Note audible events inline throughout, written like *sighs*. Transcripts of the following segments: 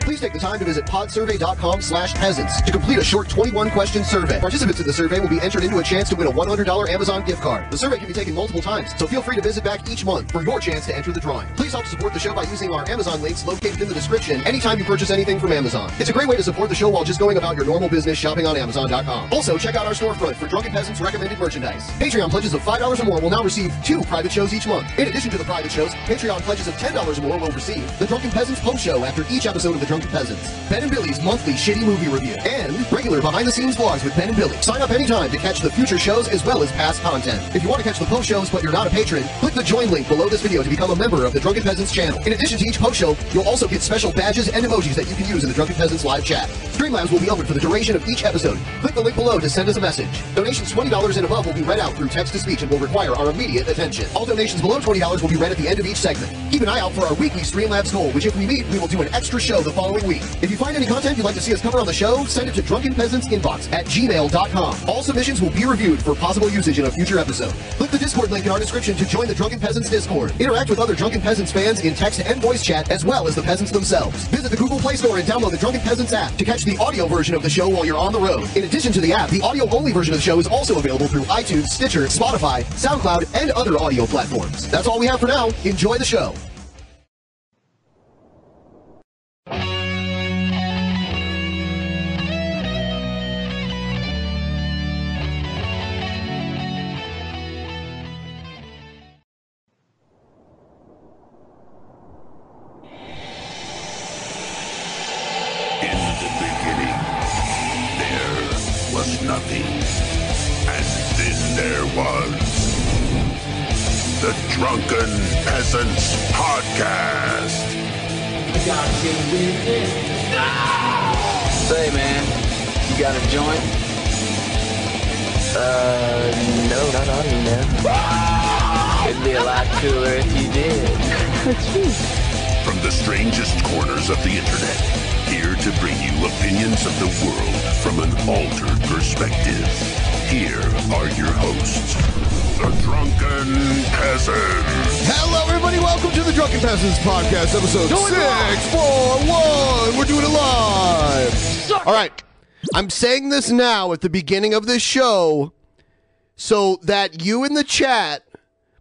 Please take the time to visit podsurvey.com slash peasants to complete a short 21-question survey. Participants in the survey will be entered into a chance to win a $100 Amazon gift card. The survey can be taken multiple times, so feel free to visit back each month for your chance to enter the drawing. Please help support the show by using our Amazon links located in the description anytime you purchase anything from Amazon. It's a great way to support the show while just going about your normal business shopping on Amazon.com. Also, check out our storefront for Drunken Peasants recommended merchandise. Patreon pledges of $5 or more will now receive two private shows each month. In addition to the private shows, Patreon pledges of $10 or more will receive the Drunken Peasants post show after each episode of the Drunken Peasants, Ben and Billy's monthly shitty movie review, and regular behind-the-scenes vlogs with Ben and Billy. Sign up anytime to catch the future shows as well as past content. If you want to catch the post shows but you're not a patron, click the join link below this video to become a member of the Drunken Peasants channel. In addition to each post show, you'll also get special badges and emojis that you can use in the Drunken Peasants live chat. Streamlabs will be open for the duration of each episode. Click the link below to send us a message. Donations $20 and above will be read out through text-to-speech and will require our immediate attention. All donations below $20 will be read at the end of each segment. Keep an eye out for our weekly Streamlabs goal, which if we meet, we will do an extra show the following Week. If you find any content you'd like to see us cover on the show, send it to Drunken Peasants Inbox at gmail.com. All submissions will be reviewed for possible usage in a future episode. Click the Discord link in our description to join the Drunken Peasants Discord. Interact with other Drunken Peasants fans in text and voice chat, as well as the peasants themselves. Visit the Google Play Store and download the Drunken Peasants app to catch the audio version of the show while you're on the road. In addition to the app, the audio-only version of the show is also available through iTunes, Stitcher, Spotify, SoundCloud, and other audio platforms. That's all we have for now. Enjoy the show. Uh, Podcast episode Do it live. 641. We're doing it live. All right. I'm saying this now at the beginning of this show so that you in the chat,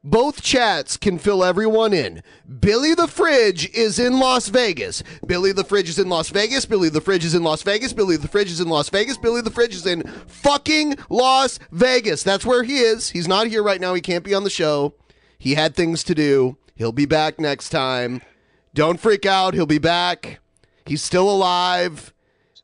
both chats, can fill everyone in. Billy the Fridge is in Las Vegas. Billy the Fridge is in Las Vegas. Billy the Fridge is in Las Vegas. Billy the Fridge is in Las Vegas. Billy the Fridge is in fucking Las Vegas. That's where he is. He's not here right now. He can't be on the show. He had things to do. He'll be back next time. Don't freak out. He'll be back. He's still alive.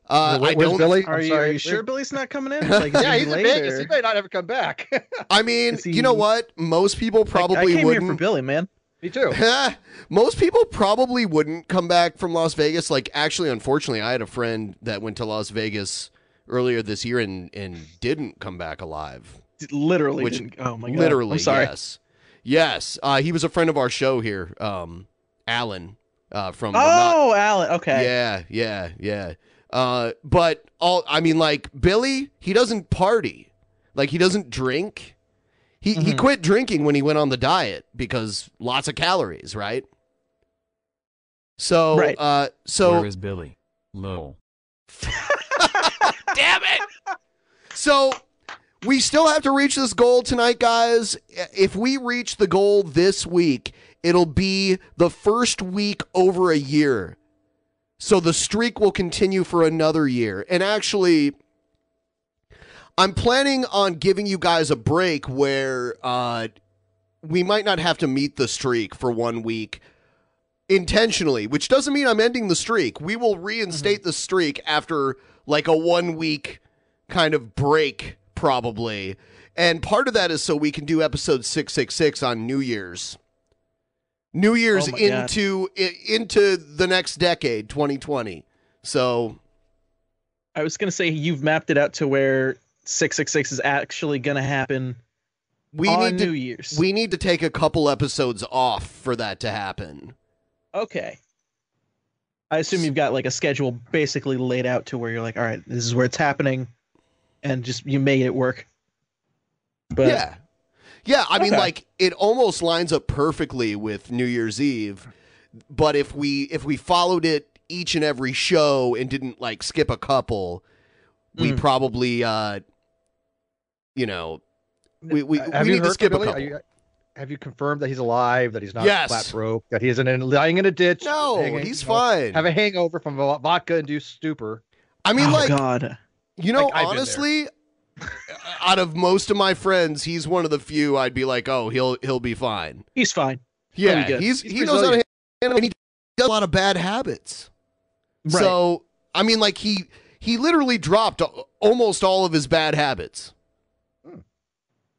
Uh, I Where's don't. Billy? Are I'm you, sorry. are you sure Where- Billy's not coming *laughs* in? Like, Yeah, he's later. in Vegas. He may not ever come back. I mean, Is you know he- what? Most people probably I came wouldn't. here for Billy, man. Me too. *laughs* Most people probably wouldn't come back from Las Vegas. Like, actually, unfortunately, I had a friend that went to Las Vegas earlier this year and and didn't come back alive. Literally. Which- didn't- oh my god. Literally, I'm sorry. yes, yes. Uh, he was a friend of our show here, um, Alan uh, from the Not- Oh, Alan. Okay. Yeah, yeah, yeah. Uh, but all I mean, like Billy, he doesn't party. Like he doesn't drink. He he Mhm. quit drinking when he went on the diet because lots of calories, right? So, Right. uh, so Where is Billy? Lowell. damn it. So we still have to reach this goal tonight, guys. If we reach the goal this week, it'll be the first week over a year. So the streak will continue for another year. And actually, I'm planning on giving you guys a break where uh, we might not have to meet the streak for one week. intentionally, which doesn't mean I'm ending the streak. We will reinstate Mm-hmm. the streak after like a one week kind of break, probably. And part of that is so we can do episode 666 on New Year's. New Year's Oh my God. into i- into the next decade, 2020. So I was gonna say you've mapped it out to where six six six is actually gonna happen we on need to New Year's. we need to take a couple episodes off for that to happen. okay. I assume you've got like a schedule basically laid out to where you're like, all right, this is where it's happening, and just you made it work. But yeah. Yeah, I mean Okay. like it almost lines up perfectly with New Year's Eve, but if we if we followed it each and every show and didn't like skip a couple, we Mm. probably uh you know, we we, Uh, we need to heard skip from a Billy? Are couple. you- uh, have you confirmed that he's alive? That he's not Yes. flat broke? That he isn't in, lying in a ditch? no, hanging- he's you know, fine. Have a hangover from a vodka-induced stupor. I mean oh like God, You know, Like, I've been there. honestly, *laughs* out of most of my friends, he's one of the few I'd be like, "Oh, he'll he'll be fine." he's fine. Yeah, be good. he's, He's he knows how to resilient. handle, and he does a lot of bad habits. Right. So, I mean, like he he literally dropped a- almost all of his bad habits.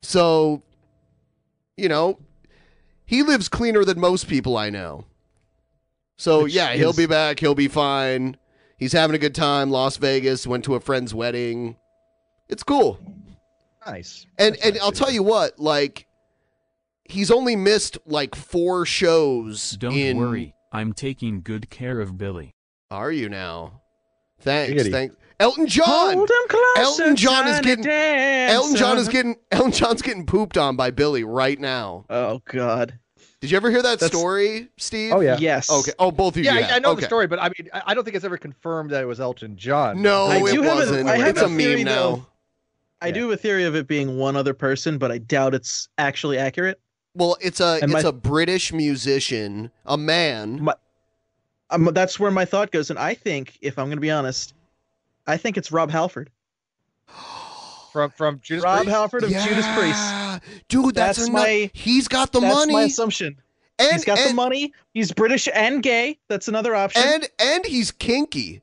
So, you know, he lives cleaner than most people I know. So Which yeah, he'll is- be back. He'll be fine. He's having a good time. Las Vegas. Went to a friend's wedding. It's cool. Nice. And That's and nice I'll to tell hear. you what, like he's only missed like four shows. Don't in- worry, I'm taking good care of Billy. Are you now? Thanks. Giggity. Thanks. Elton John. Hold 'em closer, Elton John is Johnny getting- Dancer. Elton John is getting Elton John's getting pooped on by Billy right now. Oh God. Did you ever hear that That's- story, Steve? Oh yeah. Yes. Okay. Oh, both of you. Yeah, I- yeah. I, know Okay. the story, but I mean, I, I don't think it's ever confirmed that it was Elton John. No, I it do have a- wasn't. I have it's a a, meme theory, now. though. I do have a theory of it being one other person, but I doubt it's actually accurate. Well, it's a And it's my- a British musician, a man. My- Um, that's where my thought goes, and I think, if I'm going to be honest, I think it's Rob Halford. from from Judas Rob Priest? Halford of Judas Priest. Yeah. Dude, that's, That's a nut- my- He's got the that's money. my assumption. and, he's got and, the money. He's British and gay. That's another option. and and he's kinky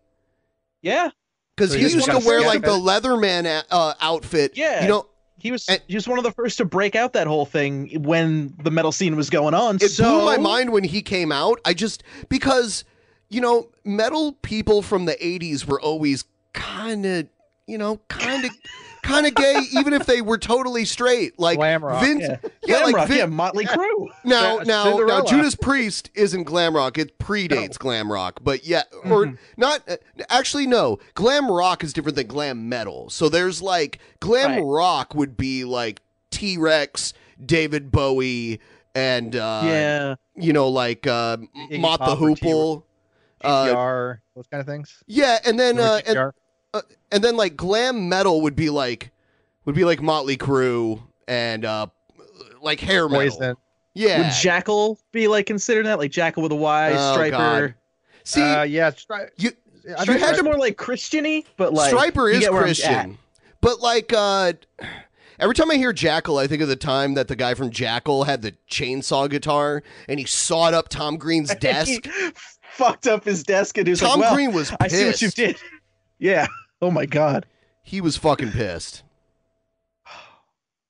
yeah, because So he he's used to kinda wear scat- like the Leatherman a- uh, outfit. Yeah. you know he was. And- he was one of the first to break out that whole thing when the metal scene was going on. it so blew my mind when he came out. I just because you know metal people from the '80s were always kind of you know kind of kind *laughs* of gay, even if they were totally straight. Like Glam rock, Vince, Yeah, yeah, Glam like rock, Vin- yeah, Motley Crue. *laughs* Now, now, Yeah, now, Cinderella. Judas Priest isn't glam rock. It predates glam rock, but yeah, Mm-hmm. or not. uh, Actually, no. Glam rock is different than glam metal. So there's like glam Right. rock would be like T Rex, David Bowie, and uh, yeah, you know, like uh, Iggy Mott the Pop or T- Hoople. Uh, GTR, those kind of things. yeah, and then Remember uh, and, GTR? and then like glam metal would be like would be like Motley Crue and uh, like hair metal. Poison. Yeah. would Jackal be like considered that? Like Jackal with a Y, Oh, Striper. God. See, uh, yeah, stri- you- I you had think Striper's to- more like Christiany, but like Striper you is get where I'm at. Christian. But like uh every time I hear Jackal, I think of the time that the guy from Jackal had the chainsaw guitar and he sawed up Tom Green's desk. *laughs* He fucked up his desk and he was Tom like, well, Green was pissed. I see what you did. *laughs* Yeah. Oh my god. He was fucking pissed.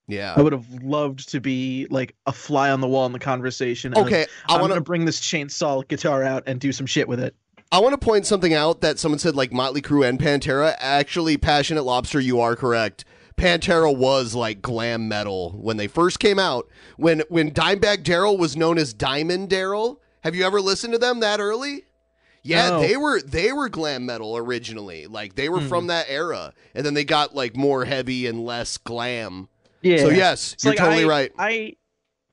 Yeah. I would have loved to be like a fly on the wall in the conversation. of, Okay, I I'm want gonna to bring this chainsaw guitar out and do some shit with it. I want to point something out that someone said like Motley Crue and Pantera. Actually, Passionate Lobster, you are correct. Pantera was like glam metal when they first came out. When when Dimebag Daryl was known as Diamond Daryl. Have you ever listened to them that early? Yeah, No. they were they were glam metal originally. Like they were Mhm. from that era, and then they got like more heavy and less glam. Yeah. So yes, It's you're like, totally I- right. I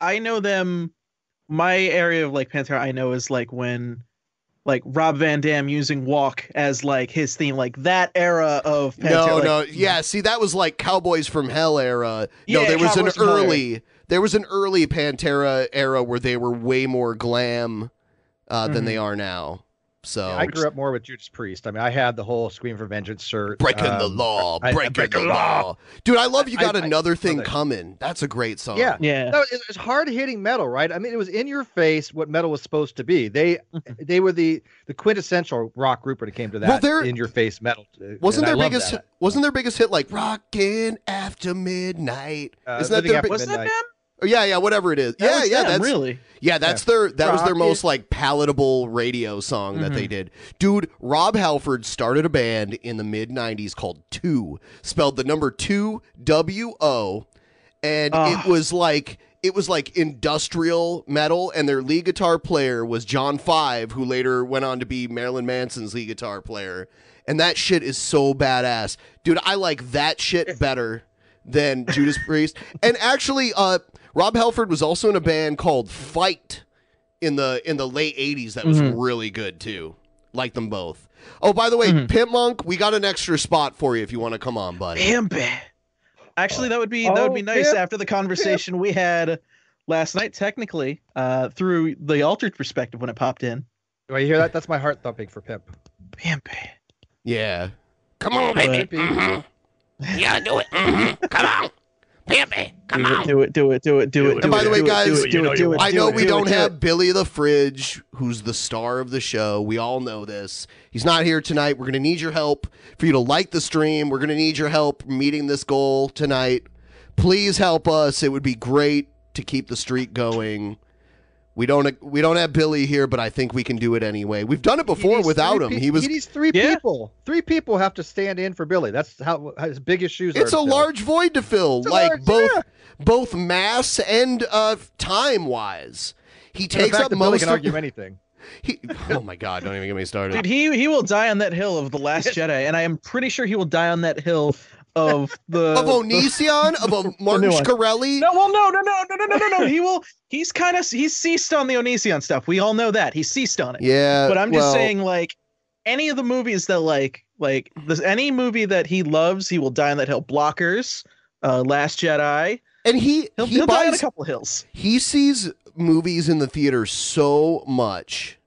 I know them my area of like Pantera I know is like when like Rob Van Dam using Walk as like his theme, like that era of Pantera. no, like- no, yeah. See, that was like Cowboys from Hell era. No, Yeah, there was Cowboys an from Hell era. early, there was an early Pantera era where they were way more glam uh, than Mhm. they are now. So Mm-hmm. I grew up more with Judas Priest. I mean, I had the whole Scream for Vengeance shirt. breaking the um, law, I- I breaking break the the law. Dude, I love you. I- Got I- another thing love it. coming. That's a great song. Yeah. Yeah. No, it was hard hitting metal, right? I mean, it was in your face what metal was supposed to be. They *laughs* they were the the quintessential rock group when it came to Well, that they're- in your face metal. uh, Wasn't and I their love biggest that. wasn't their biggest hit like Rockin' After Midnight? Uh, Isn't that Living their After big, Was that Midnight. them? Oh, yeah, yeah, whatever it is. That yeah, was yeah, them, that's really. Yeah, that's their that was their Rocket. most like palatable radio song that they did. Dude, Rob Halford started a band in the mid '90s called Two, spelled the number two W O, and Ah. it was like it was like industrial metal, and their lead guitar player was John Five, who later went on to be Marilyn Manson's lead guitar player. And that shit is so badass, dude. I like that shit better than Judas Priest. And actually, uh, Rob Halford was also in a band called Fight in the in the late '80s. That was Mm-hmm. really good too. Like them both. Oh, by the way, Mm-hmm. Pimp Monk, we got an extra spot for you if you want to come on, buddy. Pimp. Actually, that would be that would be Oh, nice pimp, after the conversation we had last night. Technically, uh, through the altered perspective when it popped in. Well, you hear that? That's my heart thumping for Pimp. Pimp. Yeah. Come on, baby. But- Mhm. You gotta do it. Mhm. Come on, Pimp me. Come on. Do it. Do it. Do it. Do it. And by the way, guys, do it. Do it. I do know it, we do it, don't do have it. Billy the Fridge, who's the star of the show. We all know this. He's not here tonight. We're going to need your help for you to like the stream. We're going to need your help meeting this goal tonight. Please help us. It would be great to keep the streak going. We don't we don't have Billy here, but I think we can do it anyway. We've done it He before needs without three him. pe- He was needs three Yeah. people. Three people have to stand in for Billy. That's how, how his biggest shoes are. it's to a fill. large void to fill, It's a like large- both yeah. both mass and uh, time wise. He And the takes fact up that Billy most can of argue anything. He, oh my god! Don't even get me started. Dude, he he will die on that hill of the Last Jedi, and I am pretty sure he will die on that hill of the *laughs* uh, *laughs* of Onision, *laughs* of a Martin new one. Shkreli. No, well, no, no, no, no, no, no, no, no. He will. He's kind of he's ceased on the Onision stuff. We all know that he ceased on it. Yeah, but I'm just well, saying, like, any of the movies that like like this, any movie that he loves, he will die on that hill. Blockers, uh, Last Jedi. And he He'll, he he'll die on a buys couple hills. he sees movies in the theater so much.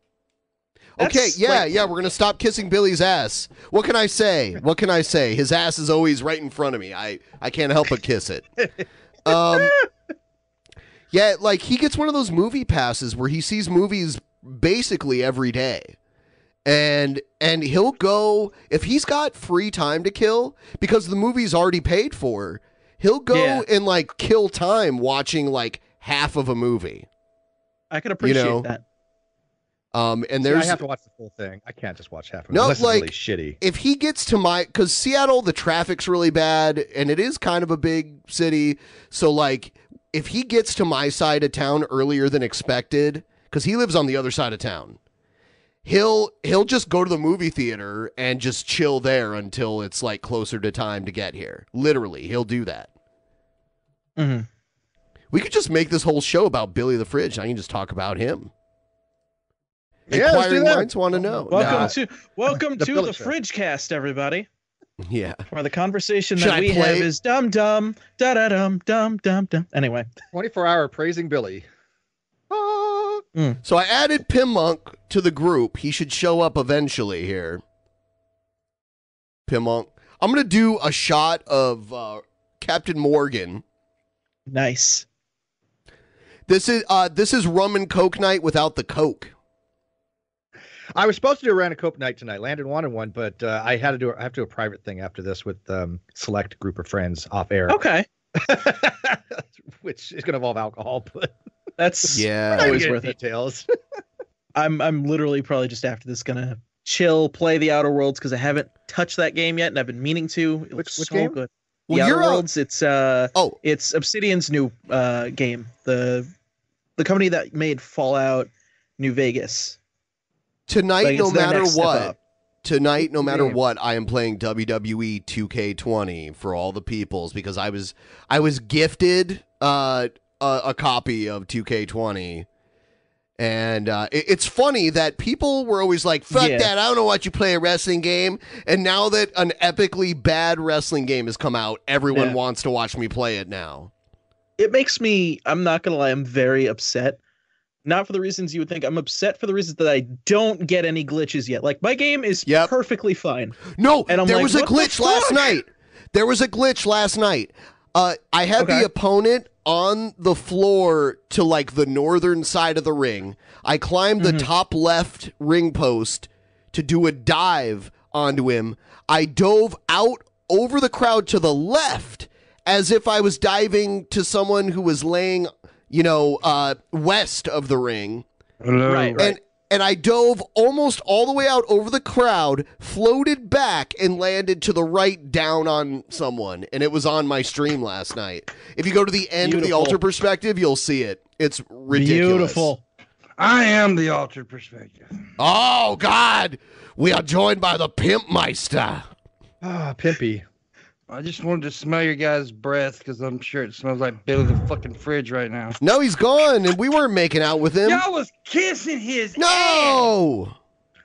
That's, okay, yeah, like- yeah, we're gonna stop kissing Billy's ass. What can I say? What can I say? His ass is always right in front of me. I I can't help but kiss it. Um, *laughs* yeah, like he gets one of those movie passes where he sees movies basically every day. And and he'll go if he's got free time to kill because the movie's already paid for. He'll go Yeah. and like kill time watching like half of a movie. I can appreciate know, that. Um, and See, there's I have to watch the full thing. I can't just watch half of it. No, unless it's like- really shitty. if he gets to my because Seattle the traffic's really bad and it is kind of a big city, so like if he gets to my side of town earlier than expected because he lives on the other side of town, he'll he'll just go to the movie theater and just chill there until it's like closer to time to get here. Literally, he'll do that. Mhm. We could just make this whole show about Billy the Fridge. I can just talk about him. *laughs* Yeah, let's do Inquiring that. minds want to know. Welcome Nah, to *laughs* welcome The to the Village Show. Fridge Cast, everybody. yeah. Where the conversation Should that I we play- have is dum dum da da dum dum dum dum. Anyway, 24 hour praising Billy. Ah. So I added Pim Monk to the group. He should show up eventually here. Pim Monk. I'm going to do a shot of uh, Captain Morgan. nice. This is uh, this is rum and coke night without the coke. I was supposed to do a round of Cope night tonight. Landon wanted one, but uh, I had to do. I have to do a private thing after this with um, select group of friends off air, Okay, *laughs* which is going to involve alcohol. But that's I Yeah. Always always worth worth it. *laughs* details. I'm I'm literally probably just after this gonna chill, play the Outer Worlds because I haven't touched that game yet, and I've been meaning to. It looks Which- which so game? good. The Well, Outer you're out- Worlds. It's uh, Oh, it's Obsidian's new uh game. The the company that made Fallout New Vegas. tonight Like, no it's their matter next step what. up. Tonight no matter Yeah. what, I am playing E WWE 2K20 for all the peoples because I was I was gifted uh, a, a copy of 2K20. And uh, it, it's funny that people were always like, fuck Yeah. that. I don't know what you play a wrestling game. And now that an epically bad wrestling game has come out, everyone Yeah. wants to watch me play it now. It makes me. I'm not gonna lie. I'm very upset Not for the reasons you would think. I'm upset for the reasons that I don't get any glitches yet. Like my game is Yep. perfectly fine. No, And I'm there like, was a "What the glitch last fuck?" night. There was a glitch last night. Uh, I had Okay. the opponent on the floor to like the northern side of the ring. I climbed Mm-hmm. the top left ring post to do a dive onto him. I dove out over the crowd to the left as if I was diving to someone who was laying, you know, uh, west of the ring Right, right. and and I dove almost all the way out over the crowd, floated back, and landed to the right down on someone. And it was on my stream last night. If you go to the end of the Beautiful. altar perspective, you'll see it. It's ridiculous. Beautiful. I am the altered perspective. Oh God, we are joined by the pimp meister. Ah, pimpy. I just wanted to smell your guy's breath because I'm sure it smells like Billy the fucking fridge right now. No, he's gone, and we weren't making out with him. Y'all was kissing his ass. No.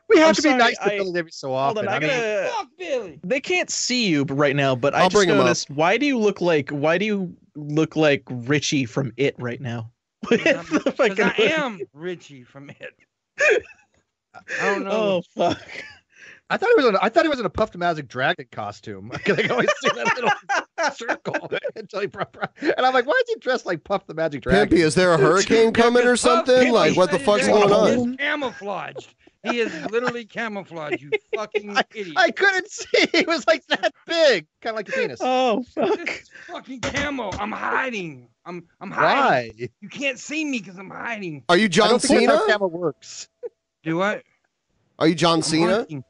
We have I'm to sorry, be nice to I- Billy *laughs* every so Hold often. on, I I mean, gotta. Fuck Billy. They can't see you b- right now, but I I'll just bring 'em up. noticed. Why do you look like? Why do you look like Richie from It right now? *laughs* With I'm- the Because fucking I am Richie from it. I don't know. Oh fuck! I thought it was an, I thought it was in a puffed Mazic dragon costume *laughs* because I can always see that little *laughs* circle *laughs* until he brought, and I'm like, why is he dressed like Puff the Magic Dragon? Pimpy, is there a *laughs* hurricane coming or something? Like, what the fuck's going on? He's camouflaged. He is literally camouflaged. *laughs* You fucking idiot. I couldn't see. He was like that big, kind of like a *laughs* penis. Oh this fuck! is fucking camo. I'm hiding. I'm I'm hiding. Why? You can't see me because I'm hiding. Are you I John don't think that's Cena? how camera works. Do I? Are you John *laughs* I'm Cena? hiding.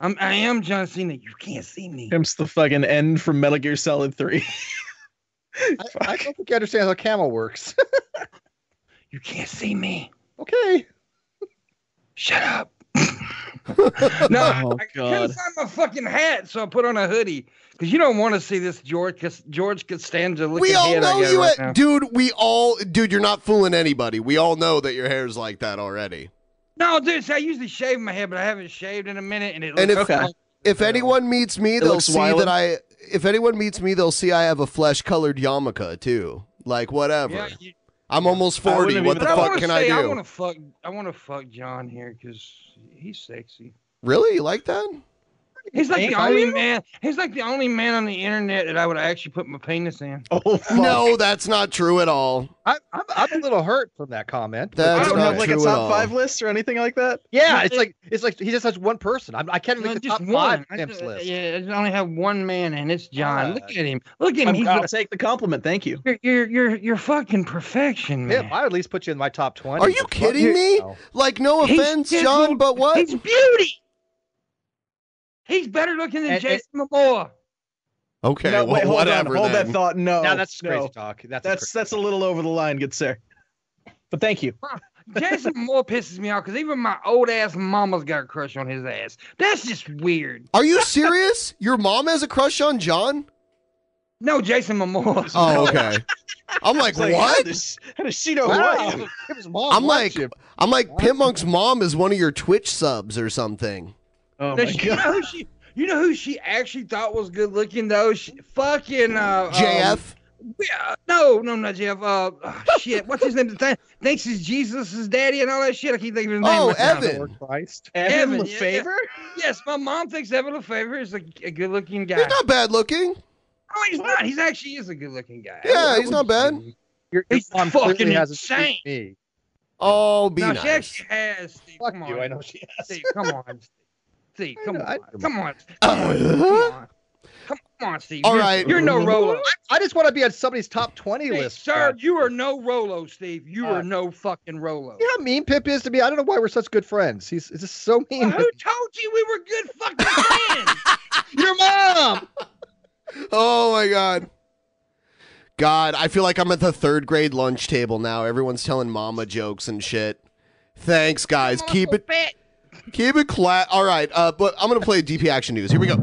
I'm I am John Cena. You can't see me. Pimp's the fucking end from Metal Gear Solid Three. I, I don't think you understand how camel works. You can't see me. okay. *laughs* Shut up. no, I- *laughs* Oh, I God. couldn't find my fucking hat, so I put on a hoodie. Cause you don't want to see this George Cas- George Costanza looking we all head I know got you, right at- now. dude. We all, dude, you're not fooling anybody. We all know that your hair's like that already. No, dude, see, I usually shave my head, but I haven't shaved in a minute, and it looks And if- Okay. If anyone meets me, they'll looks see wild. that I. If anyone meets me, they'll see I have a flesh-colored yarmulke too. Like whatever. Yeah, you- I'm almost I wouldn't forty. have What the even But I fuck wanna can say, I I do? want to fuck. I want to fuck John here because he's sexy. Really? You like that? He's like the Are only you? man. He's like the only man on the internet that I would actually put my penis in. Oh fuck! No, that's not true at all. I, I'm, I'm a little hurt from that comment. That's I don't not have like a true at all. top five list or anything like that. yeah, it's like it's like he just has one person. I'm, I can't even make the just top one. five I pimps just- list. yeah, I just only have one man, and it's John. Ah. Look at him. Look at him. I'm, He's I'll like, take the compliment. Thank you. you're, you're you're you're fucking perfection, Pimp, man. I would at least put you in my top twenty. Are you Fuck kidding me? No. Like no He's offense, just John, one- but what? He's beauty. He's better looking than And- Jason Momoa. Okay, no, well, wait, hold whatever. on. Hold then. that thought. No, now that's no. crazy talk. That's That's that's a little over the line, good sir. But thank you. *laughs* Jason Momoa pisses me off because even my old ass mama's got a crush on his ass. That's just weird. *laughs* Are you serious? Your mom has a crush on John? No, Jason Momoa. Oh, okay. I'm like, It's like, How what? does, how does she know wow. what? It was mom, I'm liked like, you. I'm like, Pimp Monk's mom is one of your Twitch subs or something. Oh Now, my she- you, god. know who she, you know who she actually thought was good looking though? She, fucking uh, um, JF. yeah, no, no, not JF. Uh, oh, shit, what's his name? The thing thinks he's Jesus' daddy and all that shit. I keep thinking of his name. Oh, right now. Evan. Lord Christ. Evan Evan, the yeah, yeah. favor? Yes, my mom thinks Evan LeFavor is a, a good looking guy. He's not bad looking. no, he's not. He's actually is a good looking guy. Yeah, he's not bad. Your, your He's mom clearly fucking hasn't seen insane. Me. Oh, be no, she nice. actually has. Steve. Fuck come on, you. I know she has. Steve, come on, Steve. I Come know, on, I- come on, come on, Uh, come on, come on, Steve. All You're- right. you're no Rolo. I just want to be on somebody's top twenty Hey, list. sir, God. you are no Rolo, Steve. You Uh, are no fucking Rolo. You know how mean Pip is to me? I don't know why we're such good friends. He's, he's just so Well, mean. who told you we were good fucking friends? Your mom! Oh my god. God, I feel like I'm at the third grade lunch table now. Everyone's telling mama jokes and shit. Thanks, guys. Keep it, Fat. keep it class. All right, uh, but I'm gonna play DP Action News. Here we go.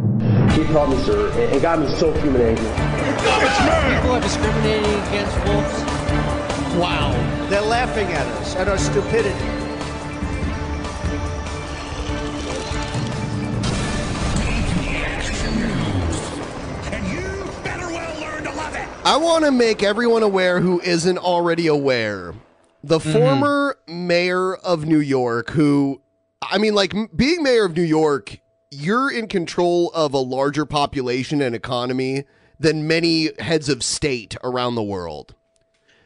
He called me sir and, and got me so human angry. People are discriminating against wolves. Wow. They're laughing at us, at our stupidity. I want to make everyone aware who isn't already aware the former mayor of New York, who, I mean, like m- being mayor of New York, you're in control of a larger population and economy than many heads of state around the world.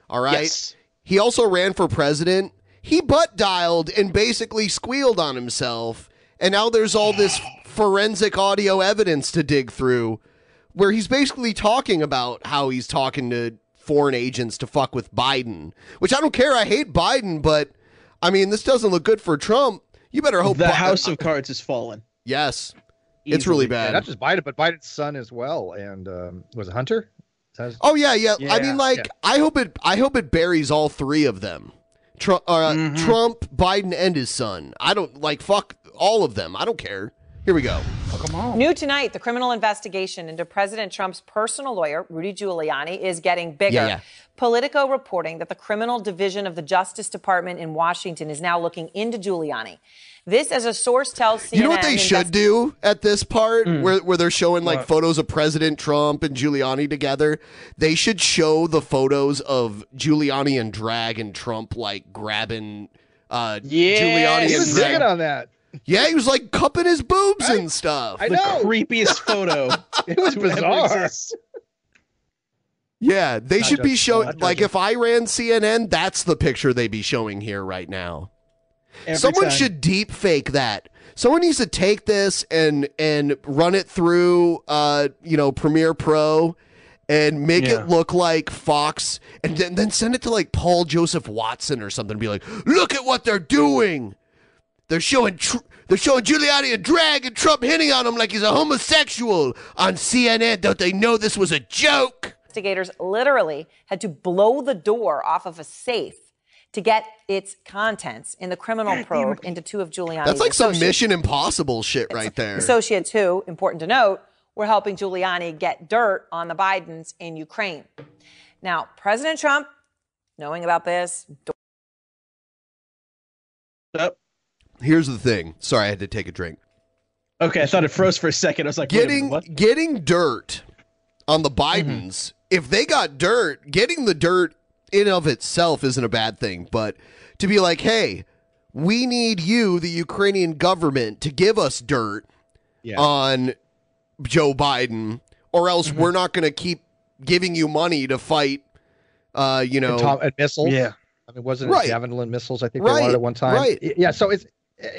All right. He also ran for president. He butt dialed and basically squealed on himself. And now there's all this forensic audio evidence to dig through where he's basically talking about how he's talking to foreign agents to fuck with Biden, which I don't care. I hate Biden, but I mean, this doesn't look good for Trump. You better hope the Bi- House of Cards is fallen. Yes. It's really bad. not just Biden, but Biden's son as well. And um, was it Hunter? Is that his- Oh yeah, yeah. I Yeah, mean, like, yeah. I hope it. I hope it buries all three of them. Trump, uh, Trump, Biden, and his son. I don't like fuck all of them. I don't care. Here we go. New tonight, the criminal investigation into President Trump's personal lawyer, Rudy Giuliani, is getting bigger. Yeah, yeah. Politico reporting that the criminal division of the Justice Department in Washington is now looking into Giuliani. This, as a source tells CNN, You know what they should do at this part where, where they're showing like What? photos of President Trump and Giuliani together? They should show the photos of Giuliani and drag and Trump like grabbing uh Giuliani and He was drag. digging on that. Yeah, he was like cupping his boobs and stuff. I The know. creepiest *laughs* photo. It was bizarre. Yeah, they Not should be judging, showing not like if I ran CNN, that's the picture they'd be showing here right now. Every Someone time. should deep fake that. Someone needs to take this and and run it through uh, you know, Premiere Pro and make Yeah. it look like Fox and then then send it to like Paul Joseph Watson or something and be like, "Look at what they're doing. They're showing tr- they're showing Giuliani a drag and Trump hitting on him like he's a homosexual on CNN. Don't they know this was a joke?" investigators literally had to blow the door off of a safe to get its contents in *clears throat* the criminal probe into two of Giuliani's That's like some associates. Mission Impossible shit right there. Associates who, important to note, were helping Giuliani get dirt on the Bidens in Ukraine. Now, President Trump, knowing about this, Here's the thing. Sorry, I had to take a drink. Okay, I thought it froze for a second. I was like, wait a minute, Getting what? getting dirt on the Mm-hmm. Bidens. If they got dirt, getting the dirt in of itself isn't a bad thing, but to be like, "Hey, we need you, the Ukrainian government, to give us dirt on Joe Biden, or else Mm-hmm. we're not going to keep giving you money to fight." Uh, you know, and, Tom, and missiles. I mean, wasn't Right. it Javelin missiles? I think they Right, wanted at one time. right. Y- Yeah. So it's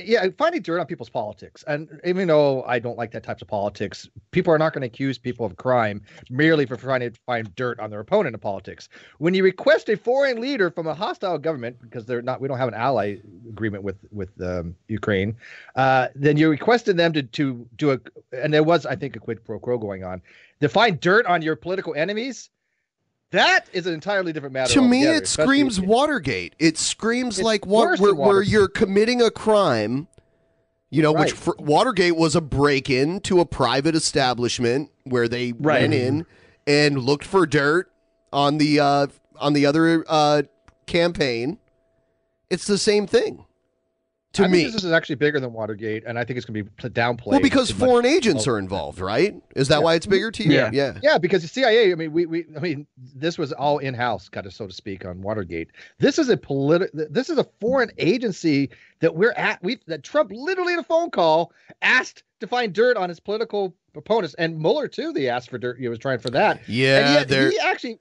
yeah, finding dirt on people's politics, and even though I don't like that types of politics, people are not going to accuse people of crime merely for trying to find dirt on their opponent in politics. When you request a foreign leader from a hostile government, because they're not, we don't have an ally agreement with with um, Ukraine, uh, then you're requesting them to to do a, and there was, I think, a quid pro quo going on. To find dirt on your political enemies, that is an entirely different matter. to me altogether, it especially- screams watergate it screams It's like what worse where, than where Watergate. you're committing a crime you know which Right. for, watergate was a break-in to a private establishment where they Right. went Mm-hmm. in and looked for dirt on the uh on the other uh campaign it's the same thing to I me think this is actually bigger than Watergate, and I think it's going to be pl- downplayed. well because much- foreign agents are involved right is that why it's bigger to you Yeah. yeah. yeah, because the CIA. I mean, we, we I mean, this was all in house, kind of so to speak, on Watergate. This is a political. This is a foreign agency that we're at. We that Trump literally in a phone call asked to find dirt on his political opponents, and Mueller too. They asked for dirt. He was trying for that. Yeah, and they're- yet he actually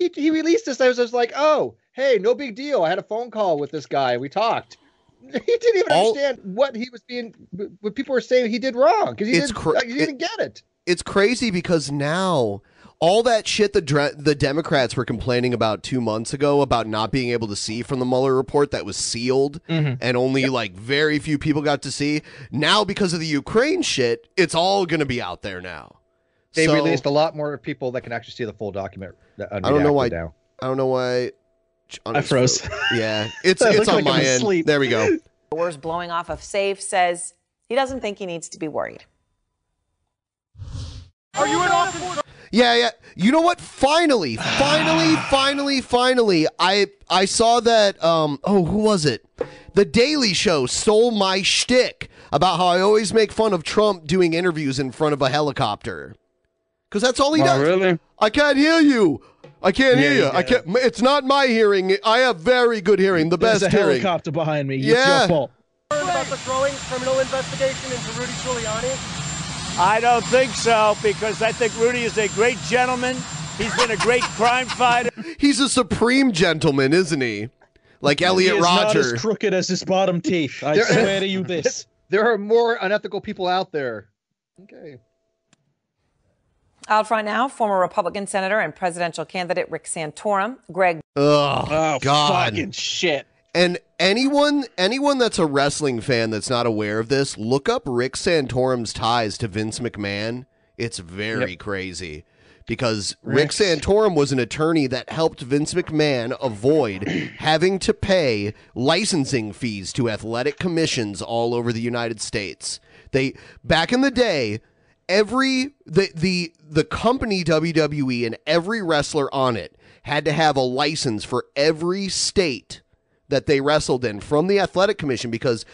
he, he released this. I was just like, oh, hey, no big deal. I had a phone call with this guy. We talked. *laughs* He didn't even understand what he was being. What people were saying he did wrong because he, It's didn't- cra- like, he it- didn't get it. it's crazy because now all that shit the dre- the Democrats were complaining about two months ago about not being able to see from the Mueller report that was sealed Mm-hmm. Mhm. and only like very few people got to see. Now because of the Ukraine shit, it's all gonna be out there now. *laughs* They So- released a lot more people that can actually see the full document. uh, I don't know unredacted why. Now. I don't know why. *laughs* I froze. *laughs* Yeah, it's I it's look on like my I'm end. asleep. There we go. doors blowing off of safe, says he doesn't think he needs to be worried. Are you in office? Yeah, yeah. You know what? Finally, *sighs* finally, finally, finally, I I saw that. Um, oh, who was it? The Daily Show stole my shtick about how I always make fun of Trump doing interviews in front of a helicopter, because that's all he Oh, does. really? I can't hear you. I can't Yeah, hear you you. I do. can't. It's not my hearing. I have very good hearing. The There's best a hearing. helicopter behind me. It's Yeah. your fault. About the throwing criminal investigation into Rudy Giuliani? I don't think so because I think Rudy is a great gentleman. He's been a great crime fighter. He's a supreme gentleman, isn't he? Like Elliot he is Not as Rodger. crooked as his bottom teeth. I There- *laughs* swear to you this. There are more unethical people out there. Okay. Out front now, former Republican senator and presidential candidate Rick Santorum, Greg Ugh, oh God. fucking shit. And anyone, anyone that's a wrestling fan that's not aware of this, look up Rick Santorum's ties to Vince McMahon. It's very crazy because Rick Santorum was an attorney that helped Vince McMahon *clears throat* avoid having to pay licensing fees to athletic commissions all over the United States. They back in the day, every the the the company WWE and every wrestler on it had to have a license for every state that they wrestled in from the athletic commission because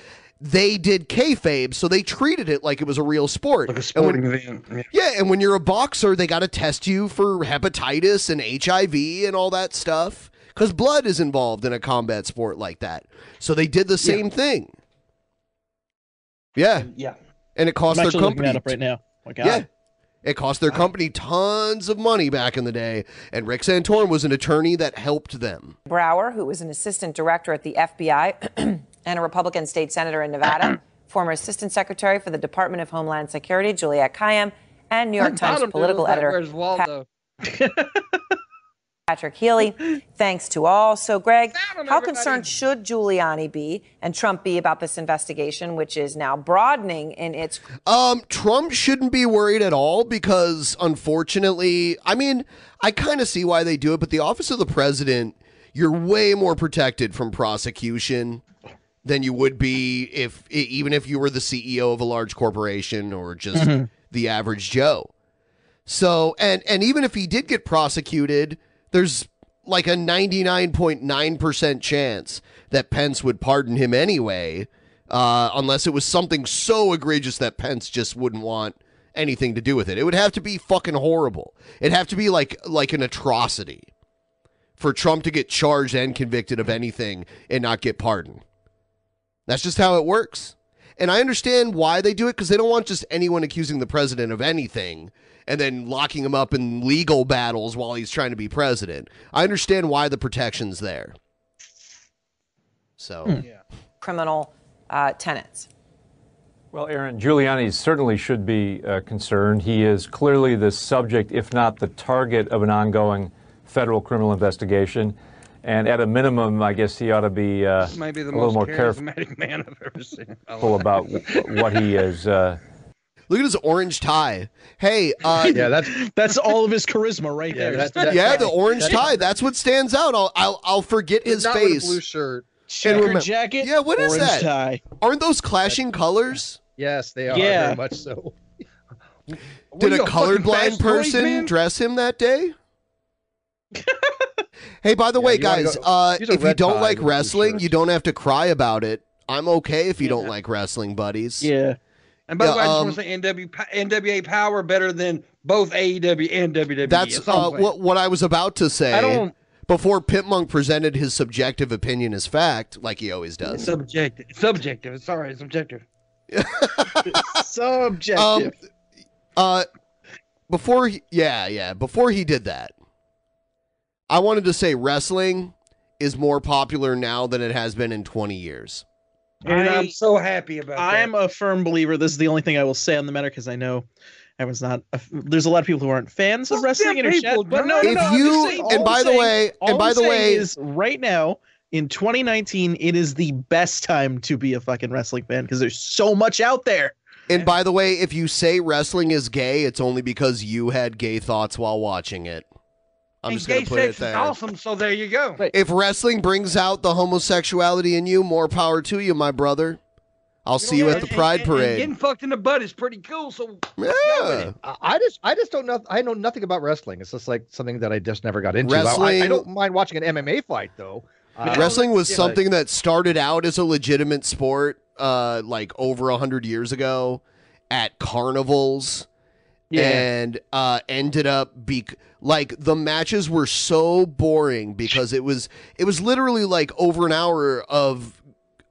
they did kayfabe, so they treated it like it was a real sport. Like a sporting event. Yeah. and when you're a boxer, they got to test you for hepatitis and HIV and all that stuff because blood is involved in a combat sport like that. So they did the same thing. Yeah. Yeah. And it cost I'm their actually looking company that up right now. My God. Yeah. It cost their company tons of money back in the day, and Rick Santorum was an attorney that helped them. Brower, who was an assistant director at the FBI *clears throat* and a Republican state senator *clears throat* in Nevada, former assistant secretary for the Department of Homeland Security, Juliette Kayyem, and New York Times political editor Waldo? Patrick Healy. Thanks to all. So, Greg, how concerned should Giuliani be and Trump be about this investigation, which is now broadening in its Um, Trump shouldn't be worried at all because, unfortunately, I mean, I kind of see why they do it, but the office of the president, you're way more protected from prosecution than you would be if, e- even if you were the CEO of a large corporation or just Mhm. the average Joe. So, and and even if he did get prosecuted, there's like a 99.9% chance that Pence would pardon him anyway, uh, unless it was something so egregious that Pence just wouldn't want anything to do with it. It would have to be fucking horrible. It'd have to be like like an atrocity for Trump to get charged and convicted of anything and not get pardoned. That's just how it works. And I understand why they do it because they don't want just anyone accusing the president of anything and then locking him up in legal battles while he's trying to be president. I understand why the protection's there. So, criminal uh, tenets. Well, Aaron, Giuliani certainly should be uh, concerned. He is clearly the subject, if not the target, of an ongoing federal criminal investigation. And at a minimum, I guess he ought to be, uh, This might be the a little more most careful charismatic man I've ever seen. in my life. about w- what he is. Uh, look at his orange tie. Hey, uh, *laughs* yeah, that's that's all of his charisma right there. yeah, the orange tie. That's what stands out. I'll I'll, I'll forget his not with a face. blue shirt. Checkered jacket, Yeah, what is orange that? tie. Aren't those clashing colors? Yes, they are, Yeah. very much so. Did What a are you, a fucking colorblind fast droid, person man? dress him that day? hey, by the way, you wanna guys, go- uh, use a if you red don't tie like with a blue wrestling, you don't have to cry about it. I'm okay if you don't like wrestling, buddies. Yeah. And by the Yeah, way, I just um, want to say NW, po- NWA Power better than both AEW and E WWE. That's all uh, I'm saying. what what I was about to say. I don't- Before Pit Monk presented his subjective opinion as fact, like he always does. Subjective. Subjective. Sorry, subjective. *laughs* Subjective. Um, uh, before he, yeah, yeah, before he did that, I wanted to say wrestling is more popular now than it has been in 20 years. And I, am so happy about I am a firm believer. This is the only thing I will say on the matter because I know everyone's not. A, there's a lot of people who aren't fans of wrestling in our chat. people, But no, no, If no. I'm you- just saying- and all I'm by the saying- way- and all by I'm the saying way- is right now in 2019, it is the best time to be a fucking wrestling fan because there's so much out there. And by the way, if you say wrestling is gay, it's only because you had gay thoughts while watching it. I'm And just going gay to put it sex is there. awesome, so there you go. If wrestling brings out the homosexuality in you, more power to you, my brother. I'll see you at the Pride And- and Parade. getting fucked in the butt is pretty cool, so yeah. I I just, I just don't know. I know nothing about wrestling. It's just like something that I just never got into. I- I- I, Wrestling- don't mind watching an MMA fight though. Uh, Wrestling was yeah, something that started out as a legitimate sport, uh, like over a hundred years ago, at carnivals. Yeah. And uh, ended up be like the matches were so boring because it was it was literally like over an hour of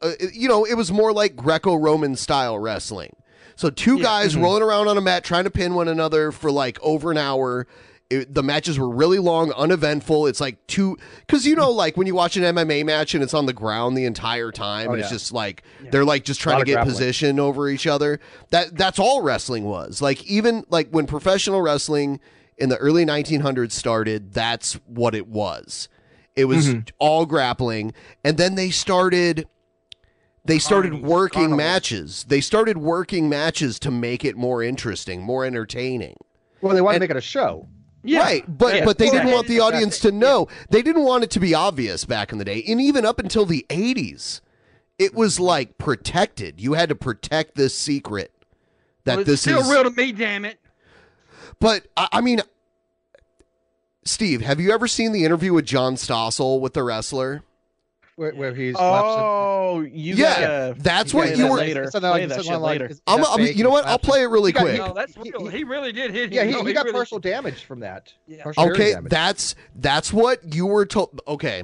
uh, you know it was more like Greco-Roman style wrestling. So two guys mm-hmm. rolling around on a mat trying to pin one another for like over an hour. It, the matches were really long, uneventful. It's like two because you know like when you watch an MMA match and it's on the ground the entire time Oh, and it's yeah. just like they're like just trying Lot to get of grappling. position over each other. That that's all wrestling was. Like even like when professional wrestling in the early 1900s started, that's what it was. It was Mm-hmm. all grappling and then they started they started working matches. They started working matches to make it more interesting, more entertaining. Well, they want to make it a show. Right, but Yeah. but they didn't Exactly. want the audience to know. They didn't want it to be obvious back in the day, and even up until the '80s, it was like protected. You had to protect this secret that Well, it's this still is real to me, damn it. But I, I mean, Steve, have you ever seen the interview with John Stossel with the wrestler? Where, where he's oh, you yeah, gotta- that's you what gotta you do were. that later. Play that shit later. I'm, I'm- you know what? I'll play it really quick. No, that's real. He, really did hit him. Yeah, he, No, he got really- partial damage from that. Partial area Okay, damage. that's that's what you were told. Okay,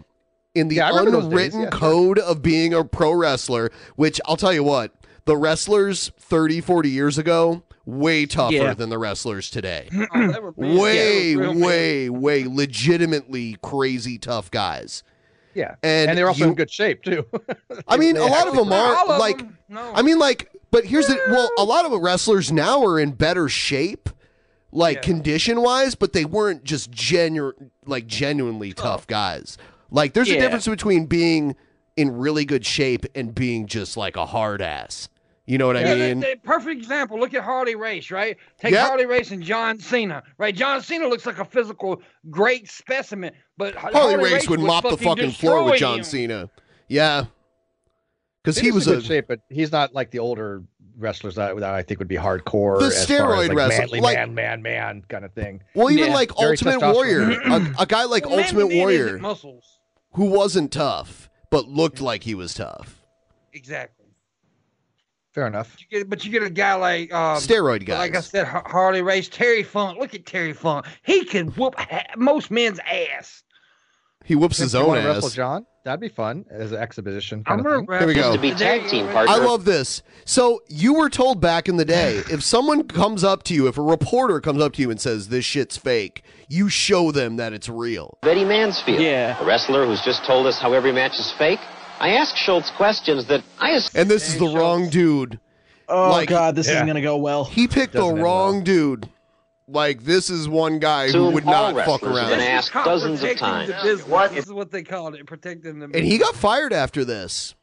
in the Yeah, I remember those days, unwritten yeah. code of being a pro wrestler, which I'll tell you what, the wrestlers 30, 40 years ago way tougher Yeah. than the wrestlers today. they Oh, were men. way, Yeah, they were real men. way, way, legitimately crazy tough guys. Yeah, and, they're also you- in good shape too. I mean, a They lot of actually- them are like. I mean, like, but here's the well, a lot of wrestlers now are in better shape, like condition wise, but they weren't just genuine, like genuinely tough guys. Like, there's a Yeah. difference between being in really good shape and being just like a hard ass. You know what Yeah, I that- mean? that- perfect example. Look at Harley Race, right? Take Yep. Harley Race and John Cena, right? John Cena looks like a physical great specimen, but Har- Harley Race would would mop the fucking floor with destroy John him. Cena. Yeah, because he Cena's was in a good shape, but he's not like the older wrestlers that, that I think would be hardcore. The as far as, steroid like, wrestler, manly like- man, man, man, kind of thing. Well, even Yeah. like Very Ultimate testosterone. Warrior, a, a guy *laughs* like Well, man Ultimate to man isn't Warrior, muscles. who wasn't tough but looked like he was tough. Exactly. Fair enough. You get, but you get a guy like um, Steroid Like I guys. said, Har- Harley Race, Terry Funk. Look at Terry Funk. He can whoop ha- most men's ass. He whoops If his you own wanna Wrestle ass. John, that'd be fun as an exhibition. Kind I'm gonna of thing. wrap Here we go. I love this. So you were told back in the day, *laughs* if someone comes up to you, if a reporter comes up to you and says this shit's fake, you show them that it's real. Betty Mansfield, a wrestler who's just told us how every match is fake. I asked Schultz questions that I assume. And this is the wrong dude. Oh, God, this isn't gonna go well. He picked Doesn't the end wrong dude. Like this is one guy who would not fuck around. What? This is what they called it, protecting the And he got fired after this.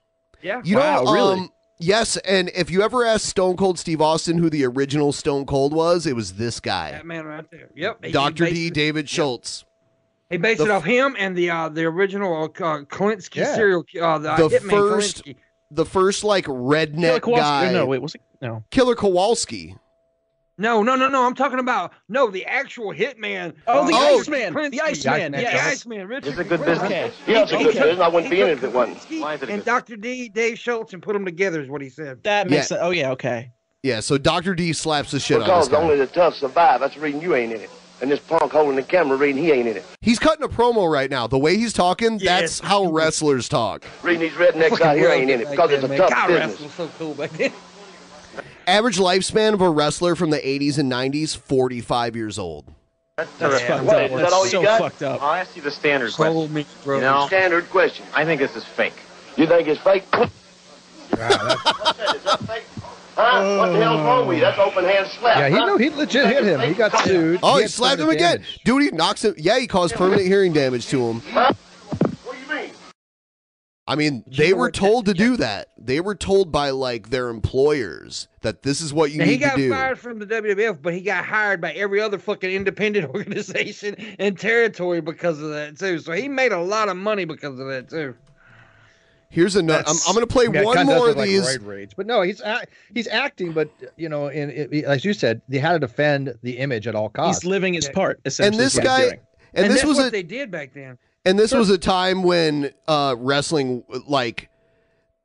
Yeah. You know, really? um, yes, and if you ever asked Stone Cold Steve Austin who the original Stone Cold was, it was this guy, that man right there. Yep. he- Doctor he D. based- David Schultz. He based The it f- off him and the uh, the original uh, Klinsky Yeah. serial. Uh, the uh, The Hitman first, Klinsky. the first like redneck Kowalski- guy. no, wait, was it? No, Killer Kowalski. No, no, no, no. I'm talking about no the actual Hitman. Oh, the uh, Iceman, Klinsky. the Iceman, The yes. Iceman. Richard. It's a good Klinsky. business. Okay. Yeah, it's a He good took- business. I wouldn't he be in took it if it wasn't. Klinsky Why is it a And good Doctor D, Dave Schultz, and put them together is what he said. That makes Yeah. sense. Oh yeah, okay. Yeah, so Doctor D slaps the shit on this Because guy. only the tough survive. That's the reason you ain't in it. And this punk holding the camera reading he ain't in it. He's cutting a promo right now. The way he's talking, that's how wrestlers talk. Reading these rednecks out here ain't in it because it's a tough business. so cool back then. Average lifespan of a wrestler from the 80s and 90s, 45 years old. That's fucked What, up. is that That's all you so got? fucked up. I'll ask you the standard Sold question. Me, You know, Standard question. I think this is fake. You think it's fake? *laughs* Huh? what the hell's wrong with you? That's open hand slap. Yeah, he huh? know he Legit hit him. He got sued. Oh, he, had slapped him permanent again. damage. Dude, he knocks him. Yeah, he caused permanent hearing damage to him. I mean, they were told to do that. They were told by like their employers that this is what you Now, he need to got do. fired from the WWF, but he got hired by every other fucking independent *laughs* organization and territory because of that too. So he made a lot of money because of that too. Here's another. I'm, That's- I'm going to play Yeah, it one kinda does more of look like these. roid rage. But no, he's uh, act- he's acting, but you know, in, in- as you said, they had to defend the image at all costs. He's living his part. and Essentially, this is what he's guy, doing. and, this that's was what a, they did back then. and this was a time when uh, wrestling, like,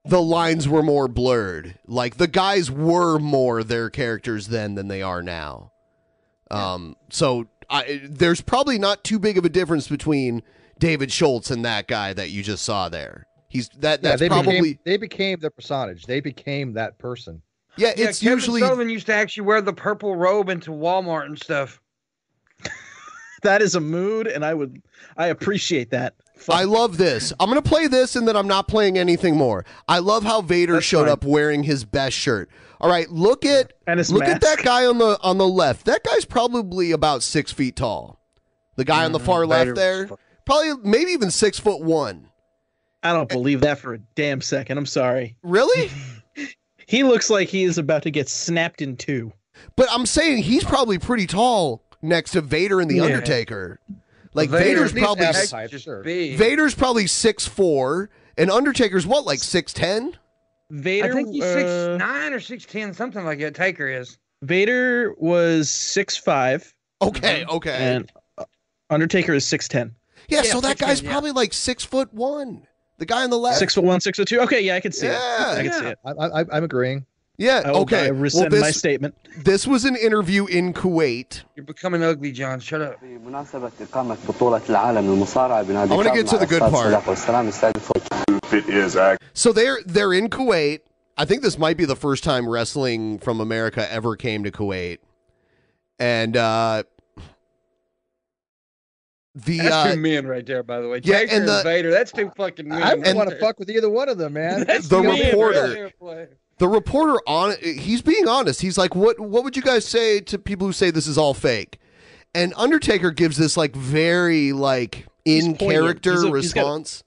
the lines were more blurred. Like the guys were more their characters then than they are now. Um, so I, there's probably not too big of a difference between David Schultz and that guy that you just saw there. He's that Yeah, that's they probably became, they became the personage. They became that person. Yeah, it's Kevin usually- Sullivan used to actually wear the purple robe into Walmart and stuff. that is a mood, and I would I appreciate that. I love this. I'm gonna play this, and then I'm not playing anything more. I love how Vader showed up wearing his best shirt. All right, look at and his look at that guy on the on the left. That guy's probably about six feet tall. The guy on the far Vader left was there, probably maybe even six foot one. I don't believe that for a damn second. I'm sorry. Really? *laughs* he looks like he is about to get snapped in two. But I'm saying he's probably pretty tall next to Vader and the Yeah. Undertaker. Like Vader Vader's at least probably has s- type, sure. Vader's probably six four, and Undertaker's what like six ten. I think he's six uh, nine or six ten, something like that. Taker is. Vader was six five. Um, Okay, okay. And Undertaker is six ten. Yeah, so that guy's probably like six foot one. The guy on the left, Six foot one, oh six foot two. Okay, yeah, I can see Yeah, it. I can see it. I, I, I'm agreeing. Yeah. I will- okay. I Well, rescind my this- statement. This was an interview in Kuwait. You're becoming ugly, John. Shut up. I wanna get to the good part. It is act. So they're they're in Kuwait. I think this might be the first time wrestling from America ever came to Kuwait. And uh the That's uh, two men right there, by the way. yeah, Taker and and, the- Vader. That's two fucking men. I don't right want to there. fuck with either one of them, man. the reporter the reporter on he's being honest he's like what what would you guys say to people who say this is all fake and undertaker gives this like very like in poignant. character He's a- he's got a- response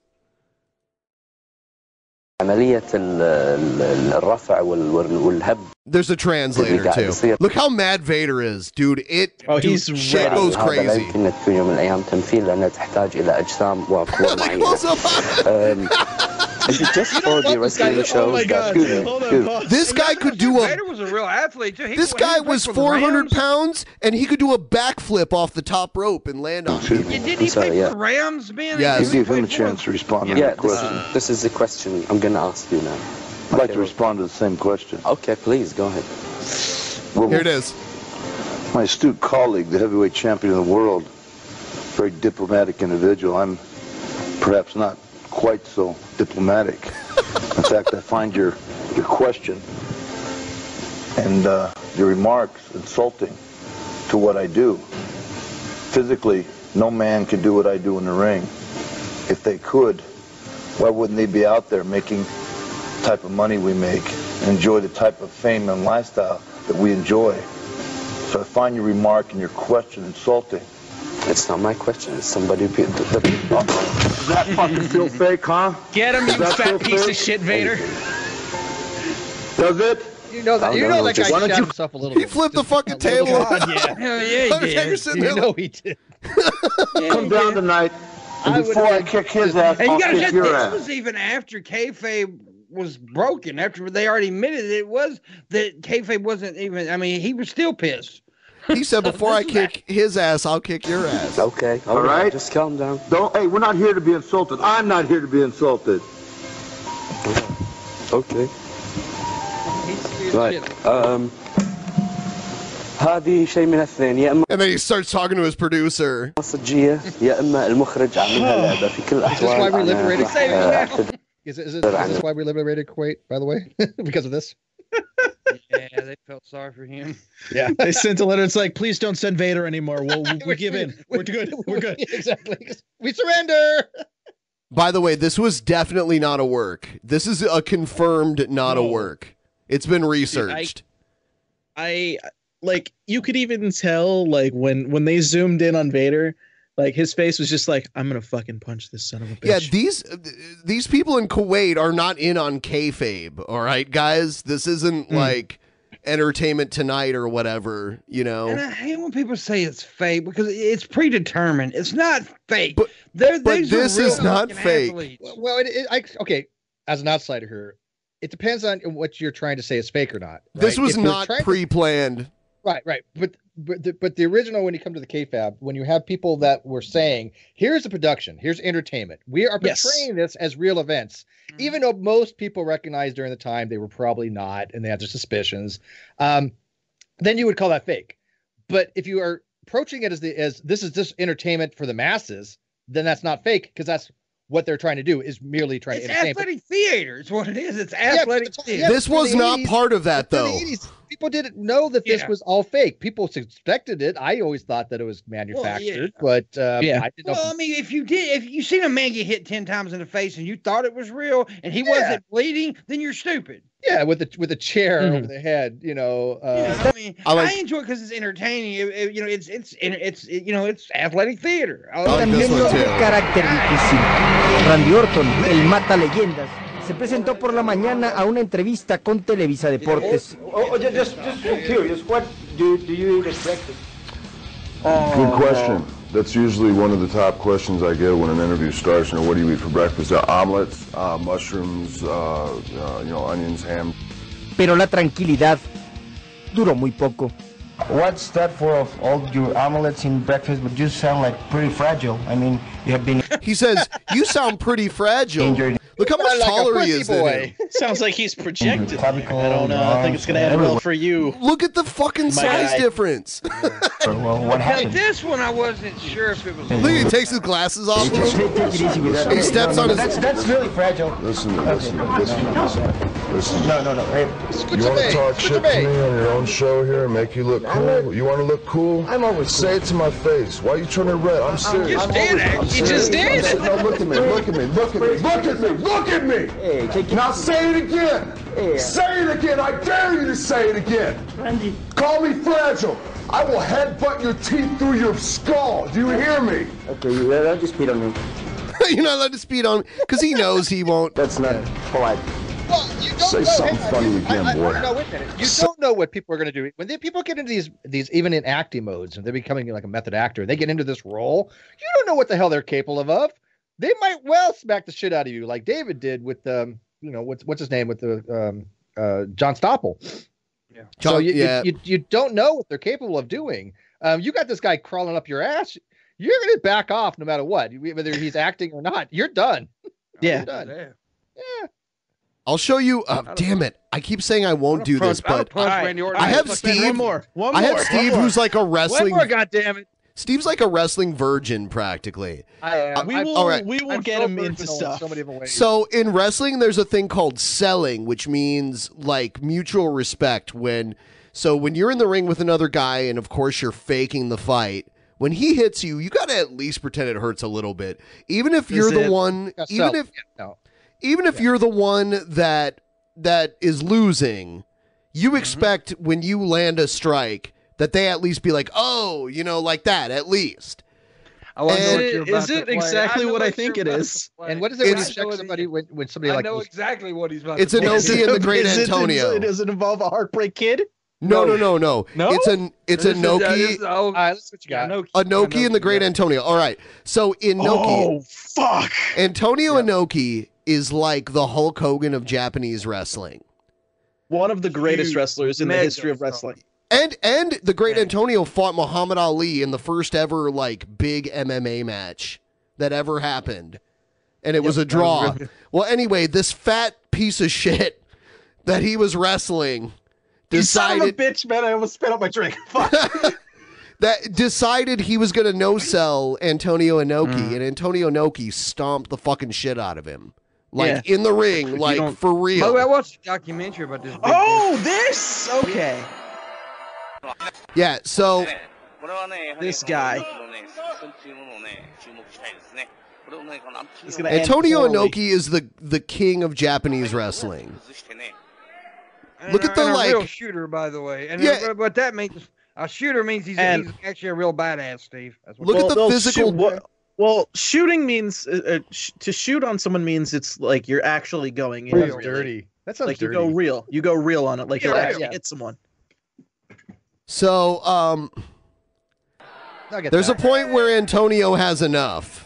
عملية ال- ال- الرفع وال- وال- والهب there's a translator Yeah, I see too it. look how mad vader is dude it oh he's shit goes هذا لا crazy يمكنك في يوم من الأيام تمثيل لأنها تحتاج إلى أجسام *laughs* وقوى معينة. *laughs* Um, Is it just for the wrestling oh shows that this guy could do a Vader was a real athlete too. He this he guy went was from 400 Rams- pounds and he could do a backflip off the top rope and land on it Yeah, did he sorry, play yeah. for Rams, man? Yeah, He give him played a for chance to respond to yeah, that this- question. This, is the question I'm going to ask you now. I'd like to respond to the same question. Okay, please, go ahead. Here it is. My astute colleague, the heavyweight champion of the world, very diplomatic individual. I'm perhaps not quite so diplomatic. In fact, I find your your question and uh, your remarks insulting to what I do. Physically, no man can do what I do in the ring. If they could, why wouldn't they be out there making the type of money we make and enjoy the type of fame and lifestyle that we enjoy? So I find your remark and your question insulting. It's not my question. It's somebody. The, does that fucking feel fake, huh? Get him, Does you that fat feel piece of fake? shit, Vader. Does it? You know that. I You don't know know, that guy just- why don't shot you- himself a little. he flipped the fucking *laughs* table *laughs* yeah. Hell yeah, he Undertaker's did. sitting You there know he did. Come down tonight, and I would before I kick his ass, And I'll you gotta kick just, your this ass. was even after kayfabe was broken. After they already admitted it was that kayfabe wasn't even. I mean, he was still pissed. he *laughs* said before i kick his ass i'll kick your ass Okay. All right. Oh, Just calm down. Don't. Hey, we're not here to be insulted. I'm not here to be insulted. Oh, Okay. Right. Um. هذه شيء من الاثنين يا اما and then he starts talking to his producer صجيه يا اما المخرج عاملها لعبه في كل Is *laughs* this why الاحوال we أنا liberated راح، آه، أعتذر. Is, it, is, it, is this why we liberated Kuwait? By the way, *laughs* because of this. Yeah, they felt sorry for him. *laughs* Yeah. they sent a letter. It's like, please don't send Vader anymore. *laughs* We'll, we we give in. We're good. We're good. *laughs* exactly. We surrender. by the way this was definitely not a work this is a confirmed not a work it's been researched I like you could even tell like when when they zoomed in on Vader, like his face was just like, I'm gonna fucking punch this son of a bitch. Yeah, these uh, these people in Kuwait are not in on kayfabe. All right, guys, this isn't like Entertainment Tonight or whatever. You And know, I hate when people say it's fake because it's predetermined. It's not fake. But, but this is not fake. Well, well, it, it, I, okay. As an outsider here, it depends on what you're trying to say is fake or not. this right? was If we're not trying to- pre-planned. Right, right. But but the, but the original when you come to the KFAB, when you have people that were saying, "Here's the production, here's entertainment. We are Yes. portraying this as real events," even though most people recognized during the time they were probably not, and they had their suspicions. Um, then you would call that fake. But if you are approaching it as the as this is just entertainment for the masses, then that's not fake because that's what they're trying to do is merely trying It's to entertain. athletic theater. It's what it is. It's athletic but- theater. this but was the not 80s part of that but the though. 80s, people didn't know that this Yeah. was all fake. People suspected it. I always thought that it was manufactured, but uh, Yeah. I didn't know. Well, I mean, if you did, if you seen a man get hit ten times in the face and you thought it was real and he Yeah. wasn't bleeding, then you're stupid. yeah, with the with a chair Hmm. Mhm. over the head, you know. Uh, I mean, I I, like- enjoy it because it's entertaining. It- it- you know, it's it's it's you know, it's athletic theater. I love it. También otro carácter difícil. Randy Orton, el mata leyendas, se presentó por la mañana a una entrevista con Televisa Deportes. Oh, just, just, curious, what do, do you eat at breakfast? Good question. That's usually one of the top questions I get when an interview starts. You know, what do you eat for breakfast? Uh, omelets, uh, mushrooms, uh, uh, you know, onions, ham. Pero la tranquilidad duró muy poco. What's that for of all your omelets in breakfast? But you sound like pretty fragile. I mean, you have been. He says, You sound pretty fragile. Look how much taller he is than him. *laughs* Sounds like he's projected. there. I don't know. I think it's gonna end well for you. Look at the fucking My size guy. difference. *laughs* well, what Now, this one I wasn't sure if it was. Look, he takes his glasses off. He steps on his. That's, that's really fragile. Listen, listen, listen, listen, listen. No, no, no. Hey, You want to talk shit to me on your own show here and make you look I'm cool? You want to look cool? I'm always Say it to my face. Why are you turning red? I'm serious. just I'm did, always- actually. I'm You serious. just I'm did. ser- No, look at me, look at me, look at me, look at me, look at me! Hey, take it- Now say it again! Say it again! I dare you to say it again! Randy. Call me fragile! I will headbutt your teeth through your skull! Do you hear me? Okay, you that just beat on me. *laughs* You're not allowed to speed on because he knows he won't. That's not polite. Say something funny I, I, again, boy. no, wait a minute. You don't know what people are going to do when they, people get into these these even in acting modes and they're becoming like a method actor and they get into this role. You don't know what the hell they're capable of. They might well smack the shit out of you like David did with um you know what's what's his name with the um uh John Stoppel. Yeah. so John- you, you- yeah. you you don't know what they're capable of doing. Um, you got this guy crawling up your ass. You're going to back off no matter what, whether he's acting or not. You're done. *laughs* Yeah. I'll show you. Uh, damn it! I keep saying I won't do this, but All right, all I right, have fuck, Steve. One more. One I more. have Steve, who's like a wrestling. more, goddammit. Steve's like a wrestling virgin, practically. we I'm- will. all right. We will get him into stuff. So in wrestling, there's a thing called selling, which means like mutual respect. When so when you're in the ring with another guy, and of course you're faking the fight. When he hits you, you gotta at least pretend it hurts a little bit, even if you're the one. Even if even if you're the one that that is losing, Mm-hmm. you expect when you land a strike that they at least be like, oh, you know, like that at least. I wanna Oh, know what you're about to play. I know what you're about to play. And what does it mean It's- to check somebody when, when somebody I like know goes, exactly what he's about It's to an do. OC and the Great Is it- *laughs* Antonio. does it involve a heartbreak kid? No, no, no, no. It's an it's a This is- uh, Noki this is- All right, that's what you got. Anoki and the Great Antonio. All right. So in Noki, Oh, fuck. Antonio Inoki is like the Hulk Hogan of Japanese wrestling. One of the greatest wrestlers in the mega history of wrestling. And and the Great Antonio fought Muhammad Ali in the first ever like big MMA match that ever happened. And it was a draw. Well, anyway, this fat piece of shit that he was wrestling You son decided of a bitch, man! I almost spit out my drink. Fuck. that decided he was going to no sell Antonio Inoki, Mm. and Antonio Inoki stomped the fucking shit out of him, like Yeah. in the ring, You like don't- for By the way, I real. watched a documentary about this. big Oh, this. *laughs* Okay. Yeah. So This guy. It's gonna end Antonio poorly. Inoki is the the king of Japanese wrestling. And Look a- at the and a real like. shooter, by the way. And Yeah. but- but that means a shooter means he's, And- he's actually a real badass, Steve. That's what Well, no, shoot- what- well, shooting means uh, uh, sh- to shoot on someone means it's like you're actually going in. That's really. dirty. That sounds like you go dirty. real. You go real on it. Like you'll Yeah, actually yeah. hit someone. So um, I get there's a that. point where Antonio has enough.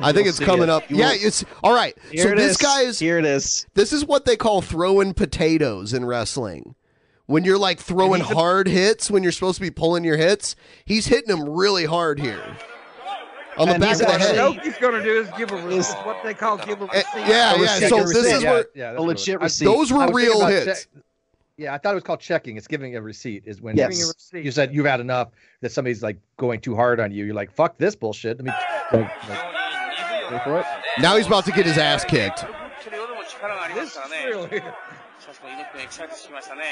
I think you'll it's see coming it. up. You yeah, will- it's all right. Here so it this is. guy is here. It is. This is what they call throwing potatoes in wrestling. When you're like throwing hard hits, when you're supposed to be pulling your hits, he's hitting them really hard here on the And back he's of the head. Eh, What he's gonna do is give a is what they call give a receipt. yeah, yeah. So this is where a legit that's- receipt. those were I was thinking real about hits. Jack- Yeah, I thought it was called checking. It's giving a receipt. Is when Yes. you- you said you've had enough that somebody's like going too hard on you. You're like, fuck this bullshit. Let me like, like, go for it. Now he's about to get his ass kicked.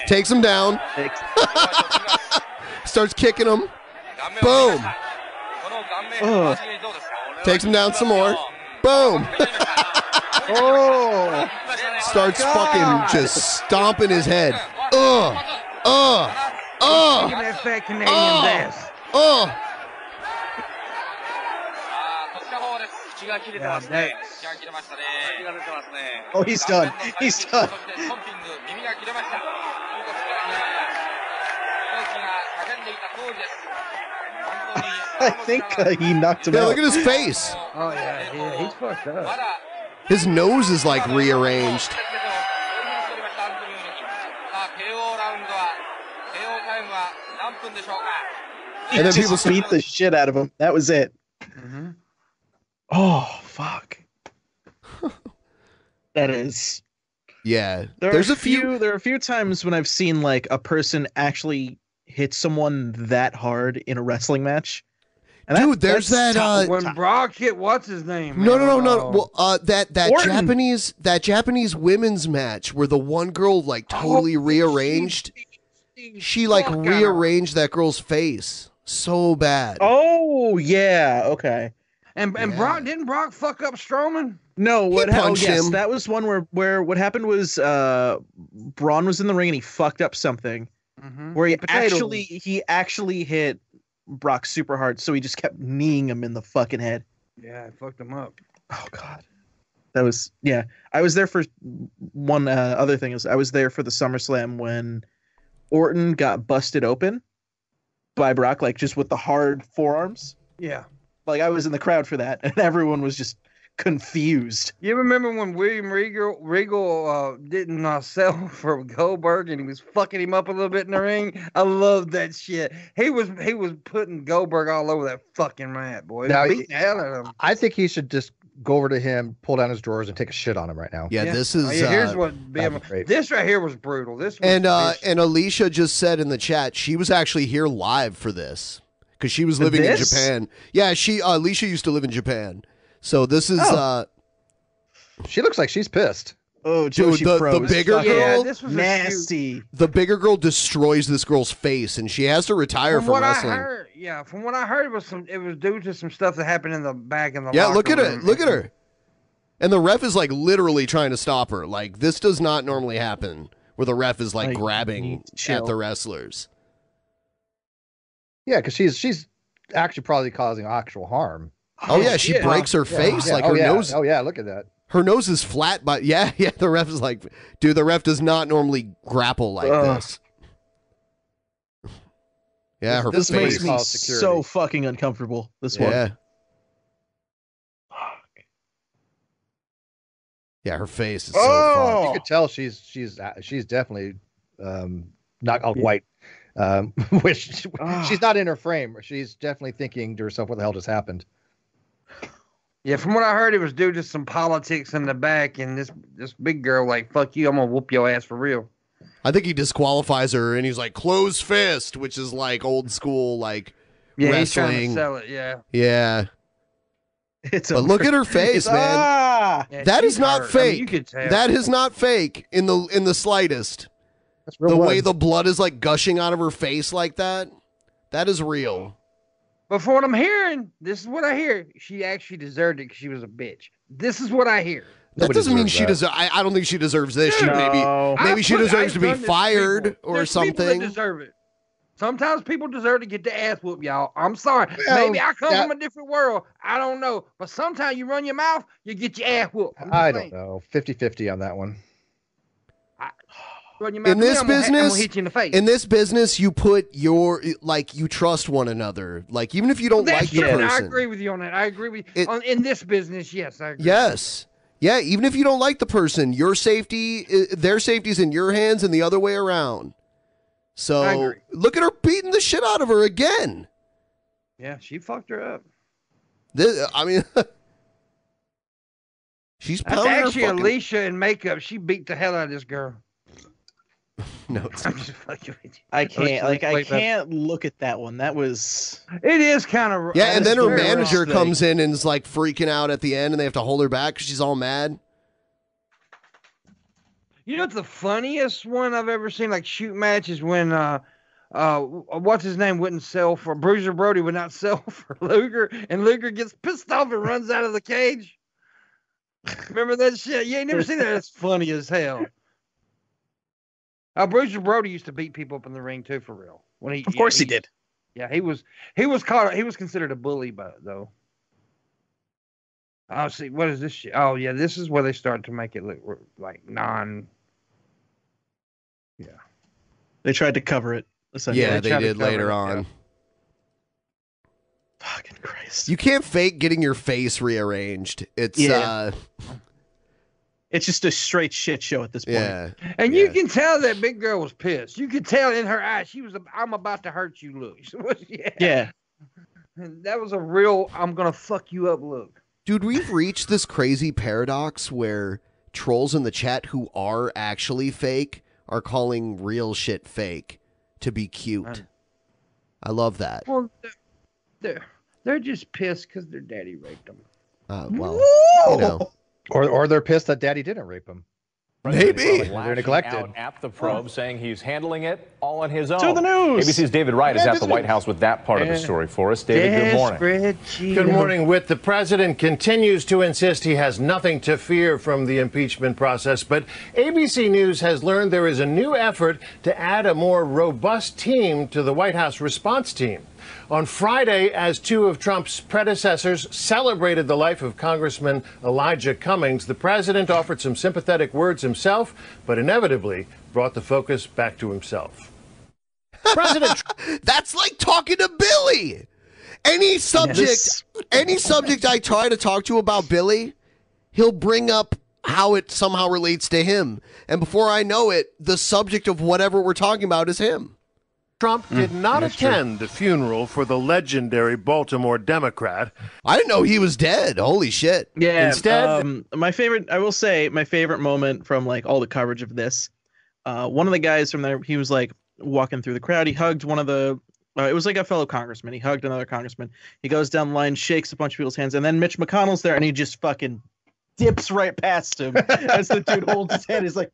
Takes him down. *laughs* Starts kicking him. Boom. Oh. Ugh. Takes him down some more. Boom. *laughs* oh. Starts fucking just stomping his head. Ugh. Ugh. Ugh. Give me that fat Canadian's Ugh. ass. Ugh. Oh, he's done. He's *laughs* *laughs* done. I think uh, he knocked him Yeah, out. look at his face. Oh yeah, yeah, he's fucked up. His nose is like rearranged. He And then just people say- beat the shit out of him. That was it. Mm-hmm. Oh *laughs* fuck. that is. Yeah. There There's are a few. There are a few times when I've seen like a person actually hit someone that hard in a wrestling match. And Dude, there's that's that, top- uh, top- When Brock hit what's his name? No, man, no, no, no. Oh. uh, Well, uh, that that Orton. Japanese that Japanese women's match where the one girl like Oh, totally rearranged. She like rearranged that girl's face so bad. Oh yeah. Okay. And and Brock didn't Brock fuck up Strowman? No, what happened? punched Yes, him. that was one where where what happened was uh Braun was in the ring and he fucked up something Mm-hmm. Mm-hmm. where he potatoes. actually he actually hit Brock super hard, so he just kept kneeing him in the fucking head. Yeah, I fucked him up. Oh god. That was yeah. I was there for one uh, other thing is I was there for the SummerSlam when Orton got busted open by Brock, like just with the hard forearms. Yeah. Like I was in the crowd for that, *laughs* and everyone was just confused. You remember when William Regal, Regal uh, didn't uh, sell *laughs* for Goldberg and he was fucking him up a little bit in the ring? I love that shit. He was he was putting Goldberg all over that fucking mat, boy. Now, Beating the hell out of him. I think he should just go over to him, pull down his drawers, and take a shit on him right now. Yeah, this is. Oh, yeah, here's uh, what BM, this right here was brutal. This was and uh, vicious. and Alicia just said in the chat she was actually here live for this because she was For living in this? Japan. Yeah, she uh, Alicia used to live in Japan, so this is. Oh. uh She looks like she's pissed. Oh, Dude, Joshi the, Pro the was bigger fucking girl, nasty. the bigger girl destroys this girl's face, and she has to retire from from what wrestling. I heard, yeah, from what I heard it was some it was due to some stuff that happened in the back in the Yeah, look at locker her. room. Look at her. And the ref is like literally trying to stop her. Like this does not normally happen where the ref is like, Like, grabbing chill. at the wrestlers. Yeah, because she's she's actually probably causing actual harm. Oh, yeah, she breaks her Yeah, face, yeah, like oh, her yeah, nose. Oh yeah, look at that. Her nose is flat, but yeah, *laughs* yeah, the ref is like, dude, the ref does not normally grapple like Ugh. this. Yeah, her this face. makes me so fucking uncomfortable. This yeah. one. Yeah, her face is oh! so You could tell she's she's uh, she's definitely um, not all white. Um, *laughs* which she's not in her frame. She's definitely thinking to herself, "What the hell just happened?" Yeah, from what I heard, it was due to some politics in the back, and this this big girl like, "Fuck you, I'm gonna whoop your ass for real." fun. I think he disqualifies her and he's like, closed fist, which is like old school, like Yeah, he's trying to wrestling. sell it. Yeah, *laughs* Yeah. It's but look at her face, man. Ah! Yeah, that she's is not hurt. I mean, fake. you could tell. that is not fake in the in the slightest. real the blood. way the blood is like gushing out of her face like that. That is real. But from what I'm hearing, this is what I hear. She actually deserved it because she was a bitch. This is what I hear. That doesn't mean she deserves deserves. I, I don't think she deserves this. She maybe maybe I she put- deserves I've to be done this fired people. or There's people that something. deserve it. Sometimes people deserve to get their ass whooped, y'all. I'm sorry. Well, Maybe I come that- from a different world. I don't know. But sometimes you run your mouth, you get your ass whooped. I'm just I saying. don't know. 50-50 on that one. Run your mouth in to me, this I'm gonna ha- I'm gonna business, hit you in the face. this business, you put your like you trust one another. Like even if you don't That's like the true, and I person, agree with you on that. I agree with you. on, in this business, yes, I agree. Yes. Yeah, even if you don't like the person, your safety, i- their safety's in your hands and the other way around. I So agree. look at her beating the shit out of her again. Yeah, she fucked her up. This, I mean, *laughs* she's That's pounding her actually fucking- *laughs* Alicia in makeup. She beat the hell out of this girl. notes. *laughs* I can't like I can't look at that one. That was It is kind of Yeah, and then her manager comes in and is like freaking out at the end, and they have to hold her back because she's all mad. You know what's the funniest one I've ever seen, like shoot match, is when uh, uh, what's his name wouldn't sell for Bruiser Brody would not *laughs* sell for Luger, and Luger gets pissed off and runs out of the cage. Remember that shit? You ain't never seen that. *laughs* That's funny as hell. Uh, Bruiser Brody used to beat people up in the ring too, for real. When he, Of course he did. Yeah, he was he was caught. He was considered a bully, but though. Oh, see, what is this shit? Oh, yeah, this is where they start to make it look like non. They tried to cover it. essentially. Yeah, they did later on. Fucking Christ! You can't fake getting your face rearranged. It's Yeah. uh, It's just a straight shit show at this point. yeah. And you can tell that big girl was pissed. You could tell in her eyes she was. A, I'm about to hurt you, look. *laughs* She was- yeah. Yeah. And that was a real. I'm gonna fuck you up, look. Dude, we've reached this crazy paradox where trolls in the chat who are actually fake are calling real shit fake to be cute. I love that. Well, they're they're, they're just pissed because their daddy raped them. Uh, well, you know. Or, or they're pissed that daddy didn't rape them. Maybe. They're neglected. Out at the probe, saying he's handling it all on his own. To the news. ABC's David Wright is Yeah, at to the the White news. House with that part of the Yeah. story for us. David, good morning. Good morning. With the president continues to insist he has nothing to fear from the impeachment process, but ABC News has learned there is a new effort to add a more robust team to the White House response team. On Friday, as two of Trump's predecessors celebrated the life of Congressman Elijah Cummings, the president offered some sympathetic words himself, but inevitably brought the focus back to himself. *laughs* President That's like talking to Billy. Any subject, any subject I try to talk to about Billy, he'll bring up how it somehow relates to him, and before I know it, the subject of whatever we're talking about is him. Trump did not attend the funeral for the legendary Baltimore Democrat. I didn't know he was dead. Holy shit. Yeah. Instead, um, my favorite, I will say, my favorite moment from like all the coverage of this, uh, one of the guys from there, he was like walking through the crowd. He hugged one of the, uh, it was like a fellow congressman. He hugged another congressman. He goes down the line, shakes a bunch of people's hands, and then Mitch McConnell's there, and he just fucking dips right past *laughs* him as the dude holds his hand. He's like,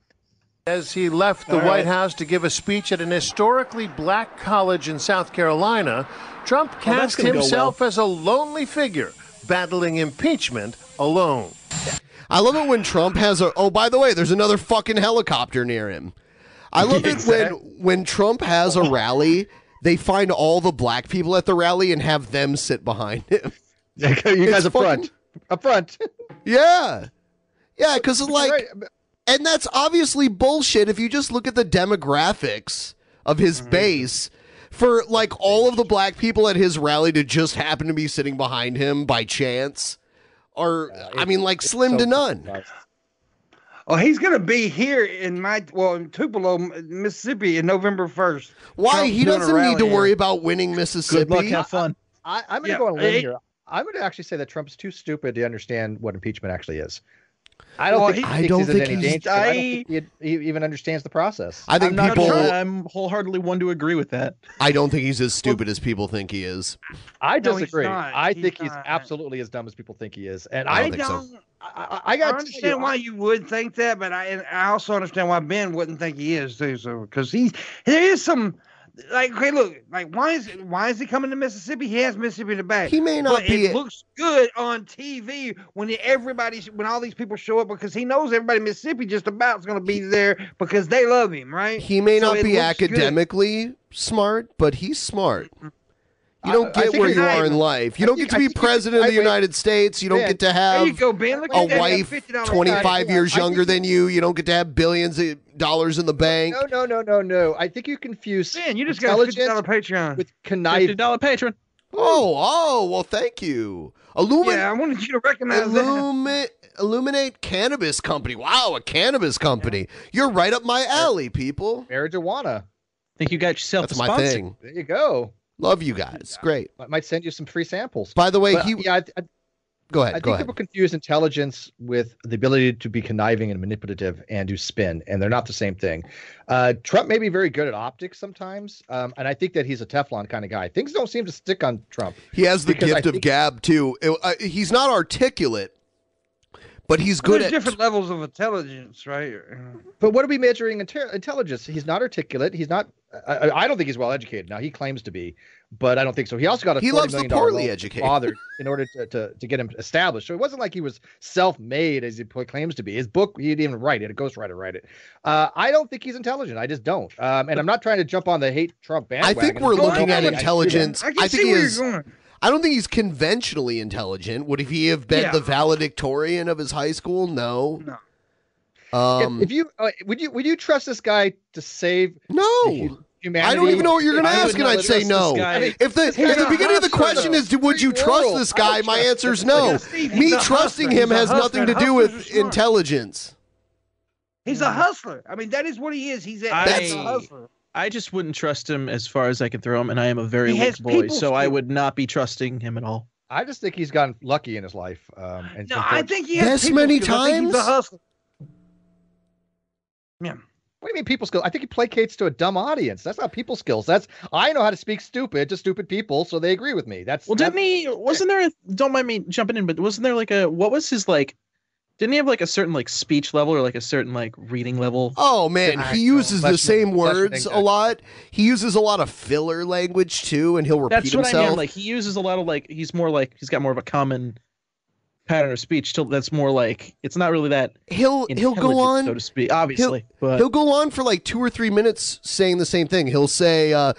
as he left the All right. White House to give a speech at an historically black college in South Carolina, Trump Oh, that's cast gonna go himself as a lonely figure battling impeachment alone. I love it when Trump has a. Oh, by the way, there's another fucking helicopter near him. I love it when when Trump has a rally, they find all the black people at the rally and have them sit behind him. *laughs* you guys up front. up front. *laughs* Yeah, yeah, because like, and that's obviously bullshit. If you just look at the demographics of his Mm-hmm. base. For like all of the black people at his rally to just happen to be sitting behind him by chance, are I mean like slim to none. Oh, he's gonna be here in my well in Tupelo, Mississippi, in November first. Why he doesn't need to worry about winning Mississippi? I, I'm going to Yeah, go on a limb it- here. I'm going to actually say that Trump's too stupid to understand what impeachment actually is. I don't Well, think he- I he thinks don't he's in think any he's- danger. I don't think he, he even understands the process. I think I'm not people- sure. I'm wholeheartedly one to agree with that. I don't think he's as stupid as people think he is. I No, he's disagree. not. I He's think he's not. absolutely as dumb as people think he is, and I I, don't think so. don't. I, I, I got. I understand why you would think that, but I and I also understand why Ben wouldn't think he is too. So because he there is some like okay, look like why is why is he coming to Mississippi? He has Mississippi in the back. He may not but be- It looks good on TV when everybody when all these people show up because he knows everybody in Mississippi just about is going to be there because they love him, right? He may So not it be looks academically smart, but he's smart. You I- I don't get think where it's you not are in even- life. You I don't get think- to I be think it's- president of the I- wait. United States. You don't Ben, get to there have you go, Ben. Look a at that. You got wife $50 25 guy. years I think younger you- than you. You don't get to have billions of dollars in the bank. No, no, no, no, no. I think you confuse. Man, you just got a intelligence $50 Patreon with conniving. dollar patron. Oh, oh, well, thank you. Illumin- Yeah, I wanted you to recognize that. Illumi- Illuminate Cannabis Company. Wow, a cannabis company. You're right up my alley, people. Marijuana. think you got yourself That's a my sponsor. thing. There you go. Love you guys. Great. I might send you some free samples. By the way, But, he yeah, I, I, Go ahead. I go think ahead. people confuse intelligence with the ability to be conniving and manipulative and to spin, and they're not the same thing. Uh, Trump may be very good at optics sometimes, um, and I think that he's a Teflon kind of guy. Things don't seem to stick on Trump. He has the because I gift of think- gab too. It- uh, he's not articulate, but he's good There's at different levels of intelligence, right? But what are we measuring inte- intelligence? He's not articulate. He's not. I, I- I don't think he's well educated. Now he claims to be, but I don't think so. He also got a He $40 loves the million dollar poorly loan from educated. father in order to, to to get him established. So it wasn't like he was self made as he pl- claims to be. His book he didn't even write it. A ghostwriter write it. Uh, I don't think he's intelligent. I just don't. Um, and I'm not trying to jump on the hate Trump I bandwagon. think we're It's not looking at really- Oh, I- intelligence. I, think he is. going. I don't think he's conventionally intelligent. Would he have been Yeah. the valedictorian of his high school? No. No. If- Um, if you uh, would you would you trust this guy to save no humanity? I don't even know what you're going to I ask, would and not I'd say trust this no. guy. if the, This guy's if the a beginning of the hustler, question though. is, would you Free trust world. this I don't guy? My trust answer is this guy. no. Steve, Me he's a trusting hustler. him He's a has nothing to hustler. do Hustlers with are smart. intelligence. He's a hustler. I mean, that is what he is. He's a, I, he's a hustler. I just wouldn't trust him as far as I can throw him, and I am a very He has weak boy, people so I skills. would not be trusting him at all. I just think he's gotten lucky in his life. Um, and and No, I fortunate. think he has people skills. I think he's a hustler. What do you mean people skills? I think he placates to a dumb audience. That's not people skills. That's I know how to speak stupid to stupid people, so they agree with me. That's Well, that's- didn't he? Wasn't there? A, don't mind me jumping in, but wasn't there like a what was his like? Didn't he have like a certain like speech level or like a certain like reading level? Oh man, I he know. uses the That's- same that's what words they a do. lot. He uses a lot of filler language too, and he'll repeat That's what himself. I mean. Like he uses a lot of like he's more like he's got more of a common pattern of speech. Till that's more like it's not really that he'll he'll go on so to speak. Obviously, he'll, but he'll go on for like two or three minutes saying the same thing. He'll say, uh,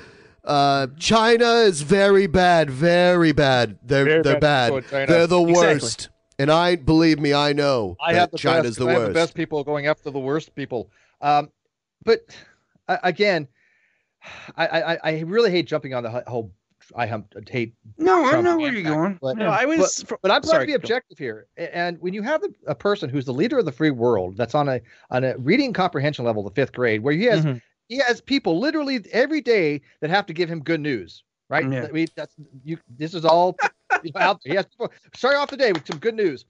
uh, "China is very bad, very bad. They're Very they're bad bad. people in China." They're the Exactly. worst." And I believe me, I know I that have the China's best, the I worst. have the best people going after the worst people. Um, but uh, again, I, I I really hate jumping on the hu- whole. I hump, hate. No, I Trump know where you're going. But, No, I was- But, but I'm trying sorry, to be go. objective here. A- And when you have a, a person who's the leader of the free world, that's on a on a reading comprehension level, the fifth grade, where he has Mm-hmm. he has people literally every day that have to give him good news. Right? Yeah. I mean, that's you. This is all out there. He has people starting off the day with some good news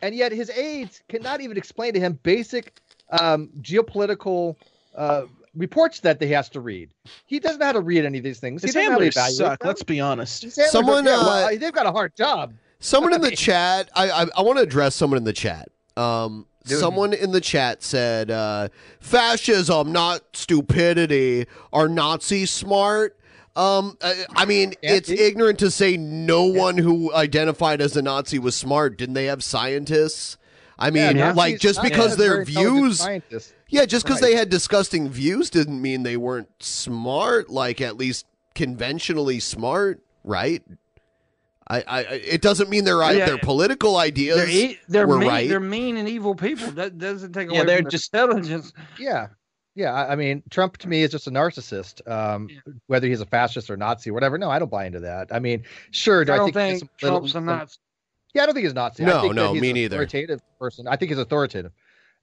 and yet his aides cannot even explain to him basic um, geopolitical uh, reports that they has to read. He doesn't know how to read any of these things. his he doesn't know how to handlers evaluate suck. them. Let's be honest. His handlers are- Someone, yeah, uh, well, they've got a hard job. Someone in the chat, I I, I want to address someone in the chat. Um, Dude. someone in the chat said, uh, "Fascism, not stupidity. Are Nazis smart?" Um, I, I mean, it's ignorant to say no one who identified as a Nazi was smart. Didn't they have scientists? I Yeah, mean, Nazis- like just Nazis because had their very intelligent views, scientists. yeah, just because they Right. had disgusting views didn't mean they weren't smart. Like at least conventionally smart, right? I, I I- it doesn't mean they're right. Yeah. Their political ideas They're, e- they're were mean. right. They're mean and evil people. That doesn't take away. Yeah, they're from their just- *laughs* intelligence. Yeah. Yeah, I I mean, Trump to me is just a narcissist. Um, Whether he's a fascist or Nazi or whatever, no, I don't buy into that. I mean, sure, do I I, don't think, there's think some little- Trump's a some- Nazi. Yeah, I don't think he's Nazi. I No, think that no, he's me an neither. Authoritative person. I think he's authoritative,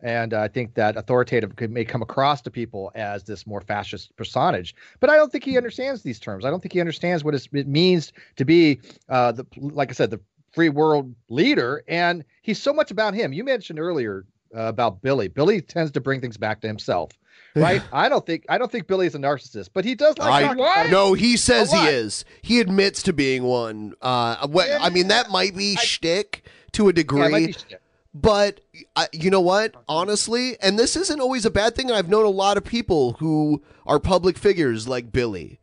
and uh, I think that authoritative could may come across to people as this more fascist personage. But I don't think he understands these terms. I don't think he understands what it's- it means to be uh, the like I said the free world leader. And he's so much about him. You mentioned earlier uh, about Billy. Billy tends to bring things back to himself. Right, I don't think I don't think Billy is a narcissist, but he does like. I, talking about no, he says A he lot. is. He admits to being one. Uh, wh- I mean, that might be shtick to a Yeah, it might degree, be shit. but I, you know what? Honestly, and this isn't always a bad thing. I've known a lot of people who are public figures like Billy,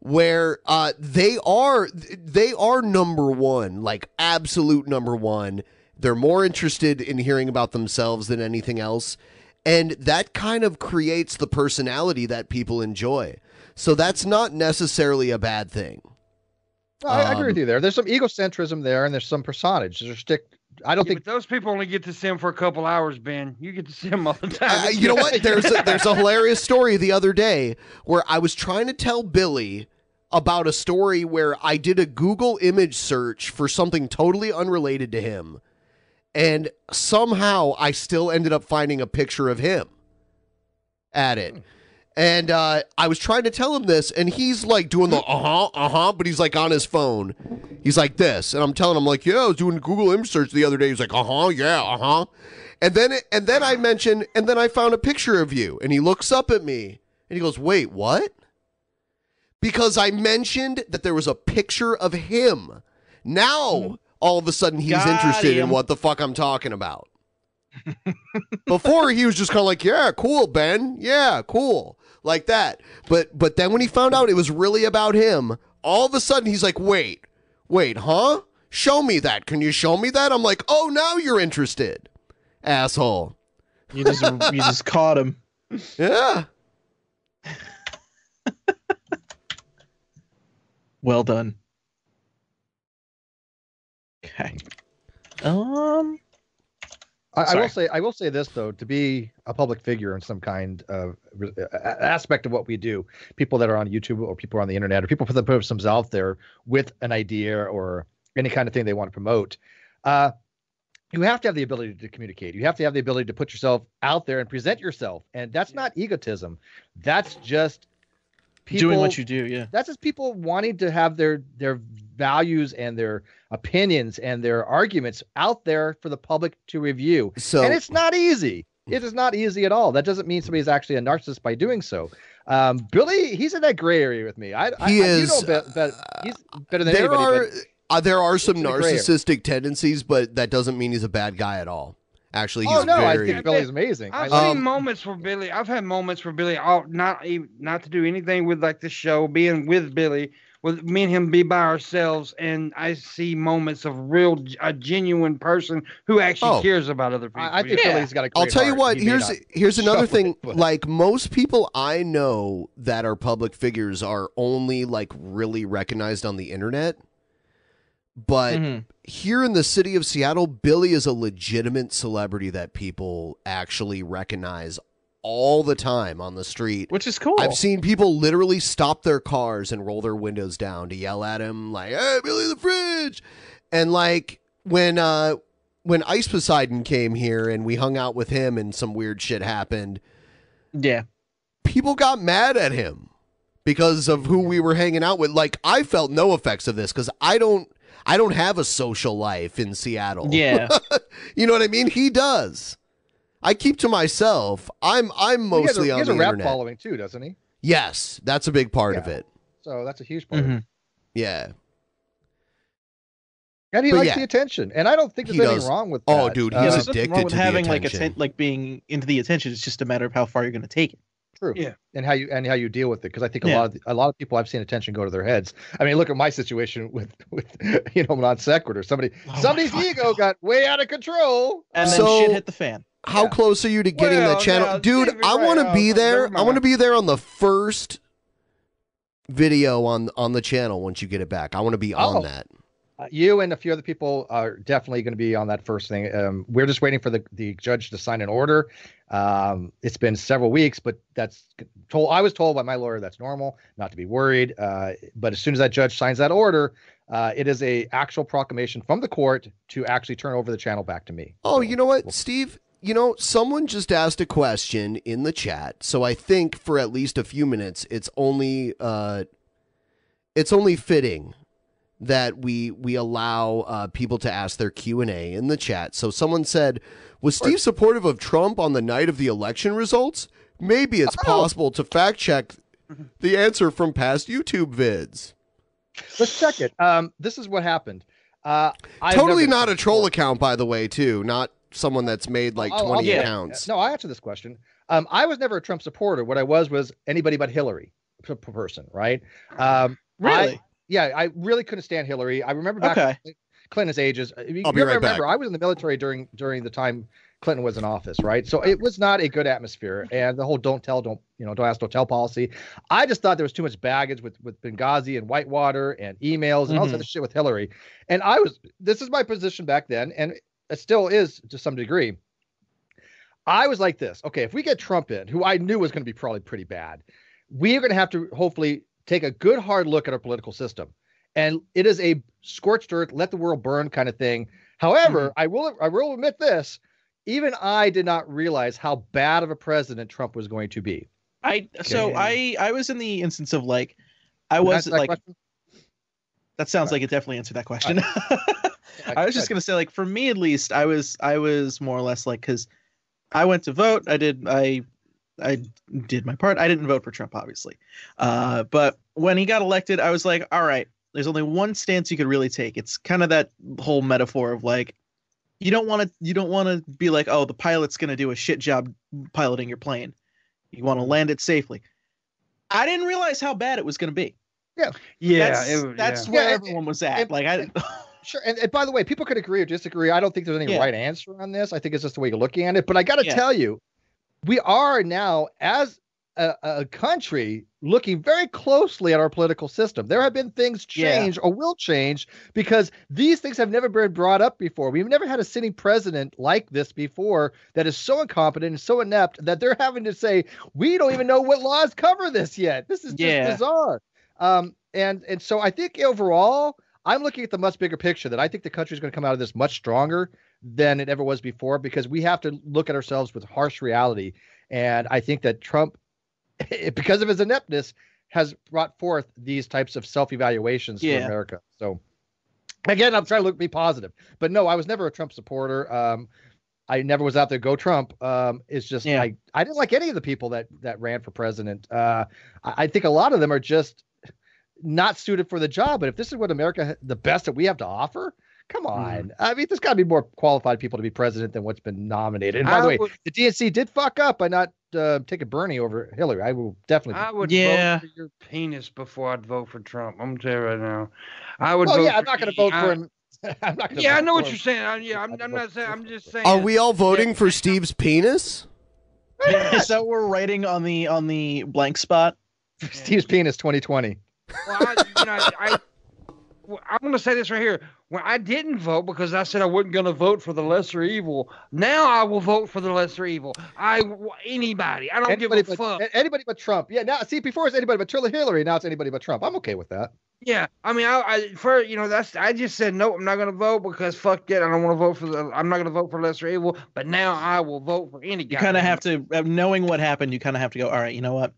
where uh, they are they are number one, like absolute number one. They're more interested in hearing about themselves than anything else, and that kind of creates the personality that people enjoy. So that's not necessarily a bad thing. No, I, I agree with Um, you there. There's some egocentrism there, and there's some personage. There's stick. I don't Yeah, think but those people only get to see him for a couple hours, Ben. You get to see him all the time. Uh, you know what? There's a, there's a hilarious story the other day where I was trying to tell Billy about a story where I did a Google image search for something totally unrelated to him, and somehow I still ended up finding a picture of him at it. And uh, I was trying to tell him this, and he's like doing the uh huh, uh huh, but he's like on his phone. He's like this, and I'm telling him like, yeah, I was doing a Google image search the other day. He's like, uh huh, yeah, uh huh, and then it, and then I mentioned, and then I found a picture of you, and he looks up at me, and he goes, wait, what? Because I mentioned that there was a picture of him. Now all of a sudden he's Got interested in him. what the fuck I'm talking about. Before he was just kind of like, "Yeah, cool, Ben. Yeah, cool." Like that. But but then when he found out it was really about him, all of a sudden he's like, "Wait. Wait, huh? Show me that. Can you show me that?" I'm like, "Oh, now you're interested." Asshole. You just you just caught him. Yeah. Well done. Okay. Um. I, I Sorry. will say I will say this though to be a public figure in some kind of re- a- aspect of what we do people that are on YouTube or people on the internet or people that put themselves out there with an idea or any kind of thing they want to promote uh, you have to have the ability to communicate you have to have the ability to put yourself out there and present yourself and that's not egotism that's just Doing what you do, yeah. that's just people wanting to have their their values and their opinions and their arguments out there for the public to review. So- and it's not easy. It is not easy at all. That doesn't mean somebody's actually a narcissist by doing so. Um, Billy, he's in that gray area with me. I, I, He I- you is, uh, know be- be- he's better than There anybody. are but- uh, there are some in the gray area. narcissistic tendencies, but that doesn't mean he's a bad guy at all. Actually, he's oh no, very I think Billy's amazing. I- I, I've Um, seen moments where Billy. I've had moments where Billy. Oh, not even not to do anything with like the show, being with Billy, with me and him be by ourselves, and I see moments of real, a genuine person who actually Oh. cares about other people. I think Yeah. Billy's got a great I'll tell you heart. what. He may here's not here's show another it, thing. but- Like most people I know that are public figures are only like really recognized on the internet. But Mm-hmm. here in the city of Seattle, Billy is a legitimate celebrity that people actually recognize all the time on the street, which is cool. I've seen people literally stop their cars and roll their windows down to yell at him like, "Hey, Billy the Fridge!" And like when uh when Ice Poseidon came here and we hung out with him and some weird shit happened, yeah, people got mad at him because of who we were hanging out with. Like I felt no effects of this because I don't I don't have a social life in Seattle. Yeah. *laughs* you know what I mean? He does. I keep to myself. I'm I'm He has a- mostly he on has the a rap internet. following too, doesn't he? Yes, that's a big part of it. So that's a huge part. Mm-hmm. Yeah. And he But likes yeah. the attention. And I don't think He there's anything does. wrong with Oh, that. Uh, dude, Yeah, he's there's nothing addicted wrong with to the having like attention. atten- like being into the attention. It's just a matter of how far you're going to take it. True. Yeah. And how you and how you deal with it, because I think a Yeah. lot of a lot of people I've seen attention go to their heads. I mean, look at my situation *laughs* with with you know non sequitur. Somebody somebody's ego got way out of control. And then So- shit hit the fan. How close are you to getting Well, the channel? now, Dude, leave it I right want to out, be but there. never I want to mind. be there on the first video on on the channel once you get it back. I want to be Oh. on that. Uh, You and a few other people are definitely going to be on that first thing. Um, we're just waiting for the, the judge to sign an order. Um, it's been several weeks, but that's told. I was told by my lawyer that's normal, not to be worried. Uh, but as soon as that judge signs that order, uh, it is a actual proclamation from the court to actually turn over the channel back to me. Oh, you know what, Steve? You know, someone just asked a question in the chat, so I think for at least a few minutes, it's only uh, it's only fitting that we we allow uh, people to ask their Q and A in the chat. So someone said, "Was Steve supportive of Trump on the night of the election results?" Maybe Oh." it's possible to fact check the answer from past YouTube vids. Let's check it. Um, this is what happened. Uh, I've totally never- not a troll account, by the way, too. Not someone that's made like I'll- I'll twenty get it. accounts. Oh, No, I answer this question. Um, I was never a Trump supporter. What I was was anybody but Hillary p- p- person, right? Um, Really? I- yeah, I really couldn't stand Hillary. I remember back Okay. in Clinton's ages. I'll I'll be right remember, I was in the military during during the time Clinton was in office, right? So it was not a good atmosphere, and the whole "don't tell, don't you know, don't ask, don't tell" policy. I just thought there was too much baggage with with Benghazi and Whitewater and emails and all this Mhm. other shit with Hillary. And I was this is my position back then, and it still is to some degree. I was like this. Okay, if we get Trump in, who I knew was going to be probably pretty bad, we are going to have to hopefully take a good hard look at our political system. And it is a scorched earth, let the world burn kind of thing. However, Mm-hmm. I will I will admit this, even I did not realize how bad of a president Trump was going to be. I so I I was in the instance of like I was Answer that Uh, like that sounds like it definitely answered that question. *laughs* I was just gonna say like for me at least I was I was more or less like because I went to vote I did I I did my part I didn't vote for Trump obviously uh, but when he got elected I was like all right there's only one stance you could really take it's kind of that whole metaphor of like you don't want to you don't want to be like oh the pilot's going to do a shit job piloting your plane you want to land it safely i didn't realize how bad it was going to be yeah Yeah, that's, it- that's yeah. where Yeah, it- everyone was at like i *laughs* Sure. And, and by the way, people could agree or disagree. I don't think there's any Yeah. right answer on this. I think it's just the way you're looking at it. But I got to Yeah. tell you, we are now, as a, a country, looking very closely at our political system. There have been things Yeah. change or will change because these things have never been brought up before. We've never had a sitting president like this before that is so incompetent and so inept that they're having to say, we don't even know what laws cover this yet. This is just Yeah. bizarre. Um, and and so I think overall, I'm looking at the much bigger picture that I think the country is going to come out of this much stronger than it ever was before because we have to look at ourselves with harsh reality. And I think that Trump, *laughs* because of his ineptness, has brought forth these types of self evaluations Yeah. for America. So again, I'm trying to look be positive, but no, I was never a Trump supporter. Um, I never was out there go Trump. Um, it's just I I didn't like any of the people that that ran for president. Uh, I, I think a lot of them are just not suited for the job. But if this is what America, the best that we have to offer, come on. Mm-hmm. I mean, there's got to be more qualified people to be president than what's been nominated. And by I the way, would- the DNC did fuck up by not uh, taking Bernie over Hillary. I will definitely. I would vote for your penis before I'd vote for Trump. I'm telling you right now. I would. Well, vote Oh, yeah, I'm for not going E- to vote I- for him. *laughs* I'm not gonna Yeah, I vote know for what him. you're saying. I, yeah, I'm, I'm not saying. I'm just saying. Are we all voting for Steve's penis? *laughs* is that what we're writing on the on the blank spot *laughs* steve's penis 2020 Well, I, you know, I, am going to say this right here. When I didn't vote because I said I wasn't going to vote for the lesser evil, now I will vote for the lesser evil. I anybody. I don't Anybody give a but- fuck. a- Anybody but Trump. Yeah. Now, see, before it's anybody but Trilla Hillary. Now it's anybody but Trump. I'm okay with that. Yeah, I mean, I, I for you know that's I just said no, I'm not gonna vote because fuck it, I don't want to vote for the, I'm not gonna vote for lesser evil, but now I will vote for any you guy. kind of have to uh, knowing what happened you kind of have to go all right you know what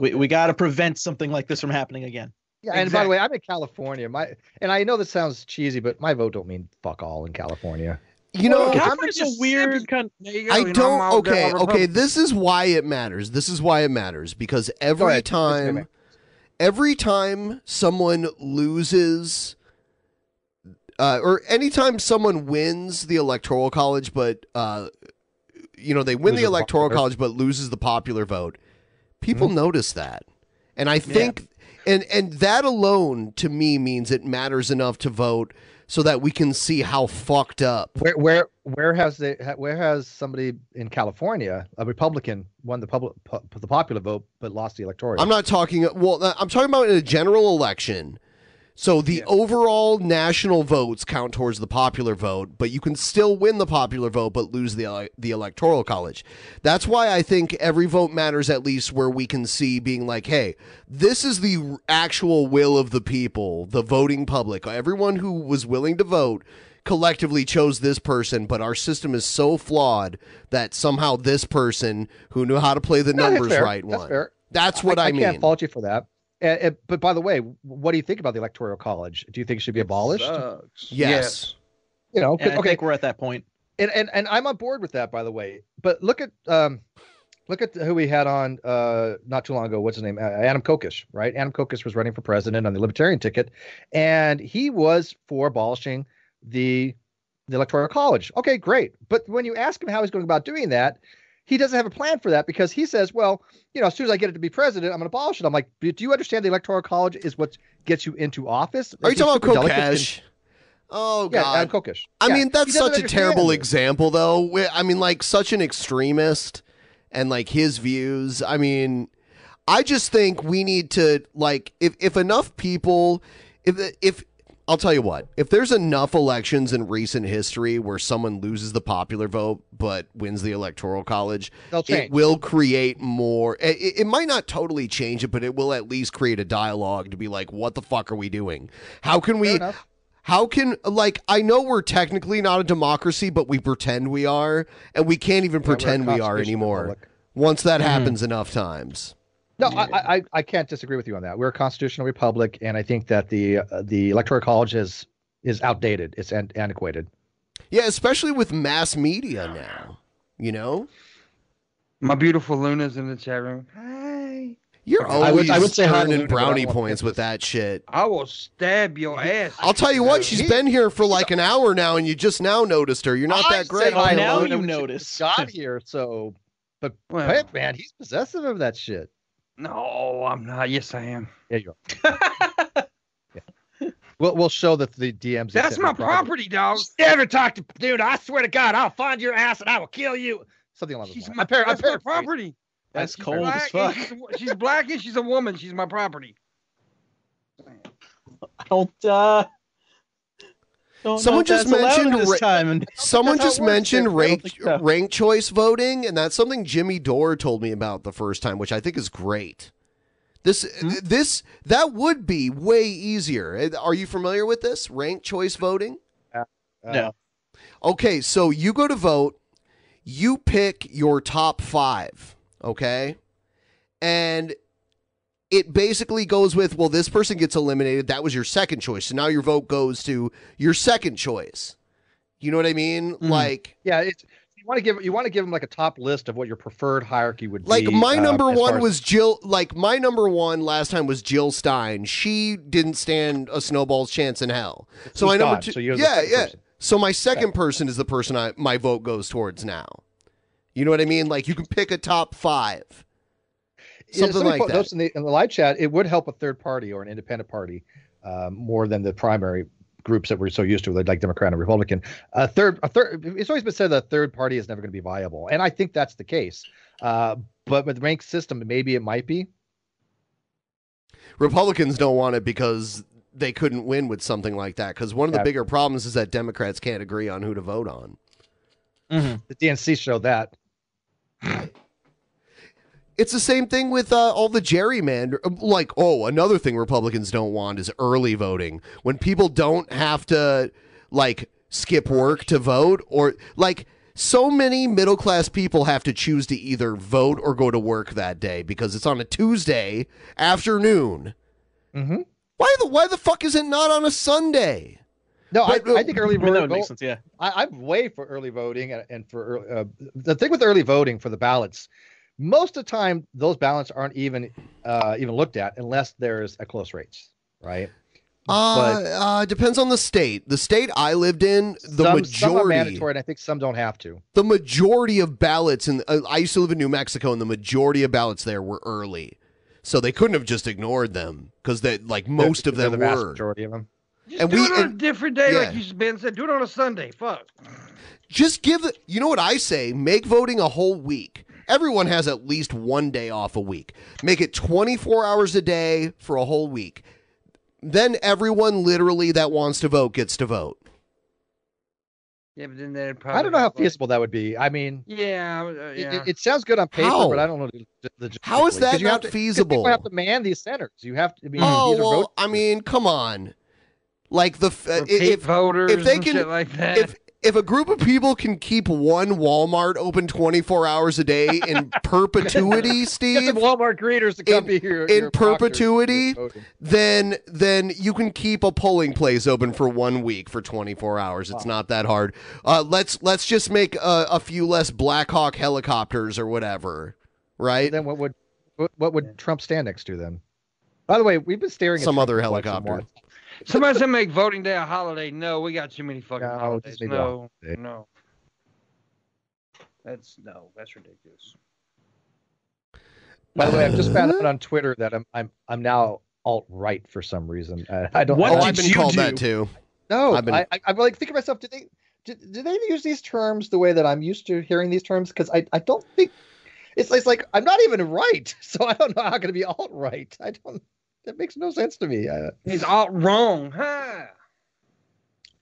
we, we got to prevent something like this from happening again Yeah. And by the way, I'm in California. My and I know this sounds cheesy, but my vote don't mean fuck all in California. You know, California's a weird kind. I don't. okay, okay. This is why it matters. This is why it matters because every ahead, time, matters. every time someone loses, uh, or anytime someone wins the electoral college, but uh, you know they win Loses the the electoral popular- Mm-hmm. college but loses the popular vote, people notice that, and I think, and and that alone to me means it matters enough to vote so that we can see how fucked up Where where where has they ha- where has somebody in California a Republican won the public pu- the popular vote but lost the electoral? I'm not talking. Well, uh, I'm talking about in a general election. So the overall national votes count towards the popular vote, but you can still win the popular vote but lose the ele- the electoral college. That's why I think every vote matters at least where we can see being like, hey, this is the r- actual will of the people, the voting public. Everyone who was willing to vote collectively chose this person, but our system is so flawed that somehow this person who knew how to play the No, that's numbers fair. right That's won. fair. That's what I, mean. can't fault you for that. Uh, uh, but by the way, what do you think about the electoral college? Do you think it should be abolished? sucks. Yes. You know, And I okay. think we're at that point. and, and and I'm on board with that, by the way. But look at um, look at who we had on uh not too long ago. What's his name? Uh, Adam Kokish, right? Adam Kokish was running for president on the Libertarian ticket, and he was for abolishing the the electoral college. Okay, great. But when you ask him how he's going about doing that, he doesn't have a plan for that because he says, well, you know, as soon as I get it to be president, I'm going to abolish it. I'm like, do do you understand the electoral college is what gets you into office? Are you These talking about superdelegates in- Kokesh? Oh Yeah, god, Adam Kokesh. I Yeah, mean, he that's doesn't such a understand terrible this. example, though. Wh- I mean, like such an extremist, and like his views. I mean, I just think we need to like if if enough people, if if I'll tell you what, if there's enough elections in recent history where someone loses the popular vote but wins the electoral college, They'll it change. will create more. i- i- It, might not totally change it, but it will at least create a dialogue to be like, what the fuck are we doing? How can we? How can like I know we're technically not a democracy, but we pretend we are, and we can't even pretend we are constitutional anymore. once that happens enough times. No, I, I I can't disagree with you on that. We're a constitutional republic, and I think that the uh, the electoral college is is outdated. It's an- antiquated. Yeah, especially with mass media now. You know, My beautiful Luna's in the chat room. Hi. you're always I would- I would say hi to earning Luna, but I brownie don't wanna points with that shit. I will stab your ass. I'll tell you what, she's been here for like an hour now, and you just now noticed her. You're not I that great. said hi to Luna when she got here. So, *laughs* but hey, man, he's possessive of that shit. No, I'm not. Yes, I am. Yeah, you are. *laughs* Yeah. We'll we'll show that the DMs. they That's sent my me probably- property, dog. Never talk to dude. I swear to God, I'll find your ass and I will kill you. Something along those lines. My, I par- I that's my paraphrase. property. That's She's cold as black and fuck. She's, a wo- she's black and she's a woman. She's my *laughs* property. Don't uh. Don't Someone just mentioned this ra- time. And *laughs* Someone *laughs* That's just how it works, mentioned Jeff. I don't rank, think so. rank choice voting, and that's something Jimmy Dore told me about the first time, which I think is great. This Hmm? uh, this that would be way easier. Uh, Are you familiar with this rank choice voting? Uh, no. Okay, so you go to vote, you pick your top five, okay, and it basically goes with well, this person gets eliminated. That was your second choice, so now your vote goes to your second choice. You know what I mean? Hmm. Like. Yeah, it's you want to give you want to give them like a top list of what your preferred hierarchy would Like be. my um, number as far one as- was Jill. Like my number one last time was Jill Stein. She didn't stand a snowball's chance in hell. So who's my number gone, two. so you're the yeah, second yeah. person. So my second person is the person I my vote goes towards now. You know what I mean? Like you can pick a top five. Yeah, Something somebody like put that. those in the, in the live chat. It would help a third party or an independent party uh, more than the primary groups that we're so used to, like Democrat and Republican. A third, a third. It's always been said that a third party is never going to be viable, and I think that's the case. Uh, but with the ranked system, maybe it might be. Republicans don't want it because they couldn't win with something like that. Because one of the Yeah. bigger problems is that Democrats can't agree on who to vote on. The DNC showed that. It's the same thing with uh, all the gerrymander. Like, oh, another thing Republicans don't want is early voting when people don't have to like skip work to vote, or like so many middle class people have to choose to either vote or go to work that day because it's on a Tuesday afternoon. Mm-hmm. Why the why the fuck is it not on a Sunday? No, I, But, uh, I think early I mean, voting. that would make sense, yeah. I, I'm way for early voting and, and for ear- uh, the thing with early voting for the ballots. Most of the time, those ballots aren't even uh, even looked at unless there's a close race, right? Uh, But- uh, depends on the state. The state I lived in, the some, some are majority. mandatory, and I think some don't have to. the majority of ballots in uh, I used to live in New Mexico and the majority of ballots there were early. So they couldn't have just ignored them cuz they like most of They're them the vast were. majority of them. Just And do we- it on and- a different day, like yeah. you Ben said. Do it on a Sunday. Fuck. Just give it- you know what I say, make voting a whole week. Everyone has at least one day off a week. Make it 24 hours a day for a whole week. Then everyone literally that wants to vote gets to vote. Yeah, but then they probably. I don't know how feasible that would be. I mean, Yeah, uh, it- yeah. it, it sounds good on paper, How? but I don't know. logistically, How is that 'cause you have not to- 'cause feasible? People have to man these centers. You have to. I mean, Oh these are well, vote- I mean, come on. Like the f- uh, Repeat if voters if they and can shit like that. if if a group of people can keep one Walmart open twenty four hours a day *laughs* in perpetuity, Get some Steve, Walmart greeters to come in, be here in perpetuity, then then you can keep a polling place open for one week for twenty four hours. It's not that hard. Uh, let's let's just make a, a few less Black Hawk helicopters or whatever, right? Then what would what, what would Trump stand next to then? By the way, we've been staring at Some Trump other for quite some helicopter. while. Somebody said make voting day a holiday. No, we got too many fucking No, holidays. just made it a No, holiday. no. That's no. That's ridiculous. By the way, I've *laughs* just found out on Twitter that I'm I'm I'm now alt right for some reason. I, I don't. What I, Oh, I've been called that too. No, I've been- Oh, I, I, I'm like thinking to myself, did they did, did they use these terms the way that I'm used to hearing these terms? Because I, I don't think it's it's like I'm not even right, *laughs* so I don't know how can it be alt right. I don't. That makes no sense to me. I, He's all wrong, huh?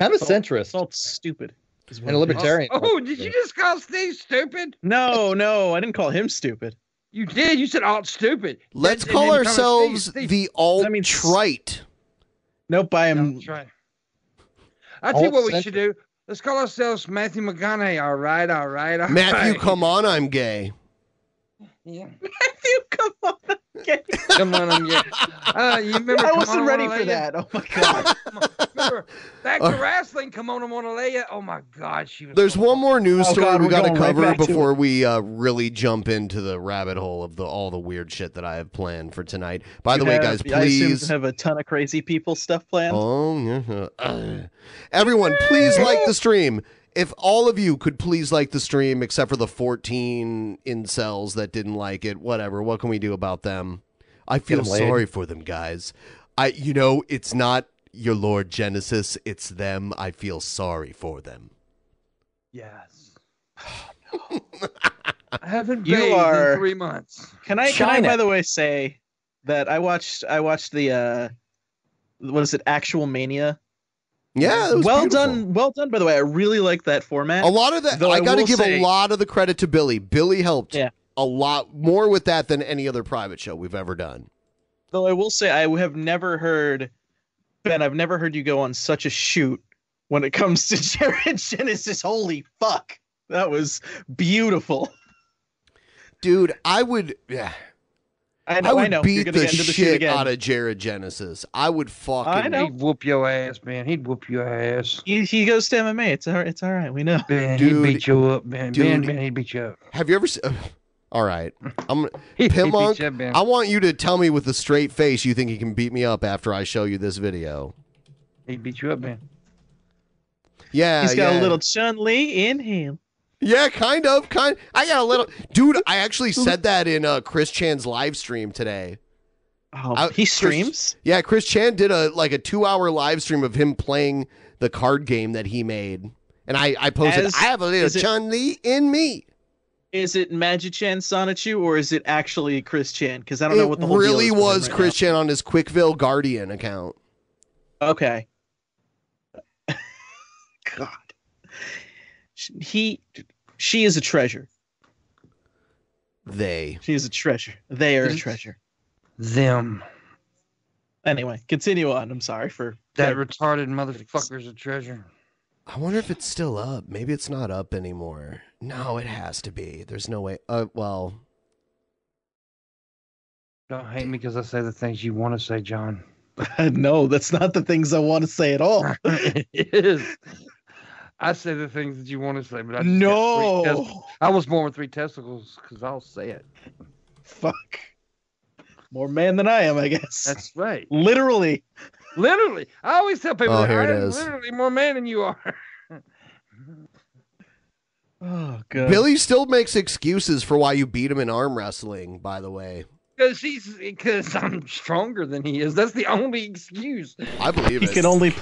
I'm a centrist Salt stupid. is what and a it is. libertarian. Oh, did you just call Steve stupid? No, no, I didn't call him stupid. You did. You said alt stupid. Let's That- call and then you call him ourselves Steve. Steve. the alt trite. Nope, I am. That's right. I think what we Alt-centric. should do. Let's call ourselves Matthew McConaughey. All right, all right, all right. Matthew, come on, I'm gay. *laughs* Yeah. Matthew, come on again. Come on again. Uh, you remember *laughs* I Kimono wasn't ready for Wanalea? that. Oh my god. *laughs* Oh. remember back All to right. wrestling Kimono Monalea? Oh my god, she was There's one more news Oh, story God, we we're got to going right cover back to before we uh, really jump into the rabbit hole of the all the weird shit that I have planned for tonight. By the You way, have- guys, I assume you please. have a ton of crazy people stuff planned. Oh, yeah, uh, everyone, please like the stream. If all of you could please like the stream, except for the 14 incels that didn't like it, whatever. What can we do about them? I feel 'em laid. sorry for them, guys. I, you know, it's not your Lord Genesis; it's them. I feel sorry for them. Yes. I haven't Uh, You bathed are- in three months. Can I, can I by the way say that I watched I watched the uh what is it actual mania? Yeah, that was well beautiful. done, well done. By the way, I really like that format. A lot of that, Though I got to will give say- a lot of the credit to Billy. Billy helped Yeah. a lot more with that than any other private show we've ever done. Though I will say I have never heard Ben. I've never heard you go on such a shoot when it comes to *laughs* Jared Genesis. Holy fuck, that was beautiful. Dude, I would, yeah. I know, I, would know. You're beat gonna the, get into the shoot shit again. out of Jared Genesis. I would fucking. He'd whoop your ass, man. He'd whoop your ass. He, he goes to MMA. It's all right. It's all right. We know. Ben, Dude, he'd beat you up, man. Ben, dude. ben, he'd beat you up. Have you ever? uh, se- all right, I'm *laughs* He beat Pimmonk. you up, man. I want you to tell me with a straight face you think he can beat me up after I show you this video. He'd beat you up, man. Yeah, He's got a yeah. little Chun Li in him. Yeah, kind of, kind. I got a little, dude. *laughs* I actually said that in uh, Chris Chan's live stream today. Oh, I- he Chris- streams. yeah, Chris Chan did a like a two hour live stream of him playing the card game that he made, and I I posted. As- I have a little is it- Chun Li in me. Is it Magichan Sonichu or is it actually Chris Chan? Because I don't know It what the whole deal really is with him was right Chris Chan on his Quickville Guardian account. now. *laughs* Okay. God, Sh- he, she is a treasure. They. She is a treasure. They are a Is- treasure. Them. Anyway, continue on. I'm sorry for That retarded motherfucker's a treasure. I wonder if it's still up. Maybe it's not up anymore. No, it has to be. There's no way. Uh, well, Don't hate me because I say the things you want to say, John. *laughs* *laughs* no, that's not the things I want to say at all. it is. I say the things that you want to say, but I just got three no, tes- I was born with three testicles because I'll say it. fuck. More man than I am, I guess. That's right. Literally. Literally, I always tell people Oh, that here I it am is. literally more man than you are. Oh god. Billy still makes excuses for why you beat him in arm wrestling. By the way, Because he's because I'm stronger than he is. That's the only excuse. I believe He it. can only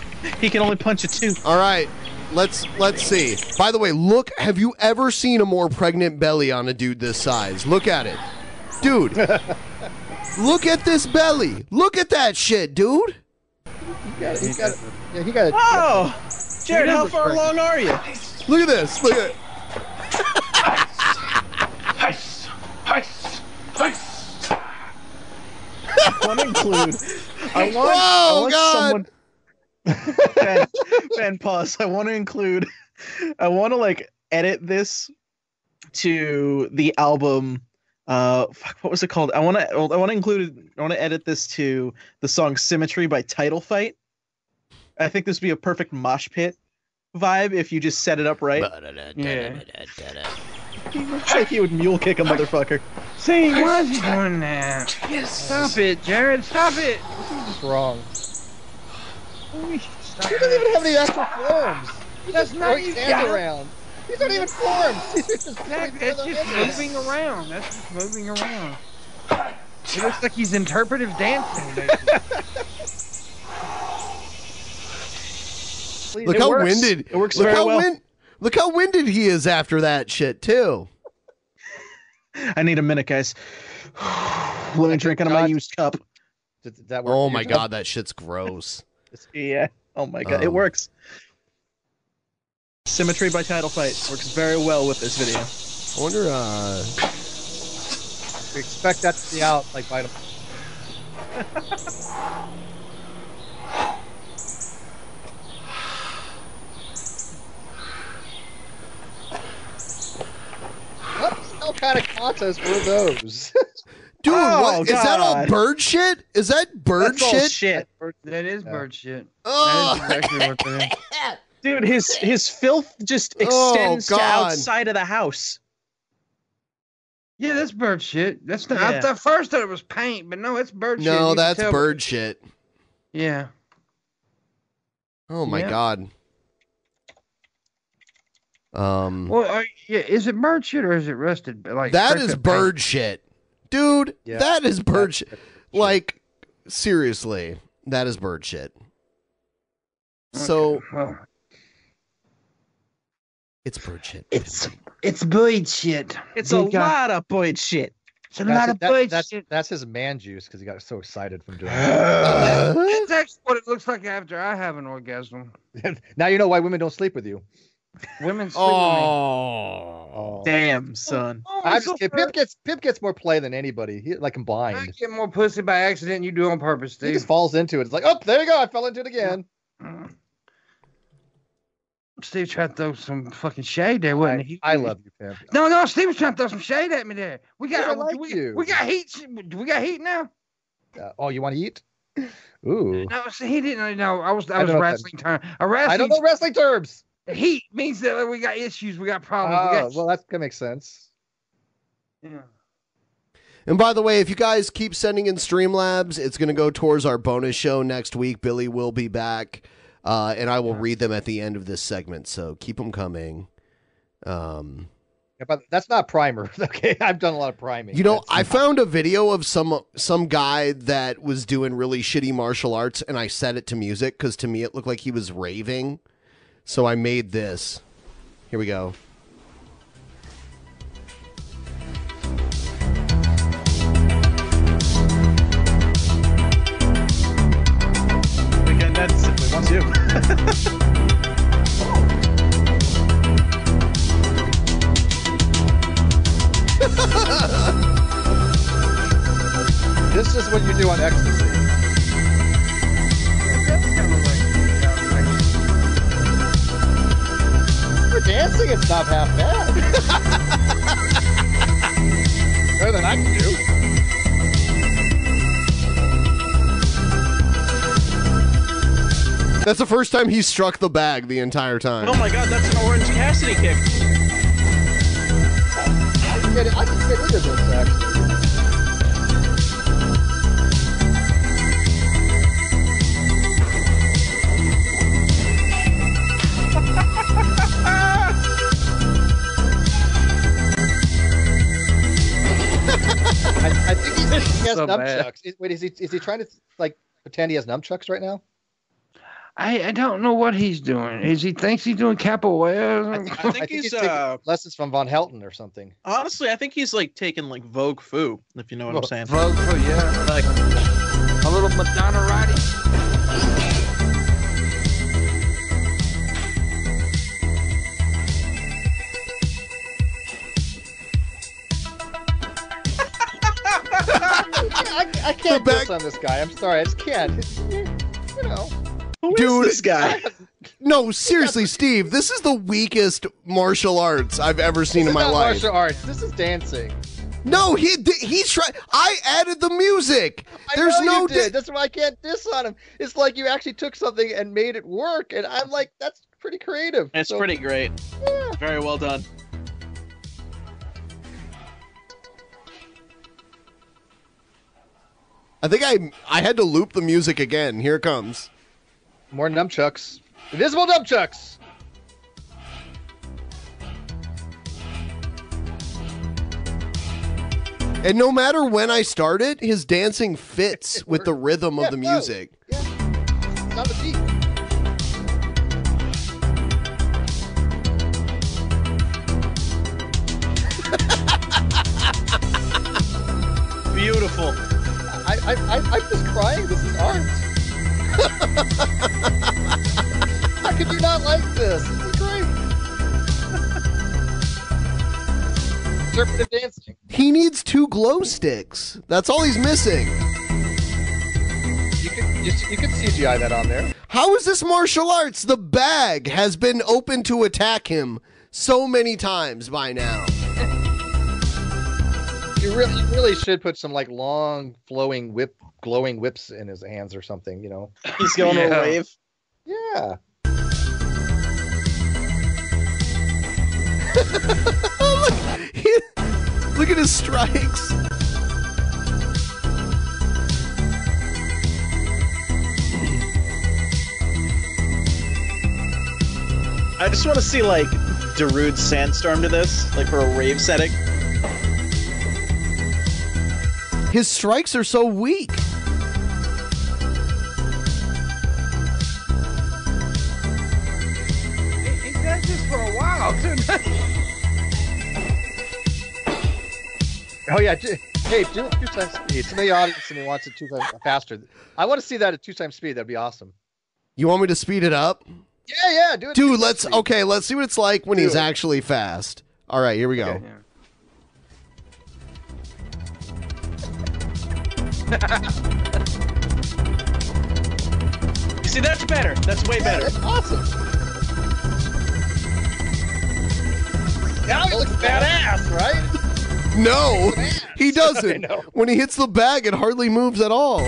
he can only punch a two. All right, let's let's see. By the way, look. Have you ever seen a more pregnant belly on a dude this size? Look at it, *laughs* dude. look at this belly. Look at that shit, dude. Yeah, he got it. Yeah, he got it. Oh, Jared, He how is far afraid. along are you? Look at this. Look at. I want to include. *laughs* I want, I Oh, Whoa, want God. someone. ben, ben, pause. I want to include. I want to like edit this to the album. Uh, fuck, what was it called? I want to. I want to include. I want to edit this to the song "Symmetry" by Title Fight. I think this would be a perfect mosh pit vibe if you just set it up right. Yeah. *laughs* Looks like you would mule kick a motherfucker. See, why is he doing that? Stop it, Jared. Stop it. What's wrong? Stop He it. doesn't even have any actual Ah, forms. He's That's just not throwing his even- hands around. These aren't even forms. These *laughs* are just That, pointing that's other just hands. moving around. That's just moving around. It looks like he's interpretive dancing. basically. Look how winded. It works look very how well. win- Look how winded he is after that shit too. I need a minute, guys. *sighs* Let me drink out of my used cup. Did, did that work? Oh for my you? god, that shit's gross. Yeah. Oh my god, it Um. works. Symmetry by title fight works very well with this video. I wonder. uh We expect that to be out like by the What? What kind of process were those? Dude, what is that all bird shit? Is that *laughs* bird That's all shit? shit. That is bird shit. Oh. That is exactly what *laughs* that is. Dude, his his filth just Oh, extends to God. outside of the house. Yeah, that's bird shit. That's not. I, Yeah. at first thought it was paint, but no, it's bird shit. You No, can that's tell- bird shit. Yeah. Oh my Yeah. god. Um Well, are, yeah. Is it bird shit or is it rusted? Like that rusted is paint? bird shit. Dude, Yeah. that is bird shit. Like seriously, that is bird shit. So It's bird shit. It's it's bird shit. It's a lot of bird shit. It's *laughs* a lot of bird that's, shit. that's his man juice because he got so excited from doing That's, it. that's actually what it looks like after I have an orgasm. *laughs* now you know why women don't sleep with you. Women sleep Oh, damn, son. I just kid- Pip gets Pip gets more play than anybody. He like with me. combined. I get more pussy by accident than you do on purpose, He Steve. just falls into it. It's like, oh, there you go. I fell into it again. Mm. Steve tried to throw some fucking shade there, wouldn't he? I love you, Pip. No, no, Steve was trying to throw some shade at me there. We got Yeah, I like we, you. we got heat. Do we got heat now? Uh, oh, you want to eat? Ooh. No, see, he didn't know. I was I I don't was know if wrestling term. A wrestling I don't know wrestling terms. heat means that we got issues, we got problems. we Oh, got, well, that's gonna make sense. *laughs* yeah. And by the way, if you guys keep sending in Streamlabs, it's going to go towards our bonus show next week. Billy will be back, uh, and I will read them at the end of this segment. So keep them coming. Um, Yeah, but that's not primer. *laughs* Okay, I've done a lot of priming. you know, That's- I found a video of some some guy that was doing really shitty martial arts, and I set it to music because to me it looked like he was raving. So I made this. Here we go. Again, that's simply wants *laughs* you. *laughs* this is what you do on ecstasy. For dancing, it's not half *laughs* bad. Better than I can do. That's the first time he struck the bag the entire time. Oh my god, that's an Orange Cassidy kick. I can get, I can get into this actually. I, I think he's, he has So bad. nunchucks. Is- Wait, is he is he trying to like pretend he has nunchucks right now? Oh. I, I don't know what he's doing. Is he thinks he's doing capoeira? or something? I think he's, uh, lessons from Von Helton or *laughs* something. Honestly, I think he's like taking like Vogue Foo, if you know what I'm saying. Vogue Foo, yeah. Like a little Madonna riding. I, I can't diss on this guy. I'm sorry, I just can't. It's- you know. Dude, this guy. No, seriously, Steve, this is the weakest martial arts I've ever seen This in my is not life. martial arts. This is dancing. No, he di- he tried. I added the music. I There's know you no. did. That's why I can't diss on him. It's like you actually took something and made it work, and I'm like, that's pretty creative. it's So- pretty great. Yeah. Very well done. I think I I had to loop the music again. Here it comes. More nunchucks. Invisible nunchucks. And no matter when I start it, his dancing fits with the rhythm of the music. It's on the beat. *laughs* *laughs* Beautiful. I, I, I, I'm just crying. This is art. *laughs* How could you not like this? This is great. *laughs* Interpretive dancing. He needs two glow sticks. That's all he's missing. You could you, you could CGI that on there. How is this martial arts? The bag has been *laughs* open to attack him so many times by now. *laughs* You really, you really should put some like long, flowing whip, glowing whips in his hands or something. You know, He's going to *laughs* Yeah. wave. Yeah. Look at his strikes. I just want to see like Darude Sandstorm to this, like for a rave *laughs* setting. His strikes are so weak. He does this for a while, too. *laughs* Oh yeah. ju- Hey, do it two times speed. Some of the audience and he wants it two times faster. I want to see that at two times speed. That'd be awesome. You want me to speed it up? Yeah, yeah. Do it. Dude, let's okay, let's see what it's like when he's actually fast. All right, here we go. See, that's better. That's way better. awesome. Now he looks badass, right? *laughs* No, he doesn't. When he hits the bag, it hardly moves at all.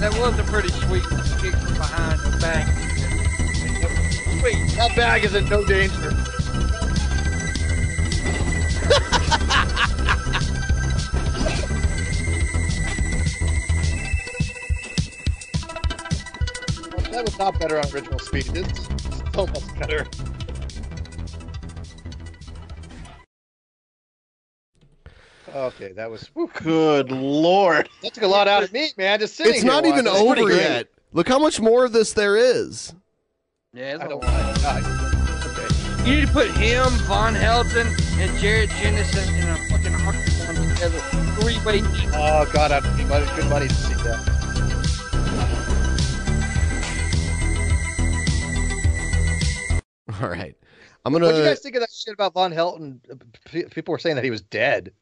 That was a pretty sweet kick from behind the back. Sweet. That bag is in no danger. *laughs* That was not better on original speed. It's so much better. Okay, that was whew. Good lord. that took a lot out of me, man. Just sitting. It's here not even watching. over yet. Look how much more of this there is. *laughs* Yeah, it's I a don't lot. You need to put him, Von Helton, and Jared Jennison in a fucking octagon together. Three way. Oh god, I'd be my good money to see that. All right. I'm What do you gonna. guys think of that shit about Von Helton? P- People were saying that he was dead.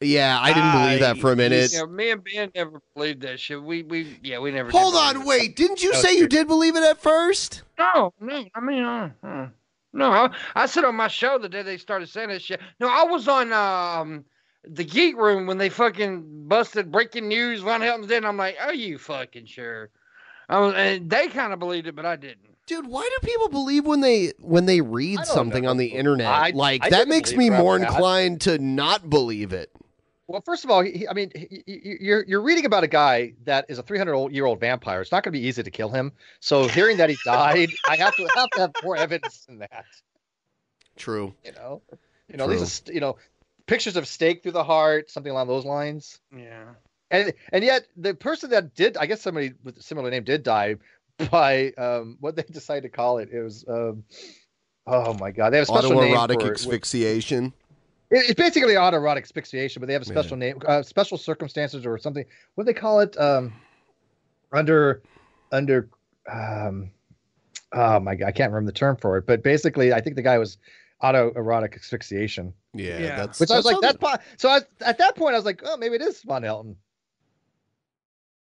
Yeah, I didn't believe that for a minute. Yeah, me and Ben never believed that shit. We we yeah we never. Hold did on, believe wait. it. Didn't you That was say you did believe it at first? No, no. I mean, uh, uh, no. I, I said on my show the day they started saying that shit. No, I was on um the Geek Room when they fucking busted breaking news. Von Helton's dead. and I'm like, are you fucking sure? I was, and they kind of believed it, but I didn't. Dude, why do people believe when they when they read something on the internet? I- like I that didn't makes me believe more Rob Pat. inclined to not believe it. Well, first of all, he, I mean, he, he- you're you're reading about a guy that is a 300 year old vampire. It's not going to be easy to kill him. So hearing *laughs* that he died, I have to have to have more evidence than that. True. You know, you know, True. these are st- you know pictures of stake through the heart, something along those lines. Yeah. And and yet the person that did, I guess somebody with a similar name did die by um, what they *laughs* decided to call it. It was um, oh my god, they have a special name Autoerotic for it. asphyxiation. It- It's basically autoerotic asphyxiation, but they have a special name, uh, special circumstances, or something. What do they call it? Um, under, under, um, oh my god, I can't remember the term for it. But basically, I think the guy was autoerotic asphyxiation. Yeah, Yeah. that's. Which I was that's like, how that's po- so. I, was- at that point, I was like, oh, maybe it is Von Helton.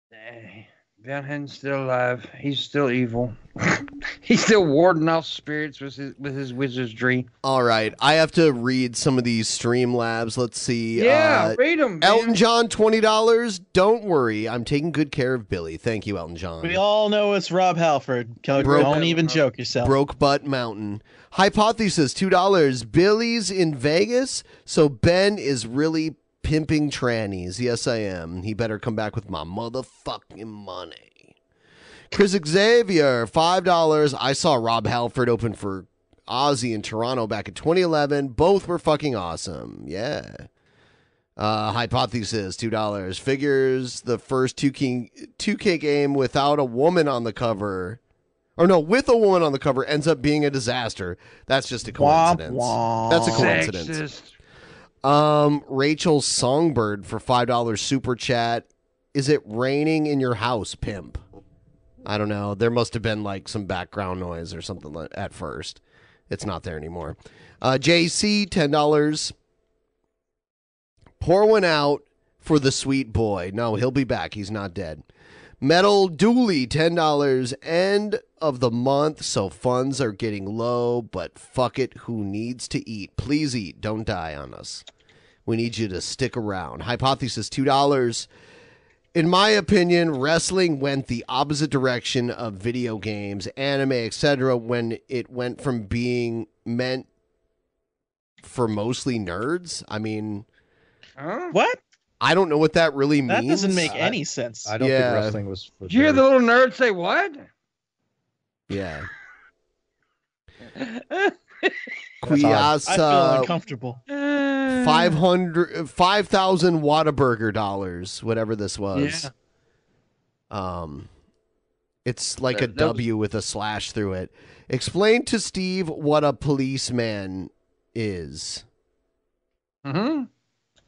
Hey, Van Hen's still alive. He's still evil. *laughs* He's still warding off spirits with his with his wizardry. All right, I have to read some of these stream labs. Let's see. Yeah, uh, read 'em, man. Elton John, twenty dollars. Don't worry, I'm taking good care of Billy. Thank you, Elton John. We all know it's Rob Halford. Don't Broke- don't even joke yourself. Broke butt mountain. Hypothesis two dollars. Billy's in Vegas, so Ben is really pimping trannies. Yes, I am. He better come back with my motherfucking money. Chris Xavier, five dollars. I saw Rob Halford open for Ozzy in Toronto back in 2011. Both were fucking awesome. Yeah. Uh, hypothesis two dollars figures the first two king two K game without a woman on the cover, or no, with a woman on the cover ends up being a disaster. That's just a Womp coincidence. womp. That's a coincidence. Um, Rachel Songbird for five dollars super chat. Is it raining in your house, pimp? I don't know. There must have been like some background noise or something like, at first. It's not there anymore. Uh, JC ten dollars. Pour one out for the sweet boy. No, he'll be back. He's not dead. Metal Dooley, ten dollars. End of the month, so funds are getting low. But fuck it, who needs to eat? Please eat. Don't die on us. We need you to stick around. Hypothesis, two dollars. In my opinion, wrestling went the opposite direction of video games, anime, etc. When it went from being meant for mostly nerds. I mean, what? I don't know what that really means. That doesn't make any sense. I don't Yeah. think wrestling was for Did you hear the little nerd say what? *laughs* *laughs* Yeah. I feel Quiasa uncomfortable. 500 5000 Whataburger dollars, whatever this was. Yeah. Um it's like a That- that was- W with a slash through it. Explain to Steve what a policeman is. Mm-hmm. Mhm.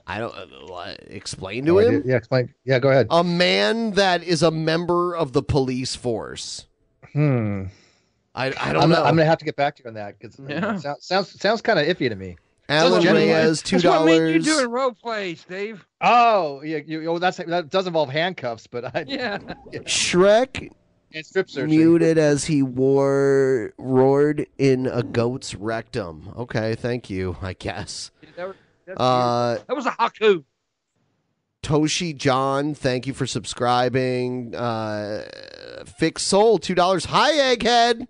I don't uh, what? explain to Oh, I him. did- Yeah, explain. Yeah, go ahead. A man that is a member of the police force. Hmm. I, I don't am know. Gonna, I'm gonna have to get back to you on that because sounds sounds, sounds kind of iffy to me. Alan Generally- Reyes, two dollars. role play, Steve. Oh, yeah. You, oh, that's that does involve handcuffs, but I *laughs* yeah. Shrek And strip search. muted as he wore roared in a goat's rectum. Okay, thank you. I guess. That, was- that's Uh, weird. That was a haku. Toshi John, thank you for subscribing. Uh, Fix Soul, two dollars. Hi, Egghead.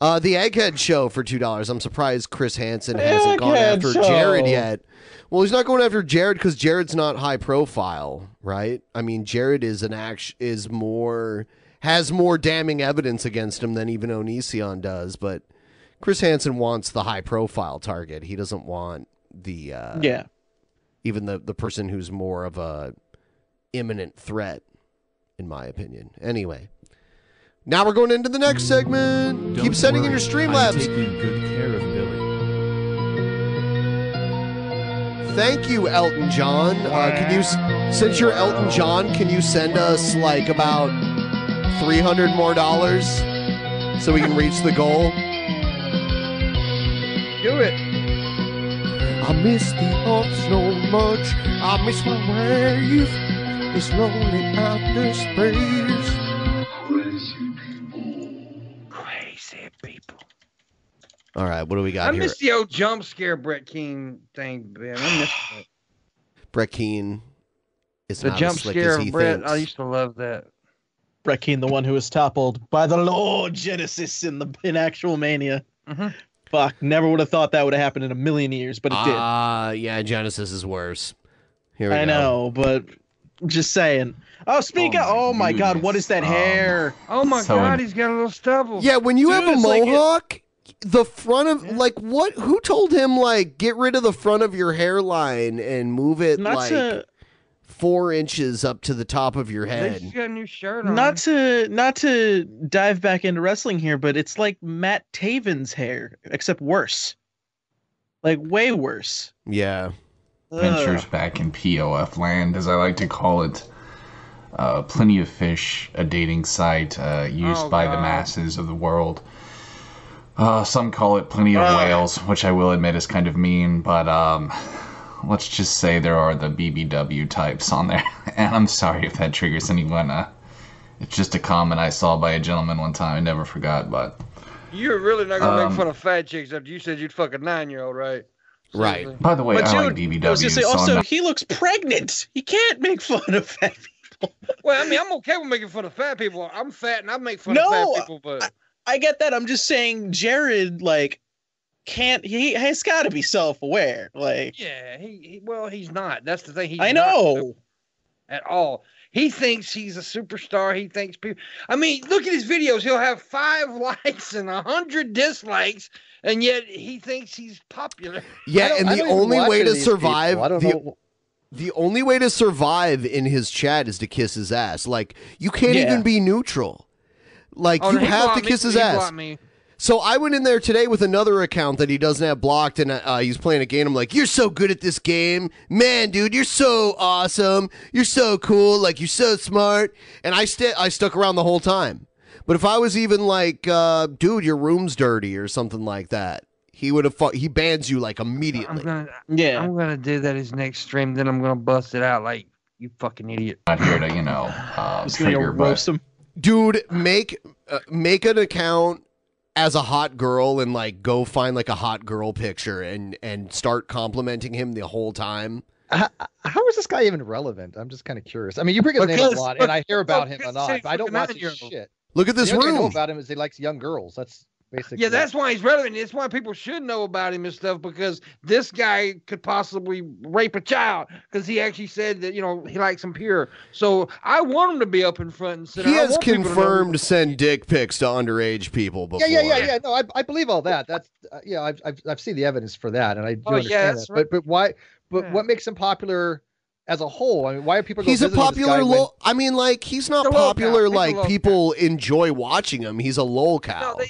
Uh, the Egghead Show for two dollars. I'm surprised Chris Hansen hasn't gone Egghead after Show. Jared yet. Well, he's not going after Jared because Jared's not high profile, right? I mean, Jared is an act is more has more damning evidence against him than even Onision does. But Chris Hansen wants the high profile target. He doesn't want the uh, Yeah. even the the person who's more of a imminent threat, in my opinion. Anyway, now we're going into the next segment. Keep sending in your I'm Streamlabs. taking good care of Billy. Thank you, Elton John. Uh, can you, s- since you're Elton John, can you send us like about three hundred more dollars so we can reach the goal? Do it. I miss the off so much. I miss my wave. It's lonely outer space. Crazy people. All right, what do we got I here? miss the old jump scare Brett King thing, man. *sighs* I miss that. Brett Keane is the not jump as slick scare as he of Brett. thinks. I used to love that. Brett Keane, the one who was toppled by the Lord Genesis in the in actual mania. Mm-hmm. Fuck, never would have thought that would have happened in a million years, but it did. Ah, yeah, Genesis is worse. Here we I go. know, but just saying. Oh, speak up! Oh my God, what is that hair? Oh my So in- God, he's got a little stubble. Yeah, when you have a it's like it- mohawk, the front of like what? Who told him like get rid of the front of your hairline and move it Not like to- four inches up to the top of your At least head? he's got a new shirt on. Not to not to dive back into wrestling here, but it's like Matt Taven's hair, except worse. Like way worse. Yeah. Ventures back in POF land, as I like to call it. Uh, Plenty of Fish, a dating site uh, used Oh, by the God. masses of the world. Uh, some call it Plenty of Whales, which I will admit is kind of mean, but um, let's just say there are the BBW types on there. *laughs* and I'm sorry if that triggers anyone. Uh, it's just a comment I saw by a gentleman one time I never forgot, but. You're really not gonna Um, make fun of fat chicks after you said you'd fuck a nine year old, right? Right. By the way, I like BBW. I was gonna say also so I'm he looks pregnant. He can't make fun of that. *laughs* Well, I mean, I'm okay with making fun of fat people. I'm fat and I make fun No, of fat people, but I get that. I'm just saying Jared like can't he has gotta be self aware. Like yeah, he, he well, he's not. That's the thing. He's I not know. at all. He thinks he's a superstar. He thinks people. I mean, look at his videos. He'll have five *laughs* likes and a hundred dislikes, and yet he thinks he's popular. Yeah, and the only way to survive I don't the, know. the only way to survive in his chat is to kiss his ass. Like you can't Yeah. even be neutral. Like Oh, you he have to blocked me. kiss his He ass. blocked me. So I went in there today with another account that he doesn't have blocked, and uh, he's playing a game. I'm like, "You're so good at this game, man, dude. You're so awesome. You're so cool. Like you're so smart." And I st- I stuck around the whole time. But if I was even like, uh, "Dude, your room's dirty" or something like that, he would have. Fu- he bans you like immediately. I'm gonna, yeah, I'm gonna do that his next stream. Then I'm gonna bust it out like you fucking idiot. Not here to, you know, uh, Just gonna trigger, roast but Dude, make uh, make an account as a hot girl and like go find like a hot girl picture and and start complimenting him the whole time. How is this guy even relevant? I'm just kind of curious. I mean, you bring his name Because- a lot, and I hear about him a because lot, he's but I don't fucking watch his nine-year-old. shit. Look at this the only thing I know room. about him is he likes young girls. That's basically. Yeah, that's why he's relevant. It's why people should know about him and stuff because this guy could possibly rape a child because he actually said that you know he likes him pure. So I want him to be up in front and center. He I has want people to know- confirmed send dick pics to underage people before. Yeah, yeah, yeah, yeah. No, I, I believe all that. That's uh, yeah. I've, I've I've seen the evidence for that, and I do Oh, yeah, understand that's that. right. But but why? But what makes him popular as a whole? I mean, why are people? go He's a visiting this guy popular. when- Lo- I mean, like he's not He's a lolcow. popular. He's a Like lolcow. people enjoy watching him. He's a lolcow. No, they,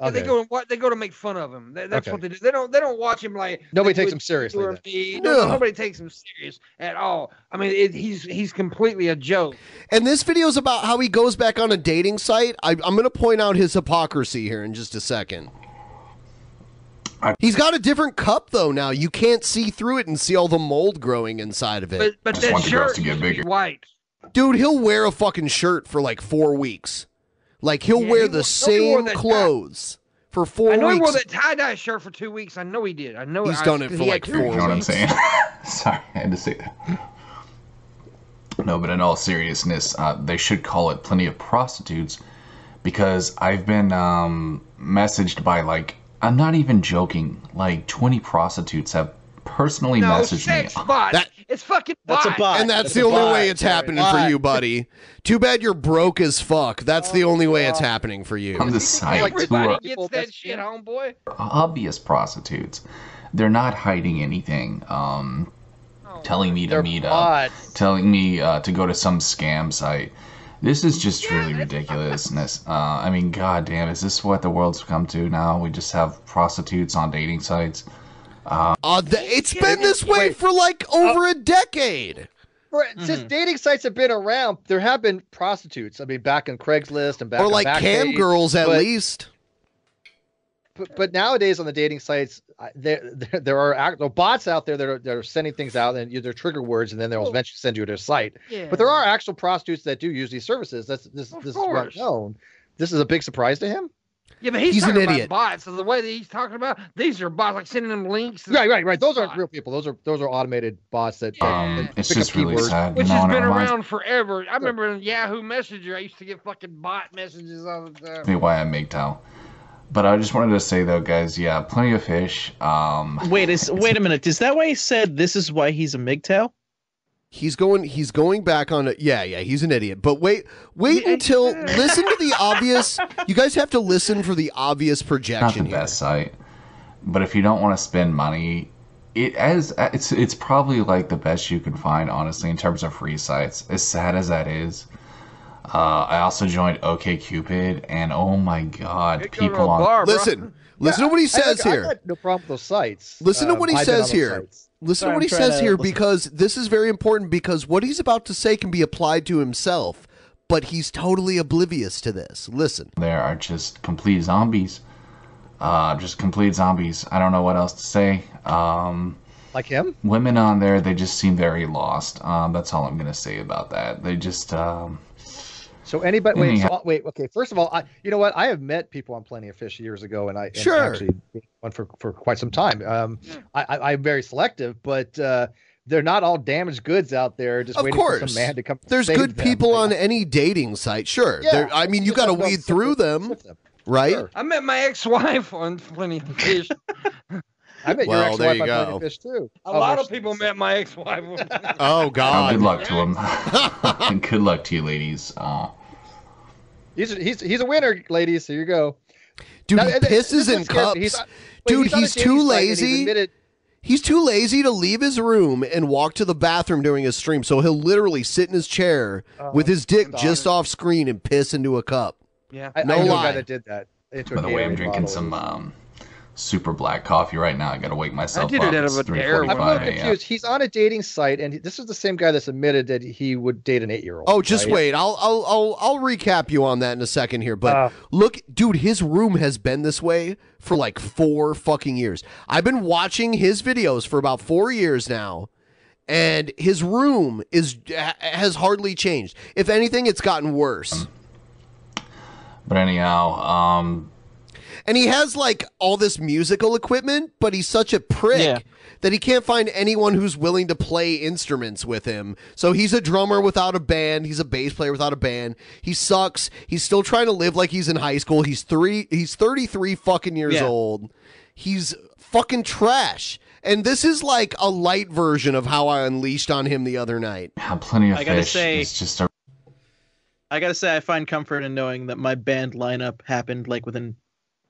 yeah, they go and wa- they go to make fun of him. That- that's Okay. what they do. They don't they don't watch him like Nobody they takes would him seriously you or then. me. No. No, nobody takes him serious at all. I mean, it, he's he's completely a joke. And this video is about how he goes back on a dating site. I, I'm going to point out his hypocrisy here in just a second. He's got a different cup though now. You can't see through it and see all the mold growing inside of But it. but that shirt should be white. Dude, he'll wear a fucking shirt for like four weeks. Like he'll Yeah, wear he the wore- no, he wore same that tie. clothes for four I know weeks. he wore that tie dye shirt for two weeks. I know he did. I know He's Oh, I- done it 'cause for he had like two four weeks. weeks. You know what I'm saying? *laughs* Sorry, I had to say that. No, but in all seriousness, uh, they should call it plenty of prostitutes because I've been um, messaged by like I'm not even joking. Like 20 prostitutes have personally No, messaged me. sex bot. it's fucking That's a bot. And that's, the only way it's happening for you, buddy. Too bad you're broke as fuck. That's the only way it's happening for you. On the site who Everybody are gets that shit, homeboy. obvious prostitutes. They're not hiding anything. Um, telling me to meet up, telling me uh, to go to some scam site. This is just really ridiculousness. Uh, I mean, goddamn, is this what the world's come to now? We just have prostitutes on dating sites. Uh, it's been this way for like over a decade. Oh. For, Since Mm-hmm. dating sites have been around, there have been prostitutes. I mean, back on Craigslist and back or on like Backpage, cam girls at but- least. But, but nowadays on the dating sites, I- there *laughs* there, there are actual bots out there that are, that are sending things out and you- they're trigger words, and then they'll eventually send you to their site. But there are actual prostitutes that do use these services. That's this this course. is well known. This is a big surprise to him. Yeah, but he's, He's an talking idiot. about bots. So the way that he's talking about these are bots, like sending them links. Right, right, right. Those aren't real people. Those are those are automated bots that. that- Um, that it's pick up just really keywords. Oh, sad, you Which know, has and it been reminds- around forever. I remember in Yahoo Messenger, I used to get fucking bot messages all the time. me why I MGTOW. But I just wanted to say though, guys, yeah, plenty of fish. Um, Wait, is wait a minute. Is that why he said this is why he's a MGTOW? He's going he's going back on it. Yeah, yeah, he's an idiot. But wait wait until listen to the obvious you guys have to listen for the obvious not projection the here. best site, but if you don't want to spend money, it as it's it's probably like the best you can find, honestly, in terms of free sites. As sad as that is, uh, I also joined OKCupid, and oh my god, people on *laughs* listen, listen to what he I think- says I here. got no problem with those sites. Listen to Um, what he I've been on says those here. sites. Listen Sorry, to what I'm he trying says to here listen. because this is very important because what he's about to say can be applied to himself, but he's totally oblivious to this. Listen. there are just complete zombies, uh, just complete zombies. I don't know what else to say. Um, Like him? women on there they just seem very lost um, that's all i'm gonna say about that they just um, So anybody, wait, Yeah. so, uh, wait, okay. First of all, I, you know what? I have met people on Plenty of Fish years ago, and I and Sure. actually one for for quite some time. Um, I, I I'm very selective, but uh, they're not all damaged goods out there. Just Of waiting for course. some man to come. There's save good them. people on any dating site, sure. Yeah. There- I mean, you got to weed through them, right? I met my ex-wife *laughs* on Plenty of Fish. *laughs* I met Well, your ex-wife Oh, there you on Plenty go. of Fish too. A lot of people met my ex-wife. on *laughs* Plenty of *laughs* Oh oh, God! good luck to *laughs* them and good luck to you ladies uh, He's a, he's he's a winner, ladies. Here you go. Dude, Now, he and th- this pisses one in scares cups. me. He's on- wait, Dude, he's on a he's, dating too site and he's lazy. admitted- He's too lazy to leave his room and walk to the bathroom during his stream, so he'll literally sit in his chair Uh, with his dick just off screen and piss into a cup. Yeah, I, No I knew a lie. guy that did that. Into by the way i'm drinking some. some um, super black coffee right now i gotta wake myself did it up out it's of a dare 3.45 I'm a little a.m. confused. He's on a dating site, and he- this is the same guy that's admitted that he would date an eight-year-old. Oh, just right? wait. I'll, I'll I'll I'll recap you on that in a second here. But look, dude, his room has been this way for like four fucking years. I've been watching his videos for about four years now, and his room is ha- has hardly changed. If anything, it's gotten worse. But anyhow, um, And he has like all this musical equipment, but he's such a prick that he can't find anyone who's willing to play instruments with him. So he's a drummer without a band, he's a bass player without a band. He sucks. He's still trying to live like he's in high school. He's 3 he's 33 fucking years Yeah. old. He's fucking trash. And this is like a light version of how I unleashed on him the other night. plenty of I gotta fish. say- it's just a I gotta say, I find comfort in knowing that my band lineup happened like within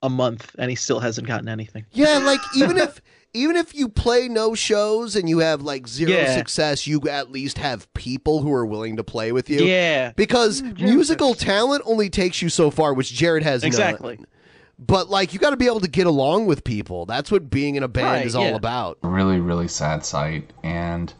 a month, and he still hasn't gotten anything. Yeah, like even if even if you play no shows and you have like zero Yeah. success, you at least have people who are willing to play with you. Yeah. Because musical talent only takes you so far, which Jared has none. Exactly. But like you got to be able to get along with people. That's what being in a band Right, is all yeah. about. really, really sad sight. And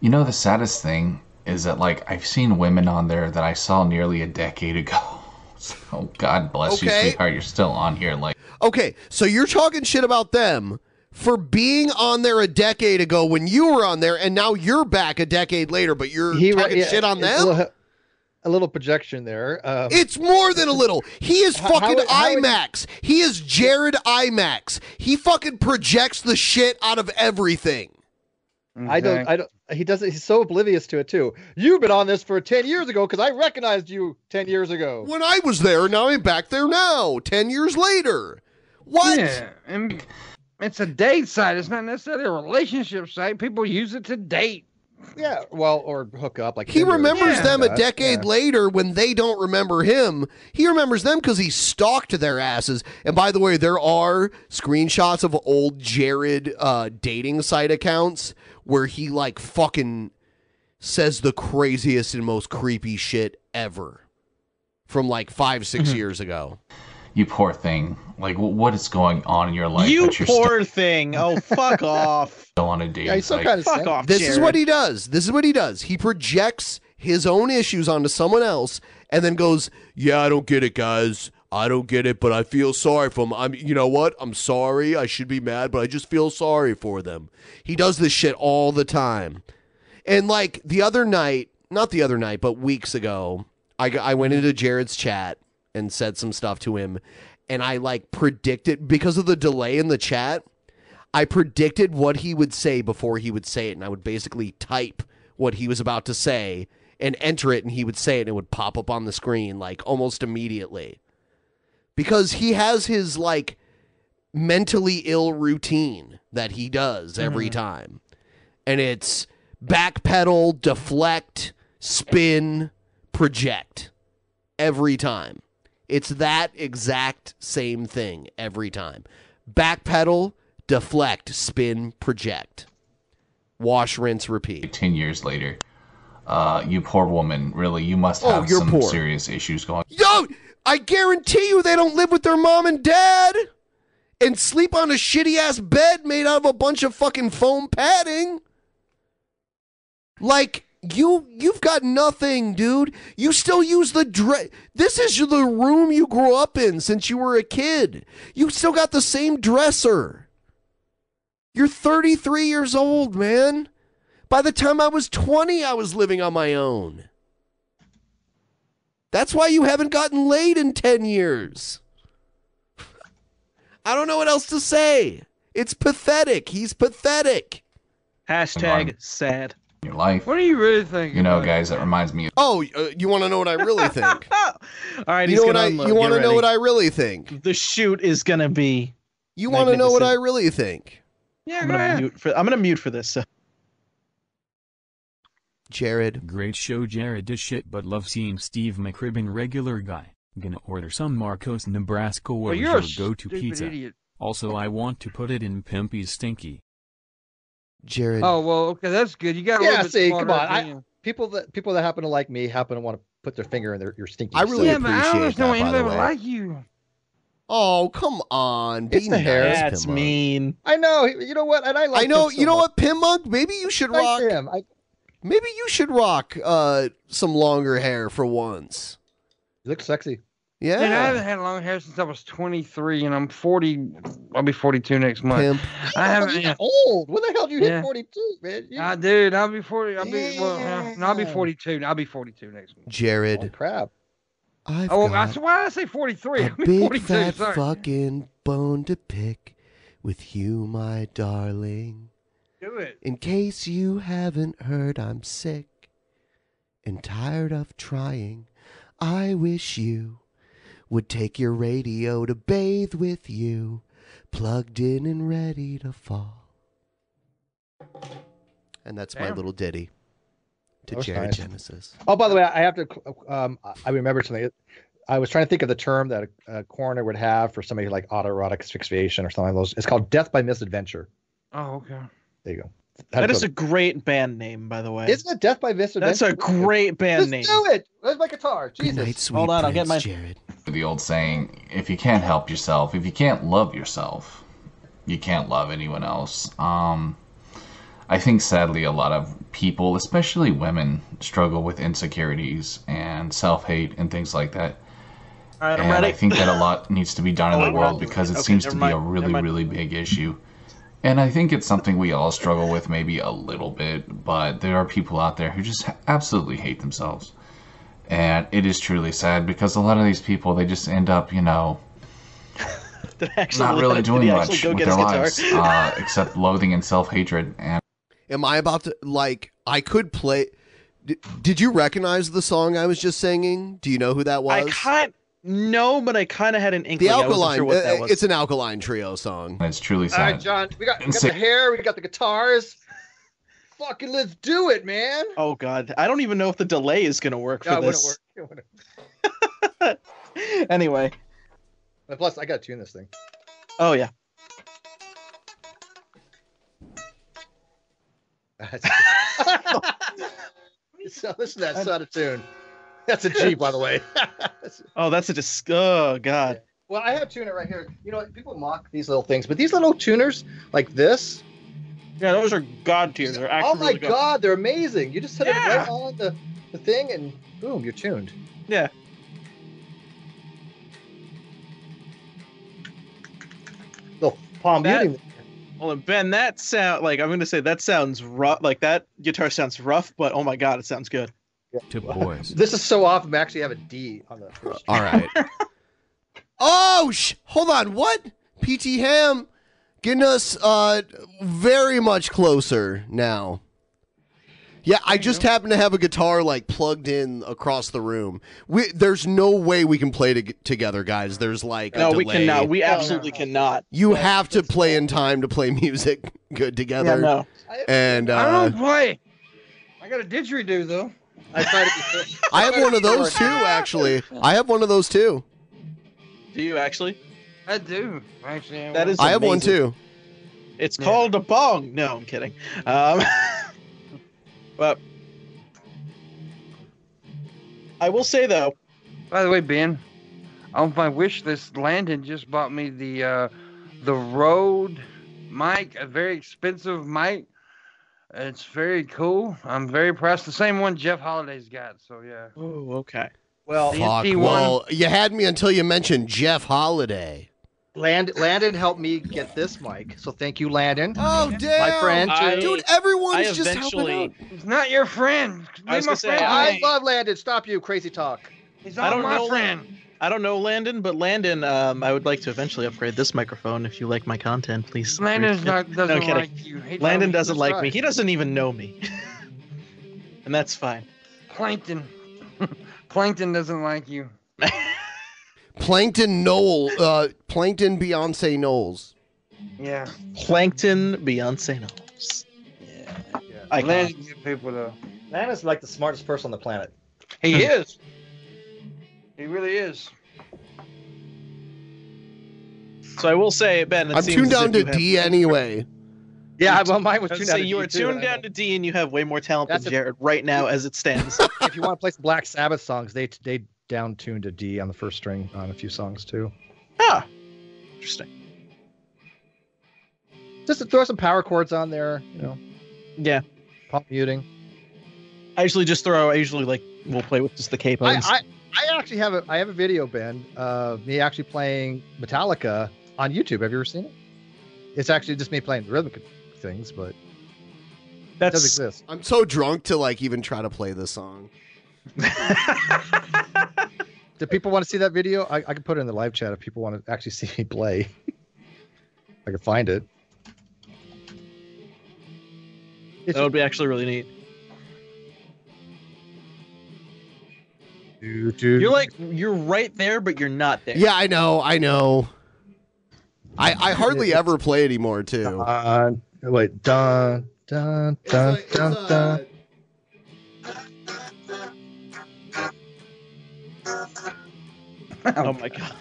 you know, the saddest thing is that like I've seen women on there that I saw nearly a decade ago. *laughs* So God bless you, Okay. sweetheart. You're still on here. Like Okay, so you're talking shit about them for being on there a decade ago when you were on there, and now you're back a decade later, but you're He talking yeah, shit on it's them. A little, a little projection there. Um, It's more than a little. He is *laughs* How- how fucking would- how would- IMAX. He is Jared IMAX. He fucking projects the shit out of everything. I don't. I don't. He doesn't. He's so oblivious to it too. You've been on this for ten years ago because I recognized you ten years ago. When I was there, now I'm back there now, 10 years later. What? Yeah, and it's a date site. It's not necessarily a relationship site. People use it to date. Yeah, well, or hook up. Like He remembers them a does, decade yeah. later when they don't remember him. He remembers them because he stalked their asses. And by the way, there are screenshots of old Jared uh, dating site accounts where he like fucking says the craziest and most creepy shit ever from like five, six Mm-hmm. years ago. you poor thing. Like wh- what is going on in your life? You that you're poor thing. *laughs* Oh, fuck off. Still on a date. site? This is what he does. This is what he does. He projects his own issues onto someone else and then goes, "Yeah, I don't get it, guys. I don't get it, but I feel sorry for them. I'm, you know what? I'm sorry. I should be mad, but I just feel sorry for them." He does this shit all the time. And like the other night, not the other night, but weeks ago, I g- I went into Jared's chat and said some stuff to him, and I like predicted because of the delay in the chat. I predicted what he would say before he would say it, and I would basically type what he was about to say and enter it, and he would say it, and it would pop up on the screen like almost immediately. Because he has his like mentally ill routine that he does every time. And it's backpedal, deflect, spin, project every time. It's that exact same thing every time. Backpedal, deflect, spin, project. Wash, rinse, repeat. 10 years later. Uh, you poor woman, really, you must Oh, have you're some poor. serious issues going Yo, I guarantee you they don't live with their mom and dad and sleep on a shitty ass bed made out of a bunch of fucking foam padding. Like you you've got nothing, dude. You still use the dre- This is the room you grew up in since you were a kid. You still got the same dresser. You're 33 years old, man. By the time I was 20, I was living on my own. That's why you haven't gotten laid in 10 years. I don't know what else to say. It's pathetic. He's pathetic. Hashtag sad. in your life. What do you really think? You know, guys, that reminds me of Oh, uh, you want to know what I really think? All right, you he's know what gonna I, unload. you Get want to know ready. what I really think? The shoot is gonna be. You want to know what I really think? Yeah, I'm gonna mute for. I'm gonna mute for this. So. Jared. Great show, Jared is shit, but love seeing Steve McRibbin regular guy. Gonna order some Marcos Nebraska or you're your a go-to stupid pizza. idiot. Also, I want to put it in Pimpy's stinky. Jared. Oh well, okay, that's good. You got a Yeah, little bit see, smarter come on. than I, you. people that people that happen to like me happen to want to put their finger in their your stinky. I really yeah, but I don't appreciate understand why that, by the anybody would way. like you. Oh, come on. Be It's the hair. nice, That's Pimunk. mean. I know. You know what? And I like. I know. him so you know much. what, Pimmunk? Maybe you should rock. maybe you should rock uh, some longer hair for once. You look sexy. Yeah. Dude, I haven't had long hair since I was 23, and I'm 40. I'll be 42 next month. Pimp. I haven't. You're old. When the hell do you Yeah. hit 42, man? You- Ah, dude, I'll be 40. I'll be well. uh, no, I'll be 42. I'll be 42 next month. Jared. Oh, crap. I've oh, I, got so why did I say *laughs* 43? I'll a be big 42. fat Sorry. fucking bone to pick with you, my darling. Do it. In case you haven't heard, I'm sick and tired of trying. I wish you would take your radio to bathe with you, plugged in and ready to fall. And that's my Damn. little ditty to That was Jared nice. *laughs* Genesis. Oh, by the way, I have to. Um, I remember something. I was trying to think of the term that a, a coroner would have for somebody like autoerotic asphyxiation or something like those. It's called death by misadventure. Oh, okay. There you go. That is a great band name, by the way. Isn't it Death by That's Misadventure? a great band Just name. do it. Where's my guitar? Jesus. Hold on, I'll get my. The old saying, if you can't help yourself, if you can't love yourself, you can't love anyone else. Um, I think sadly, a lot of people, especially women, struggle with insecurities and self hate and things like that. All right, I'm and ready. I think that a lot needs to be done in Oh, the wait, world wait, because it okay, seems to never be mind, a really, never mind. really big issue. And I think it's something we all struggle with, maybe a little bit, but there are people out there who just absolutely hate themselves. And it is truly sad because a lot of these people, they just end up, you know, not *laughs* really doing much with their *laughs* lives uh, except loathing and self hatred. And Am I about to like? I could play. D- did you recognize the song I was just singing? Do you know who that I was? can't. *laughs* No, but I kind of had an the inkling. I wasn't Alkaline. sure what uh, that was. it's an Alkaline Trio song. It's truly All right, John. We got, we got the Sick. hair. We got the guitars. Fucking let's do it, man. Oh god, I don't even know if the delay is gonna work for No, it wouldn't this. work. It wouldn't. Anyway, And plus, I got to tune this thing. *laughs* oh *laughs* yeah, *laughs* so listen to that. It's out of tune. That's a G, by the way. oh that's a dis. Oh god, Well, I have tuner right here. You know, what, people mock these little things, but these little tuners like this. Yeah, those are god tiers. They're Oh actually my really good. god, they're amazing! You just hit it Yeah. right on the, the thing, and boom, you're tuned. Yeah. The Oh, palm That- muting. Well, and Ben, that sound like I'm gonna say that sounds rough. Like that guitar sounds rough, but oh my god, it sounds good. To boys. This is so off. I actually have a D on the. First. All right. oh, sh- hold on. What? PT Ham getting us uh very much closer now. Yeah, I just happen to have a guitar like plugged in across the room. We, there's no way we can play to- together, guys. There's like a no, we delay. cannot. Oh, We absolutely cannot. You have to play in time to play *laughs* music good together. no. And uh, I don't play. I got a didgeridoo though. I *laughs* tried it before. I have one of those too, actually. I have one of those too. Do you actually? I do. Actually, I That will. is. I have one amazing. too. It's called a bong. No, I'm kidding. Um, *laughs* but I will say though, By the way, Ben, on my wish list, Landon just bought me the uh, the Rode mic, a very expensive mic. It's very cool. I'm very impressed. The same one Jeff Holiday's got. So yeah. oh okay. Well, Fuck. NT1. Well, you had me until you mentioned Jeff Holiday. *laughs* Land, Landon helped me get this mic, so thank you, Landon. Oh damn, My friend, I- too. dude! Everyone's I just helping out. eventually. He's not your I friend. was Leave my gonna say, friend. I I- love Landon. Stop you, crazy talk. He's I not don't my know- friend. I don't know Landon, but Landon, um, I would like to eventually upgrade this microphone. If you like my content, please. Landon's reach- *laughs* not No, doesn't kidding. like you. He Landon thought doesn't was like just me. us. He doesn't even know me, *laughs* and that's fine. Plankton. *laughs* Plankton doesn't like you. Plankton Noel, uh, Plankton Beyonce Knowles. Yeah. Plankton Beyonce Knowles. I Landon good people though. Landon's like the smartest person on the planet. He is. He really is. So I will say, Ben, it I'm seems tuned as down if you to have- D anyway. Yeah, well, mine was I was tuned gonna down. say to you are D2, tuned and I- down to D, and you have way more talent That's a- than Jared right now, as it stands. If you want to play some Black Sabbath songs, they they down tuned to D on the first string on a few songs too. ah, interesting. Just to throw some power chords on there, you know, Yeah, pop muting. I usually just throw. I usually like we'll play with just the K I, buttons. I I actually have a I have a video, Ben, of me actually playing Metallica on YouTube. Have you ever seen it? It's actually just me playing the rhythmic things, but that does exist. I'm so drunk to like even try to play this song. Do people want to see that video? I, I can put it in the live chat if people want to actually see me play. I can find it. That would be actually really neat. You're like you're right there, but you're not there. Yeah, I know, I know. I I hardly ever play anymore too. Uh, wait, dun dun dun dun dun. *laughs* Oh *laughs* my god,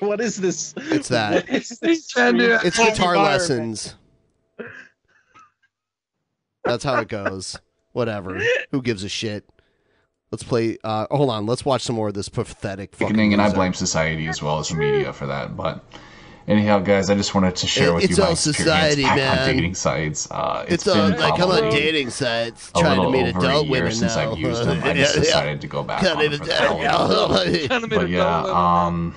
what is this? It's that. What is this? it's guitar environment? lessons. That's how it goes. Whatever. Who gives a shit? Let's play. Uh, hold on. Let's watch some more of this pathetic fucking. Sickening, and I loser. blame society as well as the media for that. But anyhow, guys, I just wanted to share It- with it's you my all experience society, back man. on dating sites. Uh, It's, been uh, like, come on, probably dating sites a trying to little meet over adult a year women since now. I've used *laughs* them. I just Yeah. decided to go back Can't on it even for tell the you. hell of it. But yeah, um,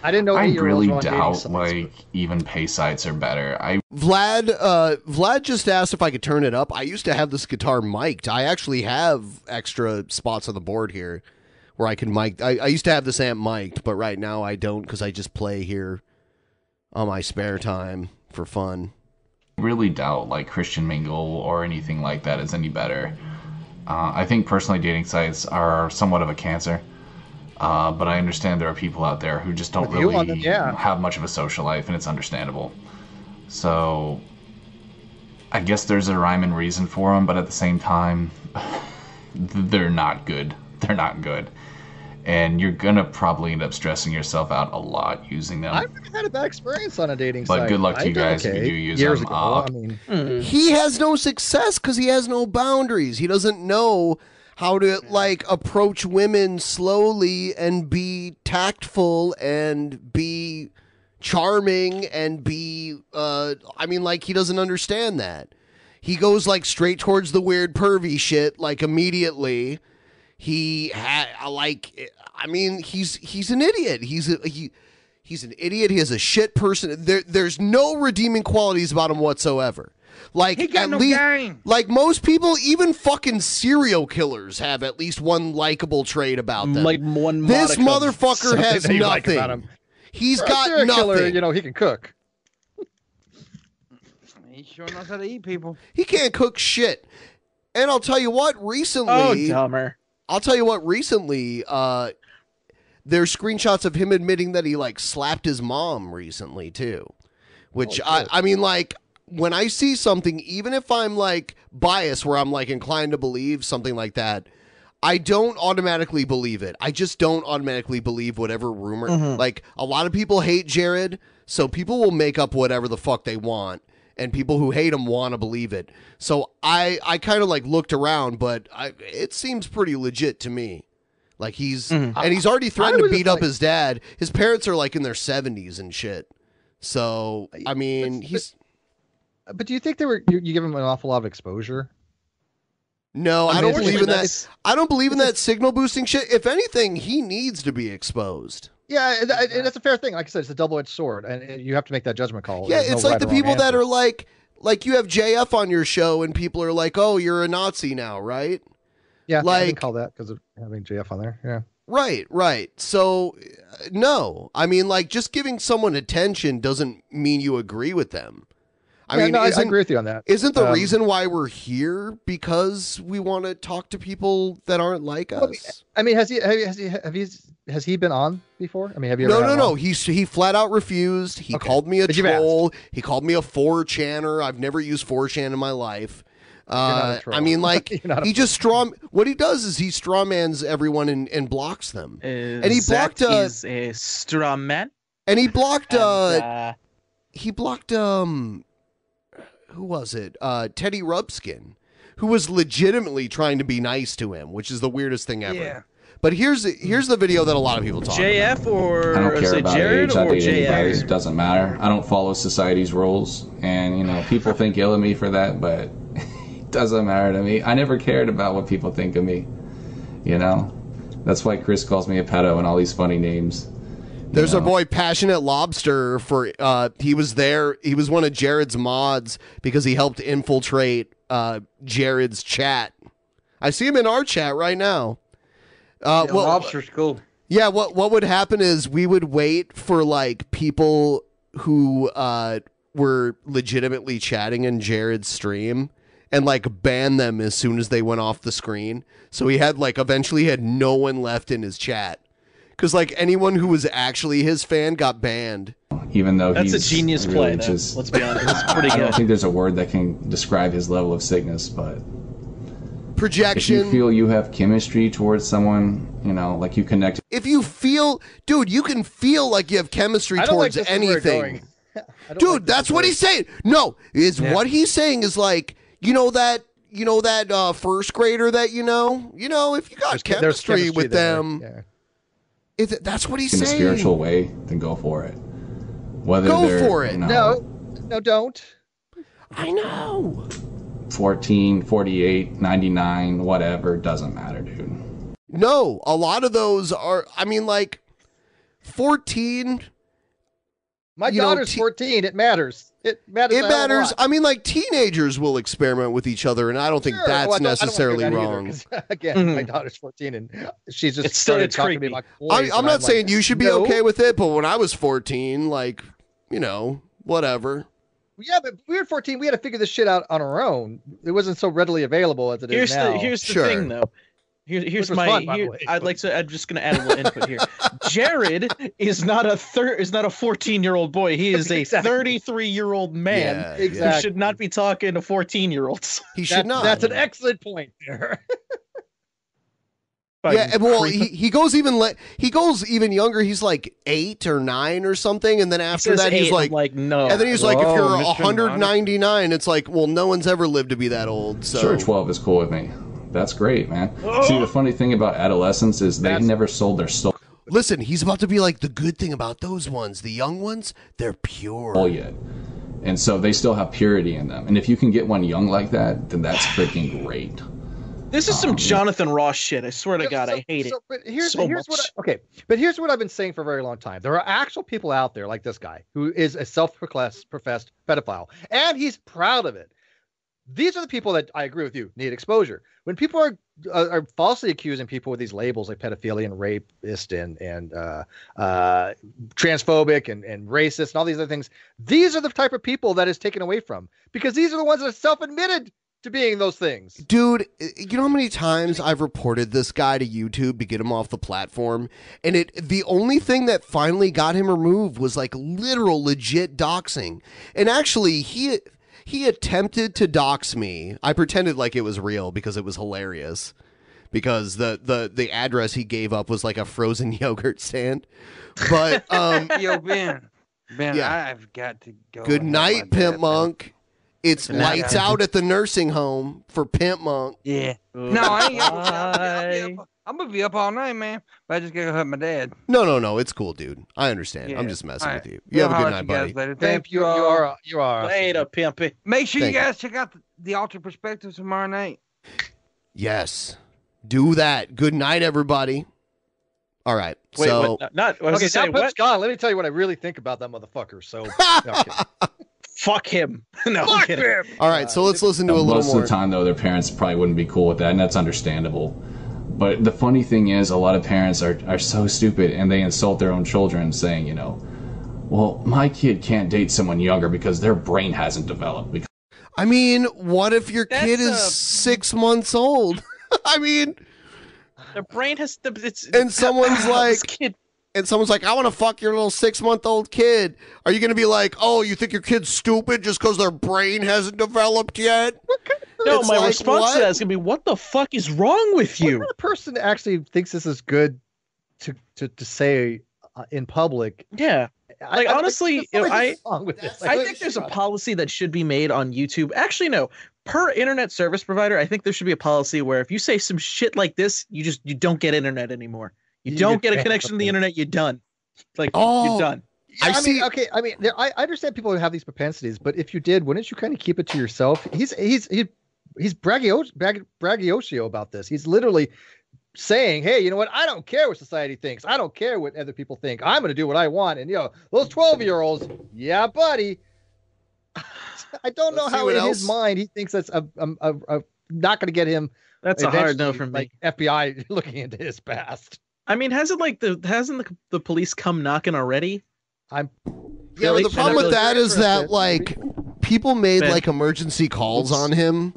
I didn't know. I eight-year-olds really were on dating doubt sites. like even pay sites are better. I Vlad, uh, Vlad just asked if I could turn it up. I used to have this guitar mic'd. I actually have extra spots on the board here where I can mic. I, I used to have this amp mic'd, but right now I don't because I just play here on my spare time for fun. really doubt like Christian Mingle or anything like that is any better. Uh, I think personally, dating sites are somewhat of a cancer. Uh, but I understand there are people out there who just don't With you really on them, yeah. have much of a social life, and it's understandable. So I guess there's a rhyme and reason for them, but at the same time, *laughs* they're not good. They're not good. And you're going to probably end up stressing yourself out a lot using them. I had a bad experience on a dating But site. good luck to I you did guys if you okay. do use Years them. Ago, Uh, I mean, He has no success because he has no boundaries. He doesn't know how to like approach women slowly and be tactful and be charming and be uh I mean like he doesn't understand that. He goes like straight towards the weird pervy shit like immediately. He had like I mean he's he's an idiot. He's a, he He's an idiot. He is a shit person. There, there's no redeeming qualities about him whatsoever. Like at no least, game. like most people, even fucking serial killers have at least one likable trait about them. Like one this modicum of motherfucker *laughs* something has that you like nothing. about him. He's for a got serial nothing. killer, you know, he can cook. He sure knows how to eat people. He can't cook shit. And I'll tell you what, recently Oh, dumber. I'll tell you what, recently, uh there's screenshots of him admitting that he like slapped his mom recently too. Which I I mean like when I see something, even if I'm like biased where I'm like inclined to believe something like that, I don't automatically believe it. I just don't automatically believe whatever rumor. Mm-hmm. Mhm. Like a lot of people hate Jared, so people will make up whatever the fuck they want, and people who hate him want to believe it. So I I kind of like looked around, but I it seems pretty legit to me. Like he's Mm-hmm. and he's already threatened to beat up his dad. His parents are like in their seventies and shit. So I mean, he's But do you think they were? You, you give him an awful lot of exposure. No, I don't believe in that. that's- I don't believe in that signal boosting shit. If anything, he needs to be exposed. Yeah, and, and that's a fair thing. Like I said, it's a double-edged sword, and and you have to make that judgment call. yeah, There's no it's right like or the wrong people that answer. are like, like you have JF on your show, and people are like, "Oh, you're a Nazi now, right?" yeah, I like- didn't call that because of having JF on there. Yeah. Right, right. So, uh, no, I mean, like, just giving someone attention doesn't mean you agree with them. I Yeah, mean, no, I- I isn't- agree with you on that. Isn't the Um, reason why we're here because we want to talk to people that aren't like us? I mean, has he? Have, has he? Have he? Has he been on before? I mean, have you? No, ever no, had him no. on? He he flat out refused. He called me a But you've asked. troll. He called me a four chaner. I've never used four chan in my life. not a Uh, I troll. *laughs* mean, like You're not a he just straw. What he does is he straw mans everyone and, and blocks them. and he Uh, Zach blocked. Uh, is a straw man. and he blocked. Uh, uh, he blocked. Um, who was it? Uh, Teddy Rubskin, who was legitimately trying to be nice to him, which is the weirdest thing ever. Yeah. But here's here's the video that a lot of people talk. JF or I don't is care it about Jared age. I or date anybody. JF? It doesn't matter. I don't follow society's rules, and you know people think ill of me for that, but *laughs* it doesn't matter to me. I never cared about what people think of me. You know, That's why Chris calls me a pedo and all these funny names. There's our boy Passionate Lobster for uh he was there he was one of Jared's mods because he helped infiltrate uh Jared's chat. I see him in our chat right now. Uh Yeah, well, lobster's cool. Yeah, what what would happen is we would wait for like people who uh were legitimately chatting in Jared's stream and like ban them as soon as they went off the screen. So he had like eventually had no one left in his chat. Cuz like anyone who was actually his fan got banned. Even though That's a he's genius really play, though. Just, Let's be honest, it's *laughs* pretty I good. don't think there's a word that can describe his level of sickness, but if you Projection. feel you have chemistry towards someone, you know, like you connect If you feel dude, you can feel like you have chemistry I don't like towards this where we're anything. *laughs* going. dude that's what he's saying no is what he's saying is like you know that you know that uh, first grader that you know you know if you got there's chemistry, chemistry with there, them if that's what he's in a saying spiritual way, then go for it. Whether Go they're, for it. you know, No, no, don't. I know. 14, 48, 99, whatever, doesn't matter, dude. no a lot of those are i mean like 14 My You know, daughter's te- 14. It matters. It matters. it a hell of a matters lot. i mean like teenagers will experiment with each other and i don't think Sure. that's Well, I don't- I don't wanna hear necessarily that either, wrong 'cause, *laughs* again, my daughter's 14 and she's just It's still- started it's talking to me creepy. about I, boys, I'm and not saying like, you should be "No." okay with it, but when I was 14, like, you know, whatever. Yeah, but we were 14. We had to figure this shit out on our own. It wasn't so readily available as it is here's now. the here's the thing though. Here, here's was my. fun, by the here- way, I'd like to. I'm just going to add a little input here. *laughs* Jared is not a thir- is not a 14 year old boy. He is a 33 year old man Yeah, who exactly. should not be talking to 14 year olds. *laughs* He That- That's an excellent point there. yeah, and well, he, he goes even le- he goes even younger. He's like eight or nine or something, and then after says that, he's eight, I'm like, like, no. And then he's like, if Whoa, you're Mr. 199, it's like, well, no one's ever lived to be that old. So Oh. Sure, 12 is cool with me. That's great, man. See, the funny thing about adolescence is they never sold their soul listen, he's about to be like the good thing about those ones, the young ones, they're pure. yet. And so they still have purity in them. And if you can get one young like that, then that's freaking great. This is some Jonathan Ross shit. I swear to God, I hate it. so, but here's, so here's what much. I, okay but here's what i've been saying for a very long time there are actual people out there like this guy who is a self-professed professed pedophile and he's proud of it these are the people that i agree with you need exposure when people are uh, are are falsely accusing people with these labels like pedophilia and rapist and and uh, uh, transphobic and, and racist and all these other things these are the type of people that is taken away from because these are the ones that are self-admitted to being those things Dude, i- you know how many times I've reported this guy to YouTube to get him off the platform, and it the only thing that finally got him removed was like literal legit doxing. And actually, he he attempted to dox me. I pretended like it was real because it was hilarious. Because the the the address he gave up was like a frozen *laughs* yogurt stand, but um, *laughs* Yo, Ben. Ben, Yeah. I've got to go. Good and have night, my Pimp bath. Monk. It's Good night, lights guys. out at the nursing home for Pimp Monk. Yeah. No, I ain't. Gonna, I'll be- I'll be up, I'm gonna be up all night, man. But I just gotta go help my dad. No, no, no. It's cool, dude. I understand. Yeah. I'm just messing All right. with you. You We'll have a holler good night, at you buddy. guys Later. Pimp, Thank you are you are Later, pimpy. Make sure Thank you you. guys check out the, the Alter Perspective tomorrow night. Yes. Do that. Good night, everybody. All right. Wait, so what? Not. I was okay, gonna say, now Pimp's what? gone. Let me tell you what I really think about that *laughs* motherfucker. So, fuck *laughs* him. no, I'm kidding. All right, so let's listen to a Most little of more. the time, though, their parents probably wouldn't be cool with that, and that's understandable. But the funny thing is, a lot of parents are, are so stupid and they insult their own children, saying, you know, well, my kid can't date someone younger because their brain hasn't developed. Because I mean, what if your kid is six months old? *laughs* I mean, Their brain has. the- It's *laughs* and someone's like, kid. and someone's like, I want to fuck your little six month old kid. Are you going to be like, oh, you think your kid's stupid just because their brain hasn't developed yet? No, It's my like, response what? to that is gonna be, "What the fuck is wrong with you?" the person actually thinks this is good to to, to say uh, in public. Yeah. Like I- I- honestly, there's if I something wrong with this. uh, I think there's a policy that should be made on YouTube. Actually, no. Per internet service provider, I think there should be a policy where if you say some shit like this, you just you don't get internet anymore. You, You don't get get a banned connection to the internet. You're done. Like you're done. Yeah, I, mean, okay. I mean, there, I, I understand people who have these propensities, but if you did, wouldn't you kind of keep it to yourself? He's he's he, he's braggio, brag, braggadocio about this. He's literally saying, hey, you know what? I don't care what society thinks. I don't care what other people think. I'm going to do what I want. And, you know, those 12 year olds, yeah, buddy. *laughs* I don't know Let's see how what in else. his mind he thinks that's a, a, a, a- not going to get him. That's a hard no eventually, from like FBI *laughs* looking into his past. I mean, hasn't like the hasn't the, the police come knocking already? I'm Yeah, but the problem with that is that like people made like emergency calls on him,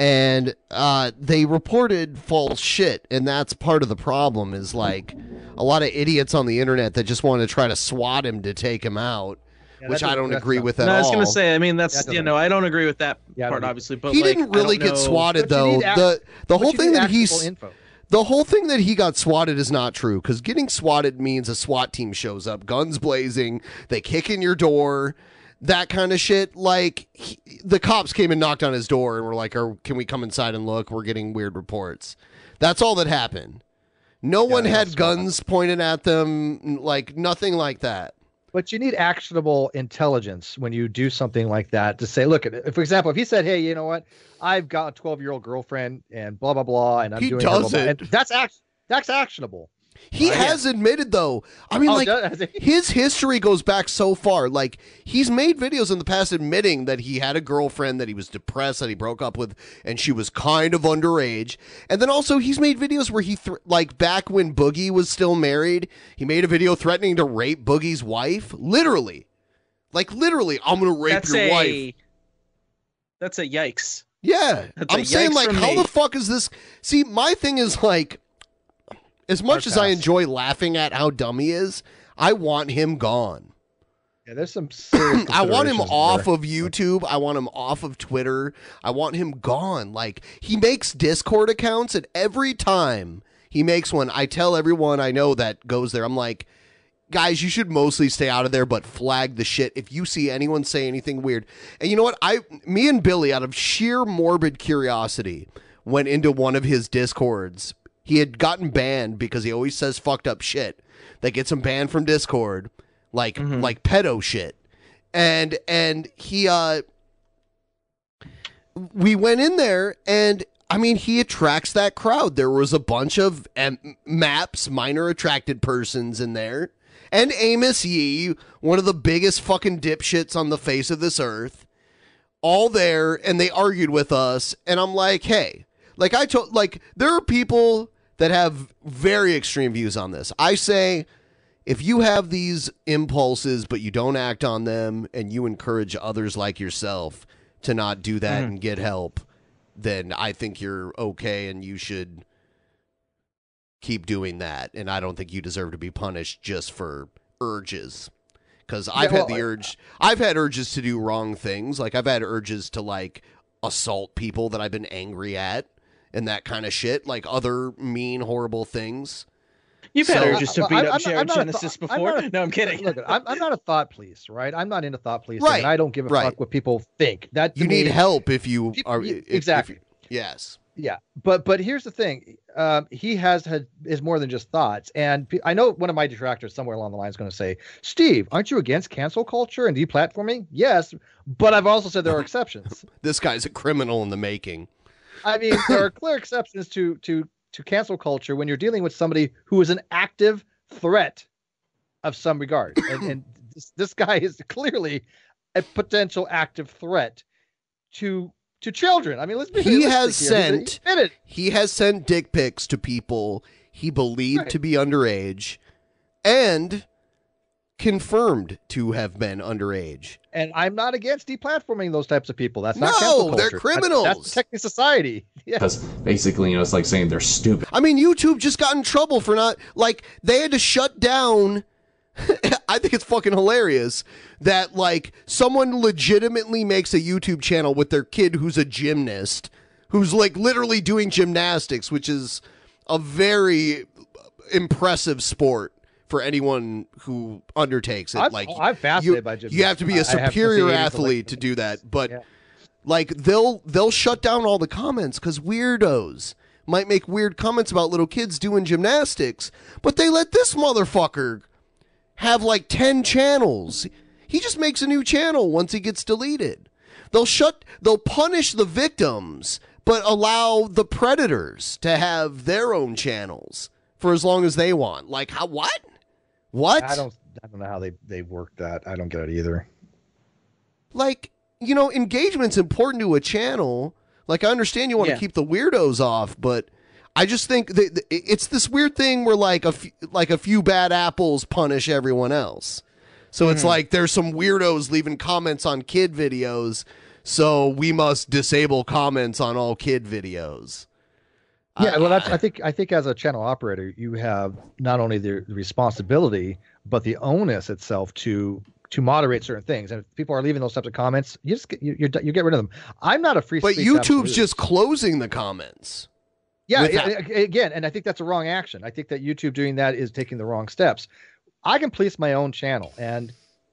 and uh, they reported false shit, and that's part of the problem. Is like a lot of idiots on the internet that just want to try to swat him to take him out, Yeah, which that I don't doesn't- agree with at no, I was all. gonna say. I mean, that's That you doesn't- know, I don't agree with that part obviously. But he like, didn't I really don't get know- swatted though. The the whole thing that he's the whole thing that he got swatted is not true because getting swatted means a SWAT team shows up, guns blazing, they kick in your door, that kind of shit. Like he, the cops came and knocked on his door and were like, "Are can we come inside and look? We're getting weird reports." That's all that happened. No one had guns pointed at them, n- like nothing like that. But you need actionable intelligence when you do something like that to say, look, if- for example, if he said, hey, you know what, I've got a 12 year old girlfriend and blah, blah, blah, and I'm He doing blah, blah, does blah," it. and that's, act- that's actionable. He Right. has admitted though. I mean, Oh, like does he? *laughs* his history goes back so far. Like he's made videos in the past admitting that he had a girlfriend that he was depressed that he broke up with, and she was kind of underage. And then also he's made videos where he thr like back when Boogie was still married, he made a video threatening to rape Boogie's wife. Literally, like literally, I'm gonna rape That's your a wife. that's a yikes. Yeah, That's a I'm saying yikes like, from how me. the fuck is this? See, my thing is like, as much as I enjoy laughing at how dumb he is, I want him gone. Yeah, there's some serious. *clears throat* I want him considerations off there. of YouTube. I want him off of Twitter. I want him gone. Like he makes Discord accounts, and every time he makes one, I tell everyone I know that goes there. I'm like, guys, you should mostly stay out of there, but flag the shit if you see anyone say anything weird. And you know what? I, me and Billy, out of sheer morbid curiosity, went into one of his discords. He had gotten banned because he always says fucked up shit that gets him banned from Discord, like like pedo shit. And and he uh we went in there and I mean he attracts that crowd. There was a bunch of um, maps, minor attracted persons in there. And Amos Yee, one of the biggest fucking dipshits on the face of this earth, all there and they argued with us and I'm like, "Hey, like I told like there are people that have very extreme views on this. I say if you have these impulses but you don't act on them and you encourage others like yourself to not do that Mhm. and get help, then I think you're okay and you should keep doing that. And I don't think you deserve to be punished just for urges. Because Yeah, I've had well, the I- urge, I've had urges to do wrong things. Like I've had urges to like assault people that I've been angry at and that kind of shit. Like other mean, horrible things. You've had So- urges to Well, beat I'm- up I'm- Jared I'm not a Genesis thought- before. not a- no, I'm kidding. Look, I'm, I'm not a thought police, right? I'm not into thought police. Right. Right, And I don't give a fuck what people think. That to you need me- help if you are y- if- if exactly. you- yes. Yeah, but but here's the thing: um, he has had is more than just thoughts, and pe- I know one of my detractors somewhere along the line is going to say, "Steve, aren't you against cancel culture and deplatforming?" Yes, but I've also said there are exceptions. *laughs* This guy's a criminal in the making. I mean, there are clear exceptions to to to cancel culture when you're dealing with somebody who is an active threat of some regard, and, *clears throat* and this, this guy is clearly a potential active threat to to children. I mean, let's be He realistic has here. He's a- sent he admitted- he has sent dick pics to people he believed to be underage and confirmed to have been underage. And I'm not against deplatforming those types of people. That's No, not cancel culture. they're That's- criminals. That's protecting society. *laughs* Yeah. Because basically, you know, it's like saying they're stupid. I mean, YouTube just got in trouble for not like they had to shut down. *laughs* I think it's fucking hilarious that like someone legitimately makes a YouTube channel with their kid who's a gymnast, who's like literally doing gymnastics, which is a very impressive sport for anyone who undertakes it. I'm- like oh, I'm you, fascinated by You have to be a gymnastics. I- I have to see superior it as a, like, athlete to do that, but like they'll they'll shut down all the comments because weirdos might make weird comments about little kids doing gymnastics but they let this motherfucker have like 10 channels he just makes a new channel once he gets deleted they'll shut they'll punish the victims but allow the predators to have their own channels for as long as they want. Like how what? What? I don't. I don't know how they they work that. I don't get it either. like you know engagement's important to a channel like i understand you want to Yeah. keep the weirdos off but i just think that that it- it's this weird thing where like a f- like a few bad apples punish everyone else so it's Mhm. like there's some weirdos leaving comments on kid videos so we must disable comments on all kid videos Yeah, Uh, well, that's, I think I think as a channel operator, you have not only the responsibility but the onus itself to to moderate certain things. And if people are leaving those types of comments, you just get, you you're, you get rid of them. I'm not a free. but speech youtube's absolutist. just closing the comments Yeah, without- a- a- again, and I think that's a wrong action. I think that YouTube doing that is taking the wrong steps. I can police my own channel, and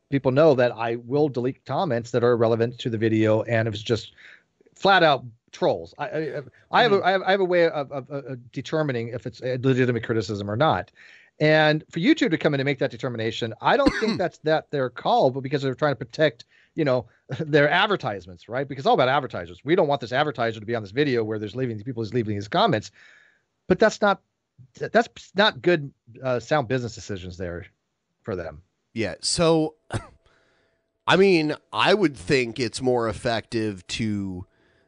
people know that I will delete comments that are relevant to the video, and if it's just flat out trolls, I, I, I have a, I have, I have a way of, of, of determining if it's a legitimate criticism or not. And for YouTube to come in and make that determination, I don't think that's that their call, but because they're trying to protect, you know, *laughs* their advertisements, right? Because it's all about advertisers. We don't want this advertiser to be on this video where there's leaving people is leaving these comments, but that's not th- that's not good uh, sound business decisions there for them. Yeah. So, I mean, I would think it's more effective to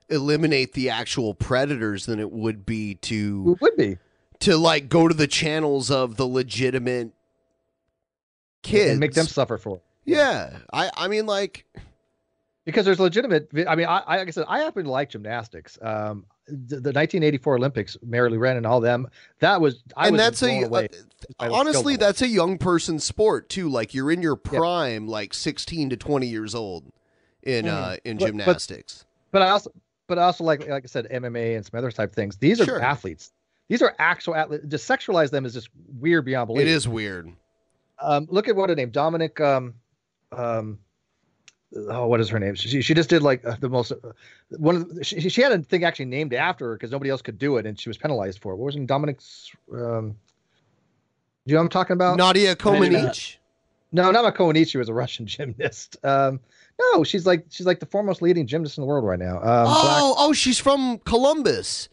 eliminate the actual predators than it would be to would be to like go to the channels of the legitimate kids and make them suffer for it. Yeah, I I mean like because there's legitimate. vi- I mean, I, I like I said, I happen to like gymnastics. Um, the, the 1984 Olympics, Mary Lou Wren and all them. That was I And was that's a- uh, blown away by the skill honestly level. that's a young person sport too like you're in your prime like 16 to 20 years old in Mhm. uh in But- but- gymnastics But I also, but I also like like I said, MMA and some other type things. These are Sure. athletes. These are actual athletes. To sexualize them is just weird beyond belief. it is weird Um, look at what her name, Dominic. Um, um, oh, what is her name? She she just did like uh, the most uh, one. Of the, she she had a thing actually named after her because nobody else could do it, and she was penalized for it. What was it, Dominic's? Um, do you know what I'm talking about? Nadia Comaneci? No, not Komenich. She was a Russian *laughs* gymnast. Um, no, she's like she's like the foremost leading gymnast in the world right now. Um, black- oh, oh, she's from Columbus.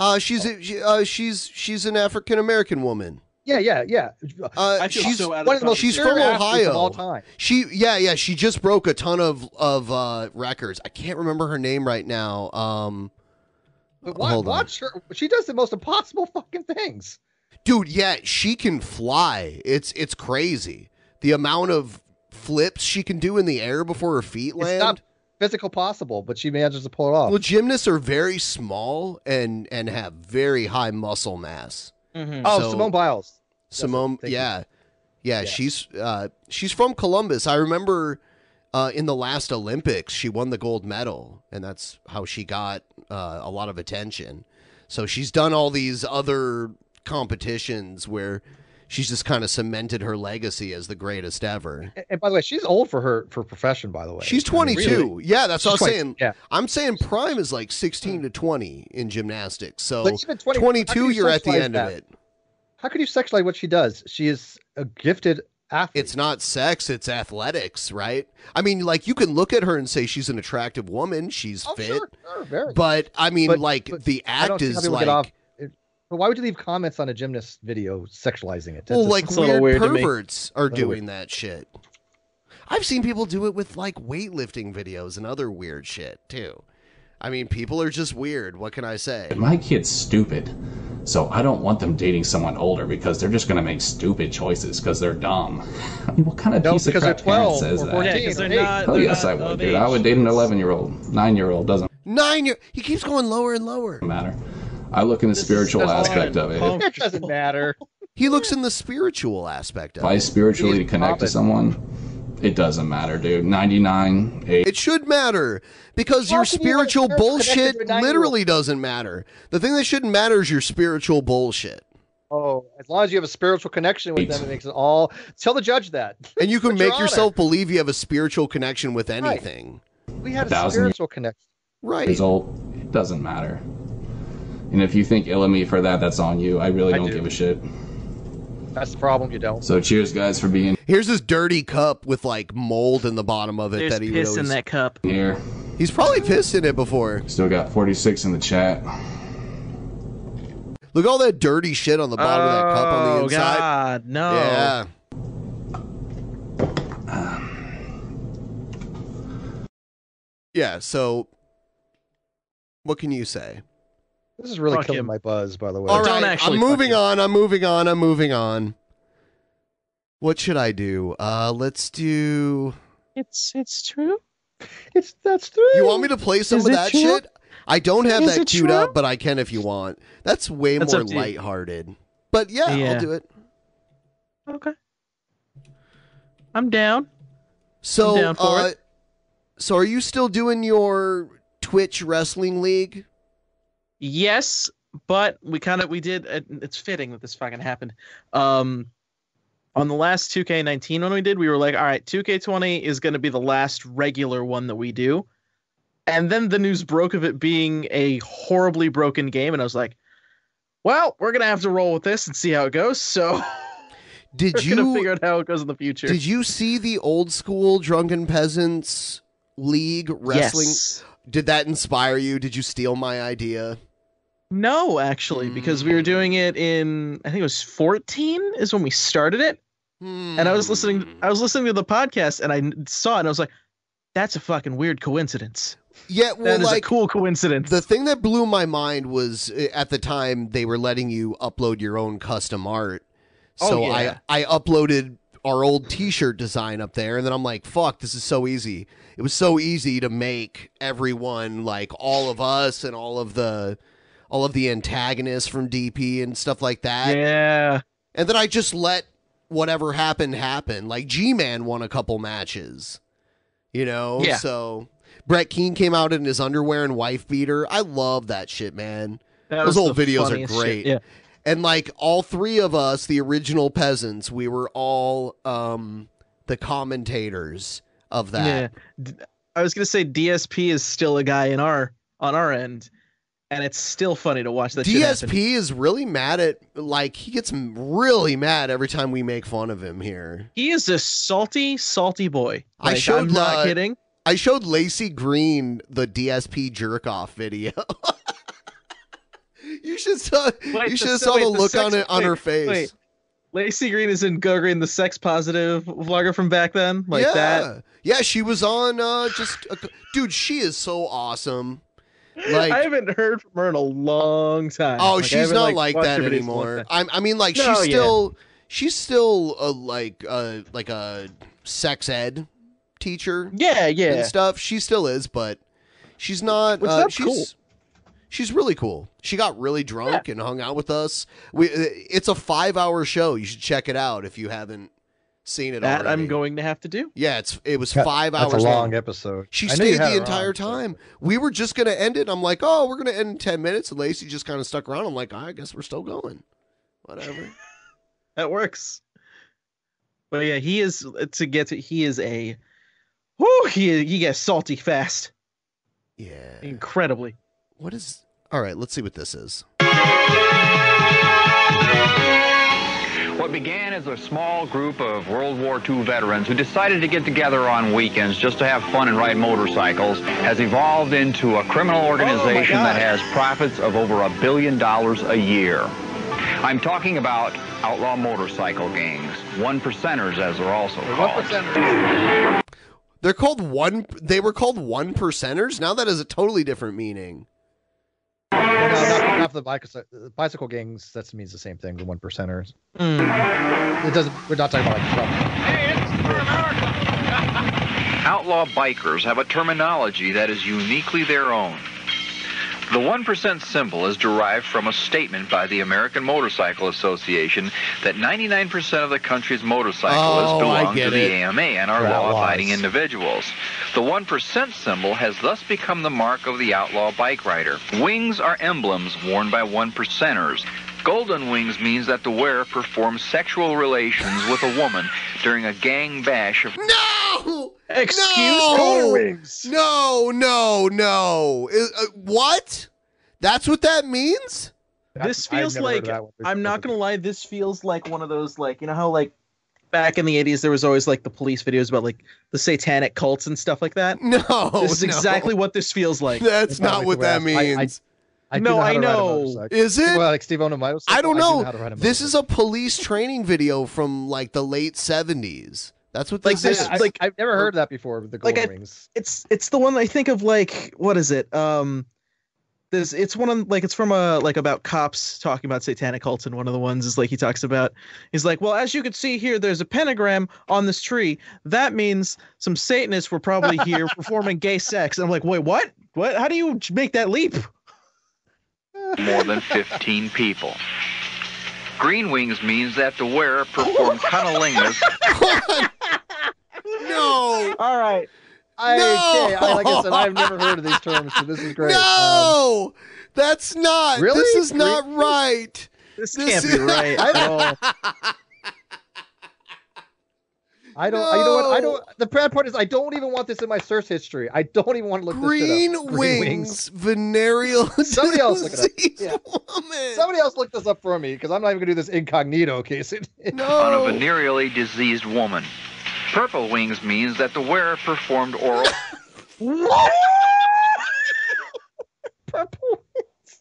Uh, she's a, she, uh, she's she's an African American woman. Yeah, yeah, yeah. Uh, she's one of the most. She's from Ohio. She yeah yeah. She just broke a ton of of uh, records. I can't remember her name right now. Um, But wa- hold on. watch her. She does the most impossible *laughs* fucking things. dude. Yeah, she can fly. It's it's crazy the amount of flips she can do in the air before her feet land. It's not physical possible, but she manages to pull it off. Well, gymnasts are very small and and have very high muscle mass. Mm-hmm. Mhm. Oh, Simone Biles. Mm-hmm. Simone, yeah, yeah, she's uh, she's from Columbus. I remember uh, in the last Olympics, she won the gold medal, and that's how she got uh, a lot of attention. So she's done all these other competitions where she's just kind of cemented her legacy as the greatest ever. A- And by the way, she's old for her for profession. By the way, She's I mean, 22. really. Yeah, that's what She's I'm 20. saying. Yeah. Hmm. I'm saying prime is like 16 to 20 in gymnastics. So But even 20 how can 22, you you're at the sexualize end that? of it. How could you sexualize what she does? She is a gifted athlete. It's not sex, it's athletics, right? I mean, like you can look at her and say she's an attractive woman, she's fit. Oh, Sure, very. But I mean, But- like the I don't act see how is people like get off- it- But why would you leave comments on a gymnast video sexualizing it? That's well, just- *laughs* like it's weird, perverts are Little weird. doing that shit. I've seen people do it with like weightlifting videos and other weird shit too. I mean, people are just weird. What can I say? My kid's stupid, so I don't want them dating someone older because they're just going to make stupid choices because they're dumb. I mean, what kind of No, piece of because they're crap parent 12 says or that? 14, Yeah, 'cause they're not- Oh, Hell they're yes, not I would, of dude. I would age. date an 11 year old. Nine year old doesn't Nine year. He keeps going lower and lower. matter. I look in the spiritual aspect of it. If It doesn't matter. He looks in the spiritual aspect of I it. spiritually connect to someone, it doesn't matter, dude. 99, 8. It should matter because your spiritual parents bullshit connected to a nine-year-old? literally doesn't matter. The thing that shouldn't matter is your spiritual bullshit. Oh, as long as you have a spiritual connection with them, it makes it all. Tell the judge that. *laughs* And you can But, Your make yourself believe you have a spiritual connection with anything. We had a Thousand years. spiritual connection. Right. result it doesn't matter. And if you think ill of me for that, that's on you. I really I don't do. give a shit. That's the problem. You don't. So cheers, guys, for being Here's this dirty cup with like mold in the bottom of it that he would always here. He's probably pissed in it before. Still got 46 in the chat. Look at all that dirty shit on the bottom of that cup on the Oh, inside. God, no. Yeah. Yeah, so what can you say? This is really Fuck killing him. my buzz, by the way. All right, I'm moving on. I'm moving on. I'm moving on. What should I do? Uh, let's do. It's it's true. It's that's true. You want me to play some Is of it that true? shit? I don't have Is that it queued true? up, but I can if you want. That's way That's more up to you. lighthearted. But yeah, Yeah. I'll do it. Okay. I'm down. So, I'm down for uh, it. so are you still doing your Twitch wrestling league? Yes, but we kind of we did. it- It's fitting that this fucking happened. Um, on the last 2K19 one we did, we were like, all right, 2K20 is going to be the last regular one that we do. And then the news broke of it being a horribly broken game, and I was like, well, we're gonna have to roll with this and see how it goes. So, *laughs* did we're gonna you- figure out how it goes in the future? Did you see the old school drunken peasants league wrestling? Yes. Did that inspire you? Did you steal my idea? No, actually, because we were doing it in I think it was 14 is when we started it. And I was listening I was listening to the podcast and I n- saw it and I was like that's a fucking weird coincidence. Yeah, well, That is a like cool coincidence. The thing that blew my mind was uh, at the time they were letting you upload your own custom art. Oh, So yeah. I I uploaded our old T-shirt design up there, and then I'm like, "Fuck, this is so easy." It was so easy to make everyone like all of us and all of the all of the antagonists from DP and stuff like that. Yeah. And then I just let whatever happened happen. Like G-Man won a couple matches. You know? Yeah. So Brett Keane came out in his underwear and wife beater. I love that shit, man. That Those was old the videos are funniest shit, great. yeah. And like all three of us, the original peasants, we were all um the commentators of that. Yeah. D- I was going to say DSP is still a guy in our on our end and it's still funny to watch that shit happen. DSP is really mad at like he gets m- really mad every time we make fun of him here. He is a salty salty boy. I Like, I'm showed not uh, kidding. I showed Lacey Green the DSP jerk off video. *laughs* Hmm. you should saw you should have saw the look on it on her face. Lacey Green is in Go Green, the sex positive vlogger from back then, like yeah. that. Yeah, she was on uh just a, dude, she is so awesome. Like I haven't heard from her in a long time. Oh, Like, I she's haven't, not like, watched that her videos in a long anymore. time. I, I mean, like No, she's yeah. still she's still a, like a like a sex ed teacher. Yeah, yeah. and stuff. She still is, but she's not. Which, uh, that's she's, cool. She's really cool. She got really drunk and hung out with us. We uh, it's a five hour show. You should check it out if you haven't seen it That already. I'm going to have to do. yeah, it's it was Yeah, five that's hours. a long long. episode. She I knew you stayed had the her entire time. We were just gonna end it. I'm like, oh, we're gonna end in ten minutes, and Lacey just kind of stuck around. I'm like, I guess we're still going. *laughs* Whatever. *laughs* That works. But yeah, he is to get to. He is a. Whoo, he he gets salty fast. Yeah. Incredibly. What is? All right, let's see what this is. What began as a small group of World War II veterans who decided to get together on weekends just to have fun and ride motorcycles has evolved into a criminal organization that has profits of over a billion dollars a year. I'm talking about outlaw motorcycle gangs, one percenters as they're also called. They're called one. They were called one percenters. Now that has a totally *gasps* different meaning. half the bicycle, bicycle gangs that means the same thing the one percenters Hmm. it doesn't we're not talking about like Trump. Outlaw bikers have a terminology that is uniquely their own. The 1% symbol is derived from a statement by the American Motorcycle Association that 99% of the country's motorcyclists Oh, I belong get to the it. AMA and are They're law abiding outlaws. individuals. The 1% symbol has thus become the mark of the outlaw bike rider. Wings are emblems worn by 1%ers. Golden wings means that the wearer performs sexual relations with a woman during a gang bash of No. Excuse no! Color No, no, no. Is- uh, what? That's what that means. this feels like I'm not gonna lie. This feels like one of those like you know how like back in the 80s there was always like the police videos about like the satanic cults and stuff like that *laughs* no this is no. exactly what this feels like *laughs* That's not what that means. no i know Is it? Well, like Steve on a motorcycle. I don't do know. how to ride a this is a police training video from like the late seventies. That's what Like this this- is. I- like- I've never heard that before. With the like golden I, rings. it's it's the one that I think of like what is it um this it's one of like it's from a like about cops talking about satanic cults and one of the ones is like he talks about he's like well as you can see here there's a pentagram on this tree that means some satanists were *laughs* probably here performing gay sex and I'm like wait what what how do you make that leap more than 15 people. Green wings means that the wearer *laughs* performed cunnilingus. No. All right. I, No! okay, I- like I said, I've never heard of these terms, so this is great. Um, No, that's not. Really? This is not Really? right. This, can't *laughs* be right at all. I don't. I, you know what? I don't. The bad part is, I don't even want this in my search history. I don't even want to look Green, this shit up. wings, venereal. *laughs* Somebody else look it up. disease. Yeah. Somebody else look this up for me because I'm not even gonna do this incognito, *laughs* Casey. on a venereally diseased woman. Purple wings means that the wearer performed oral. What?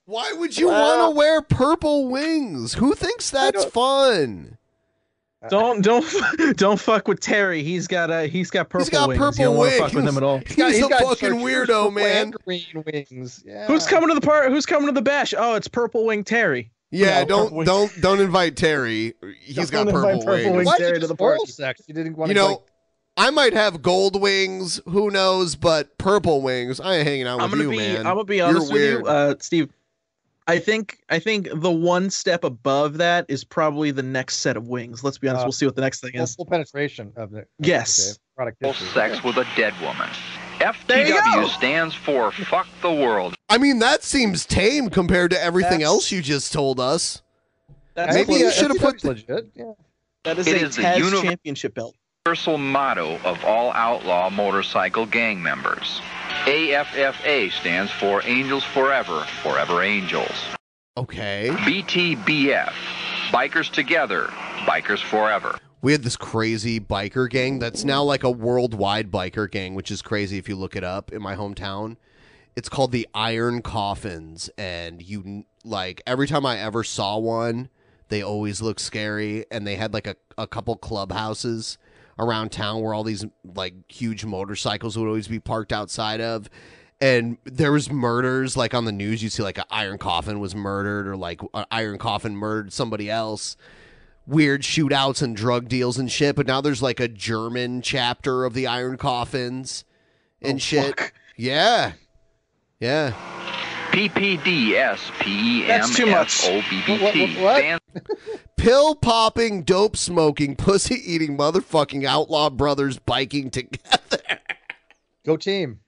Why would you Wow. want to wear purple wings? Who thinks that's fun? *laughs* don't don't *laughs* don't fuck with Terry he's got a he's got purple got wings purple you don't want to fuck wings. with him at all He's, a fucking weirdo, man. Green wings. Yeah. Uh, Who's coming to the part? Who's coming to the bash? Oh, it's Purple Wing Terry. Yeah, No, Purple don't Wing- don't don't invite Terry. He's Don't got invite purple, Purple wings. Wings Why Terry did you to the just oral party. sex? You didn't want you to know, I might have gold wings. Who knows? But purple wings. I ain't hanging out I'm with gonna be. you, man. I'm gonna be You're honest with weird. you, uh, Steve. I think I think the one step above that is probably the next set of wings. Let's be honest. Uh, we'll see what the next thing like is. full penetration of the. *laughs* Yes. Product oral sex with a dead woman. There you FTW stands for fuck the world. I mean, that seems tame compared to everything That's- else you just told us. That's Maybe you should have put. legit. Yeah. That is It a is the Taz universe- championship belt. Universal motto of all outlaw motorcycle gang members. AFFA stands for Angels Forever, Forever Angels. Okay. BTBF, Bikers Together, Bikers Forever. We had this crazy biker gang that's now like a worldwide biker gang, which is crazy if you look it up in my hometown. It's called the Iron Coffins and you like every time I ever saw one, they always look scary and they had like a, a couple clubhouses around town where all these like huge motorcycles would always be parked outside of and there was murders like on the news you see like an iron coffin was murdered or like an iron coffin murdered somebody else weird shootouts and drug deals and shit. But now there's like a German chapter of the Iron Coffins Oh, and shit. Yeah. Yeah. E PPDSPEMFOBBT stands Pill popping, dope smoking, pussy eating, motherfucking outlaw brothers biking together. Go team.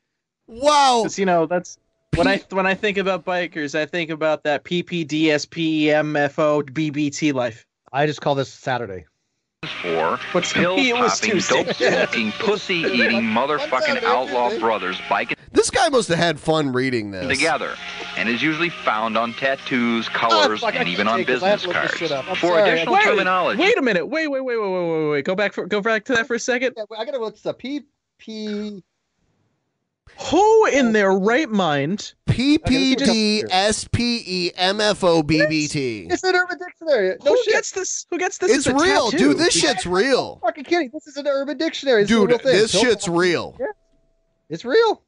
Wow. 'Cause, you know that's when I when I think about bikers, I think about that E PPDSPEMFO BBT life. I just call this Saturday. for What's pill It was popping, Tuesday. dope smoking, *laughs* pussy eating, motherfucking outlaw brothers biking This guy must have had fun reading this. together, and is usually found on tattoos, colors, fuck, I and even can't on take this. I have business to look this shit cards. up. I'm For sorry, I additional can't- Wait, terminology, Wait a minute. Wait, wait, wait, wait, wait, wait, wait. Go back for go back to that for a second. Yeah, I gotta look this up. P P. Who in their right mind? PPD E SPEMFOBBT. It's an Urban Dictionary. No who shit. gets this? Who gets this? as It's a real, tattoo? dude. This shit's real. fucking kidding. This is an Urban Dictionary. This is a Dude, real thing. this Don't- shit's real. It's real.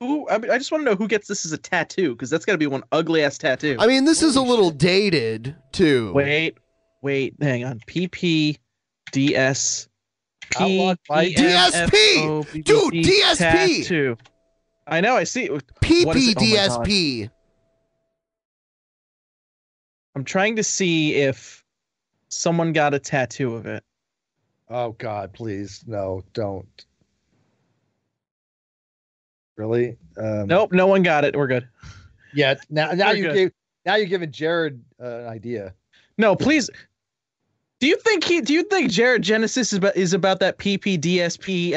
Who? I, mean, I just want to know who gets this as a tattoo because that's got to be one ugly ass tattoo. I mean, this is a little dated, too. wait, wait, hang on. P P D S P E Outlawed by DSP. Dude, DSP. Tattoo. I know. I see. What is it? Oh my God. PPDSP. I'm trying to see if someone got a tattoo of it. Oh God, please no, don't. Really? Um, Nope, no one got it. We're good. Yeah. it's- Now, now We're you good. gave now you're giving Jared uh, an idea. No, please. Do you think he? Do you think Jared Genesis is about is about that E PPDSPEMFO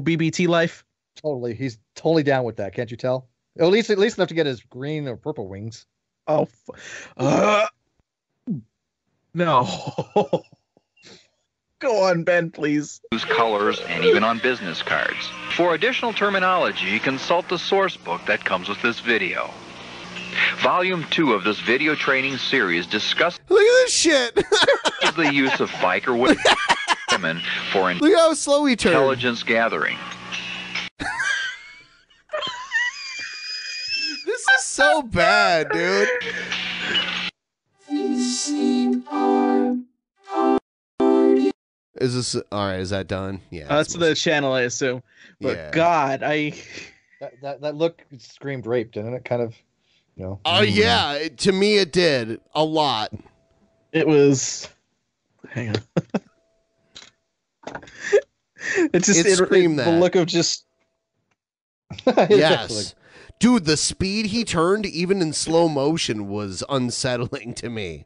BBT life? Totally, he's totally down with that. Can't you tell? At least, at least enough to get his green or purple wings. Oh, f- uh, no. Go on, Ben, please. Use colors and even on business cards. For additional terminology, consult the source book that comes with this video. Volume 2 of this video training series discusses Look at this shit. *laughs* the use of biker wi- *laughs* women for Look how slow he turned. intelligence gathering. This is so bad, dude. Is this all right? Is that done? Yeah. Uh, that's the channel, I assume. But Yeah. God, I that, that, that look screamed rape, didn't it? Kind of, you know. Oh yeah, it- to me it did a lot. It was. Hang on. *laughs* it just It it, screamed it- that. the look of just *laughs* yes. Dude, the speed he turned, even in slow motion, was unsettling to me.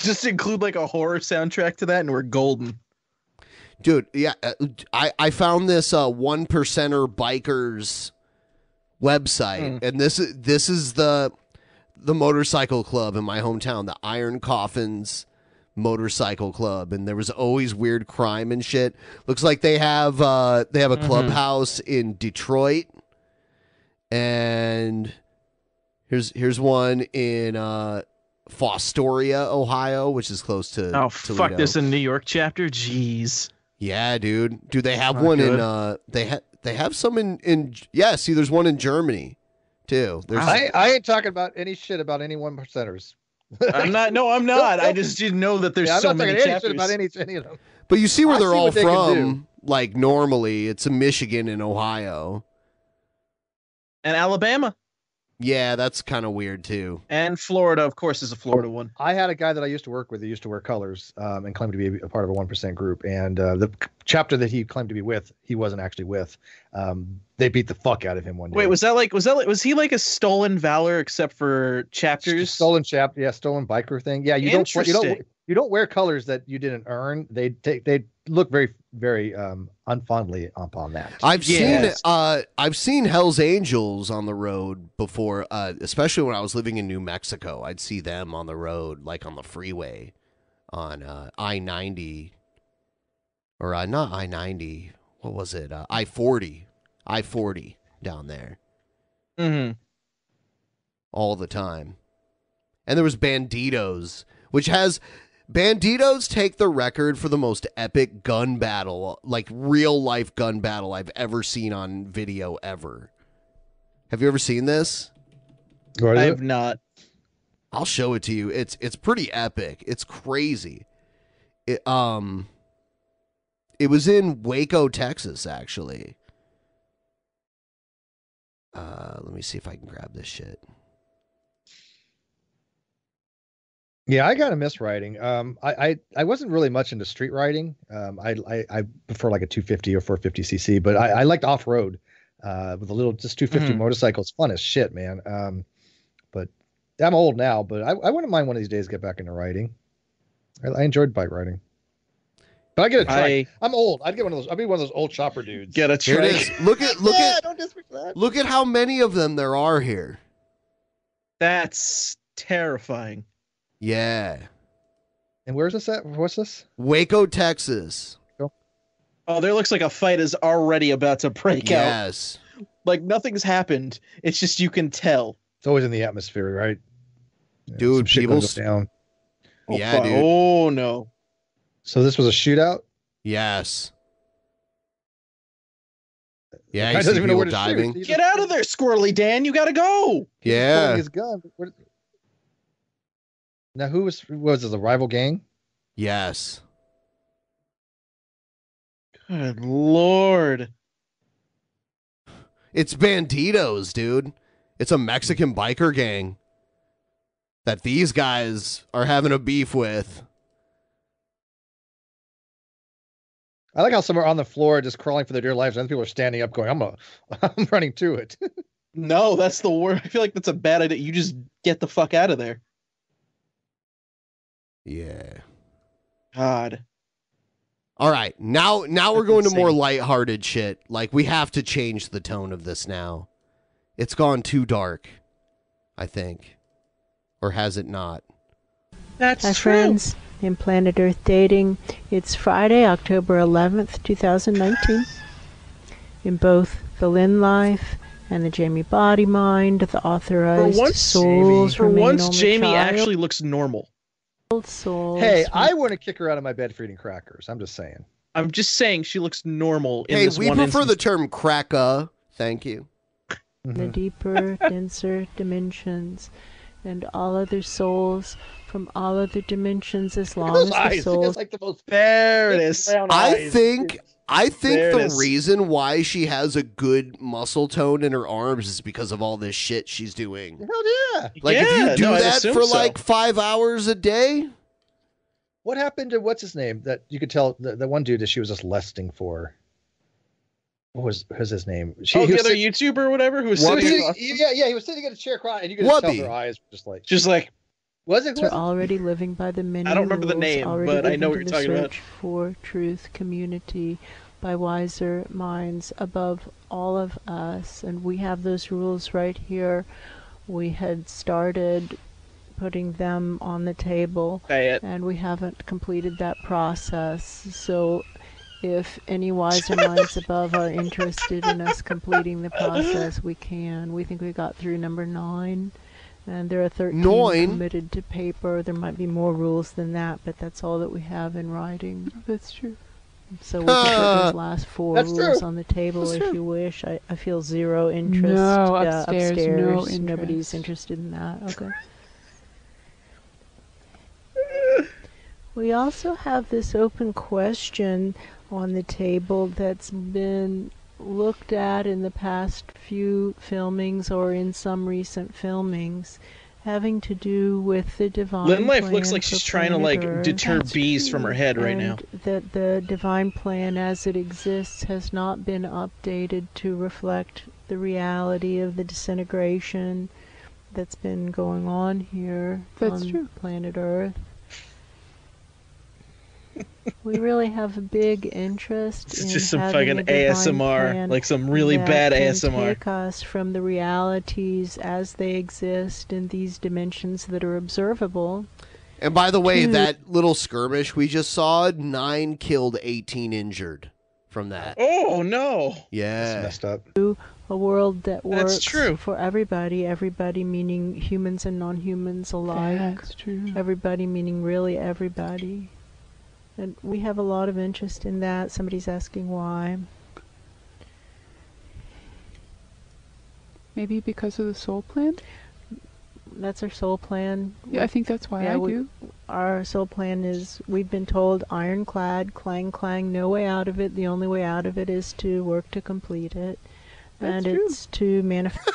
just include like a horror soundtrack to that, and we're golden. Dude, yeah, uh, I, I found this uh, one percenter bikers website, Hmm. and this is this is the the motorcycle club in my hometown, the Iron Coffins Motorcycle Club, and there was always weird crime and shit. Looks like they have uh, they have Mm-hmm. a clubhouse in Detroit, and here's here's one in uh, Fostoria, Ohio, which is close to Oh Toledo. fuck! There's a New York chapter. Jeez. Yeah, dude. Do they have Not one in good. uh they ha- they have some in in yeah, see there's one in Germany too. There's I, I ain't talking about any shit about any one percenters. I'm not. No, I'm not. I just didn't know that there's Yeah, I'm so not talking many any chapters. shit about any, any of them. But you see where I they're see all what they can do. from like normally it's in Michigan and Ohio. And Alabama Yeah, that's kind of weird too. and Florida, of course, is a Florida one. I had a guy that I used to work with that used to wear colors um, and claimed to be a part of a one percent group. And uh, the c- chapter that he claimed to be with, he wasn't actually with. Um, they beat the fuck out of him one day. Wait, was that like was that like, was he like a stolen valor except for chapters? stolen chapter? Yeah, stolen biker thing. Yeah, you don't you don't Interesting. you don't wear colors that you didn't earn. They take they look very very um, unfondly upon that. I've seen uh I've seen Hell's Angels on the road before uh especially when I was living in New Mexico. I'd see them on the road like on the freeway on uh I-90 or uh, not I-90. What was it? Uh, I-40. I-40 down there Mm-hmm. all the time. And there was Banditos, which has Banditos take the record for the most epic gun battle, like real life gun battle I've ever seen on video ever. Have you ever seen this? I have not. I'll show it to you. It's it's pretty epic. It's crazy. It, um it was in Waco, Texas actually. Uh let me see if I can grab this shit. Yeah, I got a miss riding. Um, I, I I wasn't really much into street riding. Um, I I, I prefer like a 250 or 450 cc, but I, I liked off road. Uh, with a little just 250 Mhm. motorcycle, it's fun as shit, man. Um, but I'm old now, but I, I wouldn't mind one of these days get back into riding. I, I enjoyed bike riding, but I get a I- trike. I'm old. I'd get one of those. I'd be one of those old chopper dudes. Get a Here it trike. is. Look at look *laughs* Yeah, at don't disrespect. Look at how many of them there are here. That's terrifying. Yeah. And where's this at? What's this? Waco, Texas. Oh, there looks like a fight is already about to break out. Yes. Like nothing's happened. It's just you can tell. It's always in the atmosphere, right? Yeah, some Dude, shit people goes s- down. Oh, Yeah, fuck. dude. Oh no. So this was a shootout. *laughs* Yes. Yeah, Guy you doesn't see even know people where to shoot. diving. He's Get out of there, Squirrely Dan. You gotta go. Yeah. pulling his gun. What- Now, who was what was this a rival gang? Yes. Good lord. It's banditos, dude. It's a Mexican biker gang that these guys are having a beef with. I like how some are on the floor just crawling for their dear lives, and other people are standing up, going, "I'm a, *laughs* I'm running to it." *laughs* No, that's the word. I feel like that's a bad idea. You just get the fuck out of there. Yeah. God. All right. Now now we're going to insane. more lighthearted shit. Like we have to change the tone of this now. It's gone too dark, I think. Or has it not? That's Hi, true. friends in Planet Earth Dating. It's Friday, October 11th, 2019. in both the Lynn Life and the Jamie Body Mind, the For authorized once, souls for remain once only Jamie child. actually looks normal. souls. Hey, I want to kick her out of my bed for eating crackers. I'm just saying. I'm just saying she looks normal in Hey, this we one prefer instance. the term cracka. Thank you. *laughs* the deeper, denser dimensions, and all other souls from all other dimensions, as long as Those the eyes, he souls has like the most There it is. I think I think There it the is. reason why she has a good muscle tone in her arms is because of all this shit she's doing. Hell yeah! Like if you do that for like five hours a day, What happened to what's his name? That you could tell the, the one dude that she was just lusting for. What was, what was his name? She, oh, he the was other sit- YouTuber or whatever who was Wubby. sitting He- he- yeah, yeah, he was sitting at a chair crying, and you could just tell Wubby. her eyes were just like just like was it? They're already living by the many don't remember the rules name, already but I given know to what you're the talking about. search For truth, community, by wiser minds above all of us, and we have those rules right here. We had started putting them on the table, Say it. and we haven't completed that process. So. If any *laughs* wiser minds above are interested in us completing the process, we can. We think we got through number nine, and there are 13 Nine? committed to paper. There might be more rules than that, but that's all that we have in writing. Oh, That's true. So we can put *laughs* those last four That's rules true. on the table That's if true. you wish. I, I feel zero interest No, uh, upstairs, upstairs. no Nobody's interested in that. Okay. We also have this open question on the table that's been looked at in the past few filmings or in some recent filmings having to do with the divine Lynn Life plan looks like for she's trying to planet like Earth deter bees from her head right now. and That the divine plan as it exists has not been updated to reflect the reality of the disintegration that's been going on here That's on true. planet Earth. we really have a big interest This is in just some having fucking a divine ASMR, plan like some really that bad can ASMR. Take us from the realities as they exist in these dimensions that are observable and by the way, Dude. that little skirmish we just saw, nine killed, eighteen injured from that. Oh no! Yeah, messed up. to a world that works That's true. for everybody. Everybody meaning humans and non-humans alike. That's true. Everybody meaning really everybody. And we have a lot of interest in that. Somebody's asking why. Maybe because of the soul plan? That's our soul plan. Yeah, I think that's why I we- do. Our soul plan is we've been told ironclad, clang clang, no way out of it. The only way out of it is to work to complete it. That's and true. it's to manifest.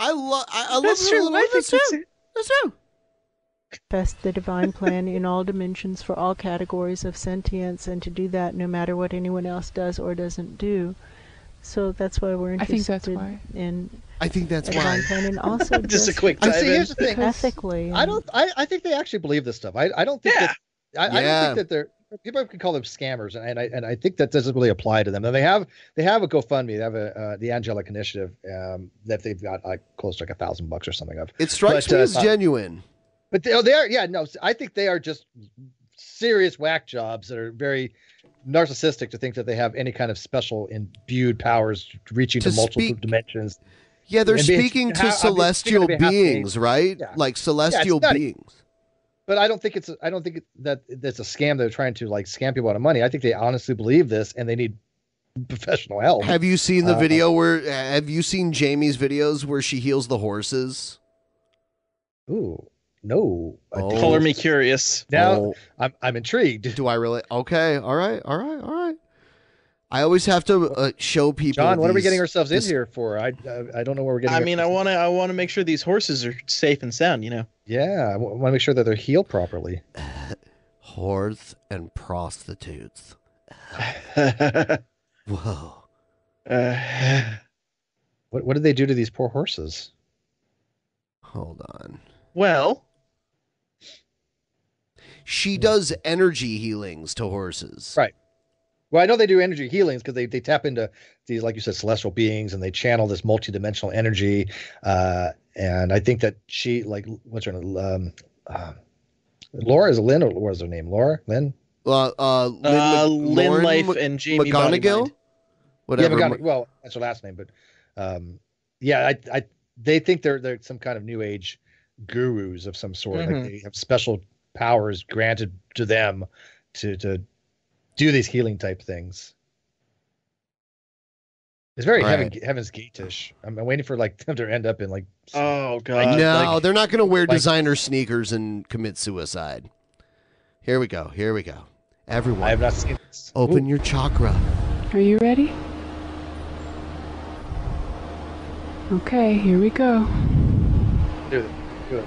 I love. I, I love That's her true. little Life that's is true. That's true. manifest the divine plan in all dimensions for all categories of sentience and to do that no matter what anyone else does or doesn't do. So that's why we're I interested think that's why. in I think that's a why. divine plan and also just, *laughs* Just a quick I see, dive in. here's the thing. ethically. I don't. I, I think they actually believe this stuff. I, I don't think. That, I, I Yeah. don't think that they're people can call them scammers, and, and I and I think that doesn't really apply to them. And they have they have a GoFundMe. They have a uh, the Angelic Initiative um, that they've got like close to like a thousand bucks or something of. It strikes But, me uh, as genuine. But they, oh, they are. Yeah, no, I think they are just serious whack jobs that are very narcissistic to think that they have any kind of special imbued powers reaching to, To multiple speak- dimensions. Yeah, they're And being- speaking how- to I'm just speaking celestial on behalf of the beings, angels. right? Yeah. Like Yeah, it's celestial nutty. beings. But I don't think it's I don't think that that's a scam. They're trying to like scam people out of money. I think they honestly believe this, and they need professional help. Have you seen the Uh, video where? Have you seen Jamie's videos where she heals the horses? Oh. Ooh, no. Color me curious. Now I'm I'm intrigued. Do I really? Okay, all right, all right, all right. I always have to uh, show people. John, what are we these- getting ourselves in this- here for? I I, I don't know where we're getting. I mean, I want to. I want to make sure these horses are safe and sound. You know. yeah, I want to make sure that they're healed properly. *sighs* Whores and prostitutes. *laughs* Whoa. *sighs* what what did they do to these poor horses? Hold on. Well, She does energy healings to horses. Right. Well, I know they do energy healings because they, they tap into these, like you said, celestial beings and they channel this multidimensional energy. Uh, and I think that she, like, what's her name? Um, uh, Laura is Lynn, or what was her name? Laura? Lynn? Uh, uh, Lynn, Uh, Lynn Lauren Life Mc- and Jamie McGonigal? Bodymind. Whatever. Yeah, McGonigal. Well, that's her last name, but um, yeah, I, I, they think they're they're some kind of new age gurus of some sort. Like Mhm. they have special powers granted to them to to do these healing type things. It's very All heaven, right. Heaven's Gate-ish. I'm, I'm waiting for like *laughs* them to end up in like. Oh no, they're not going to wear like- designer sneakers and commit suicide. Here we go. Here we go. Everyone, I have not seen this. Open your chakra. Are you ready? Okay, here we go. Do it. Do it.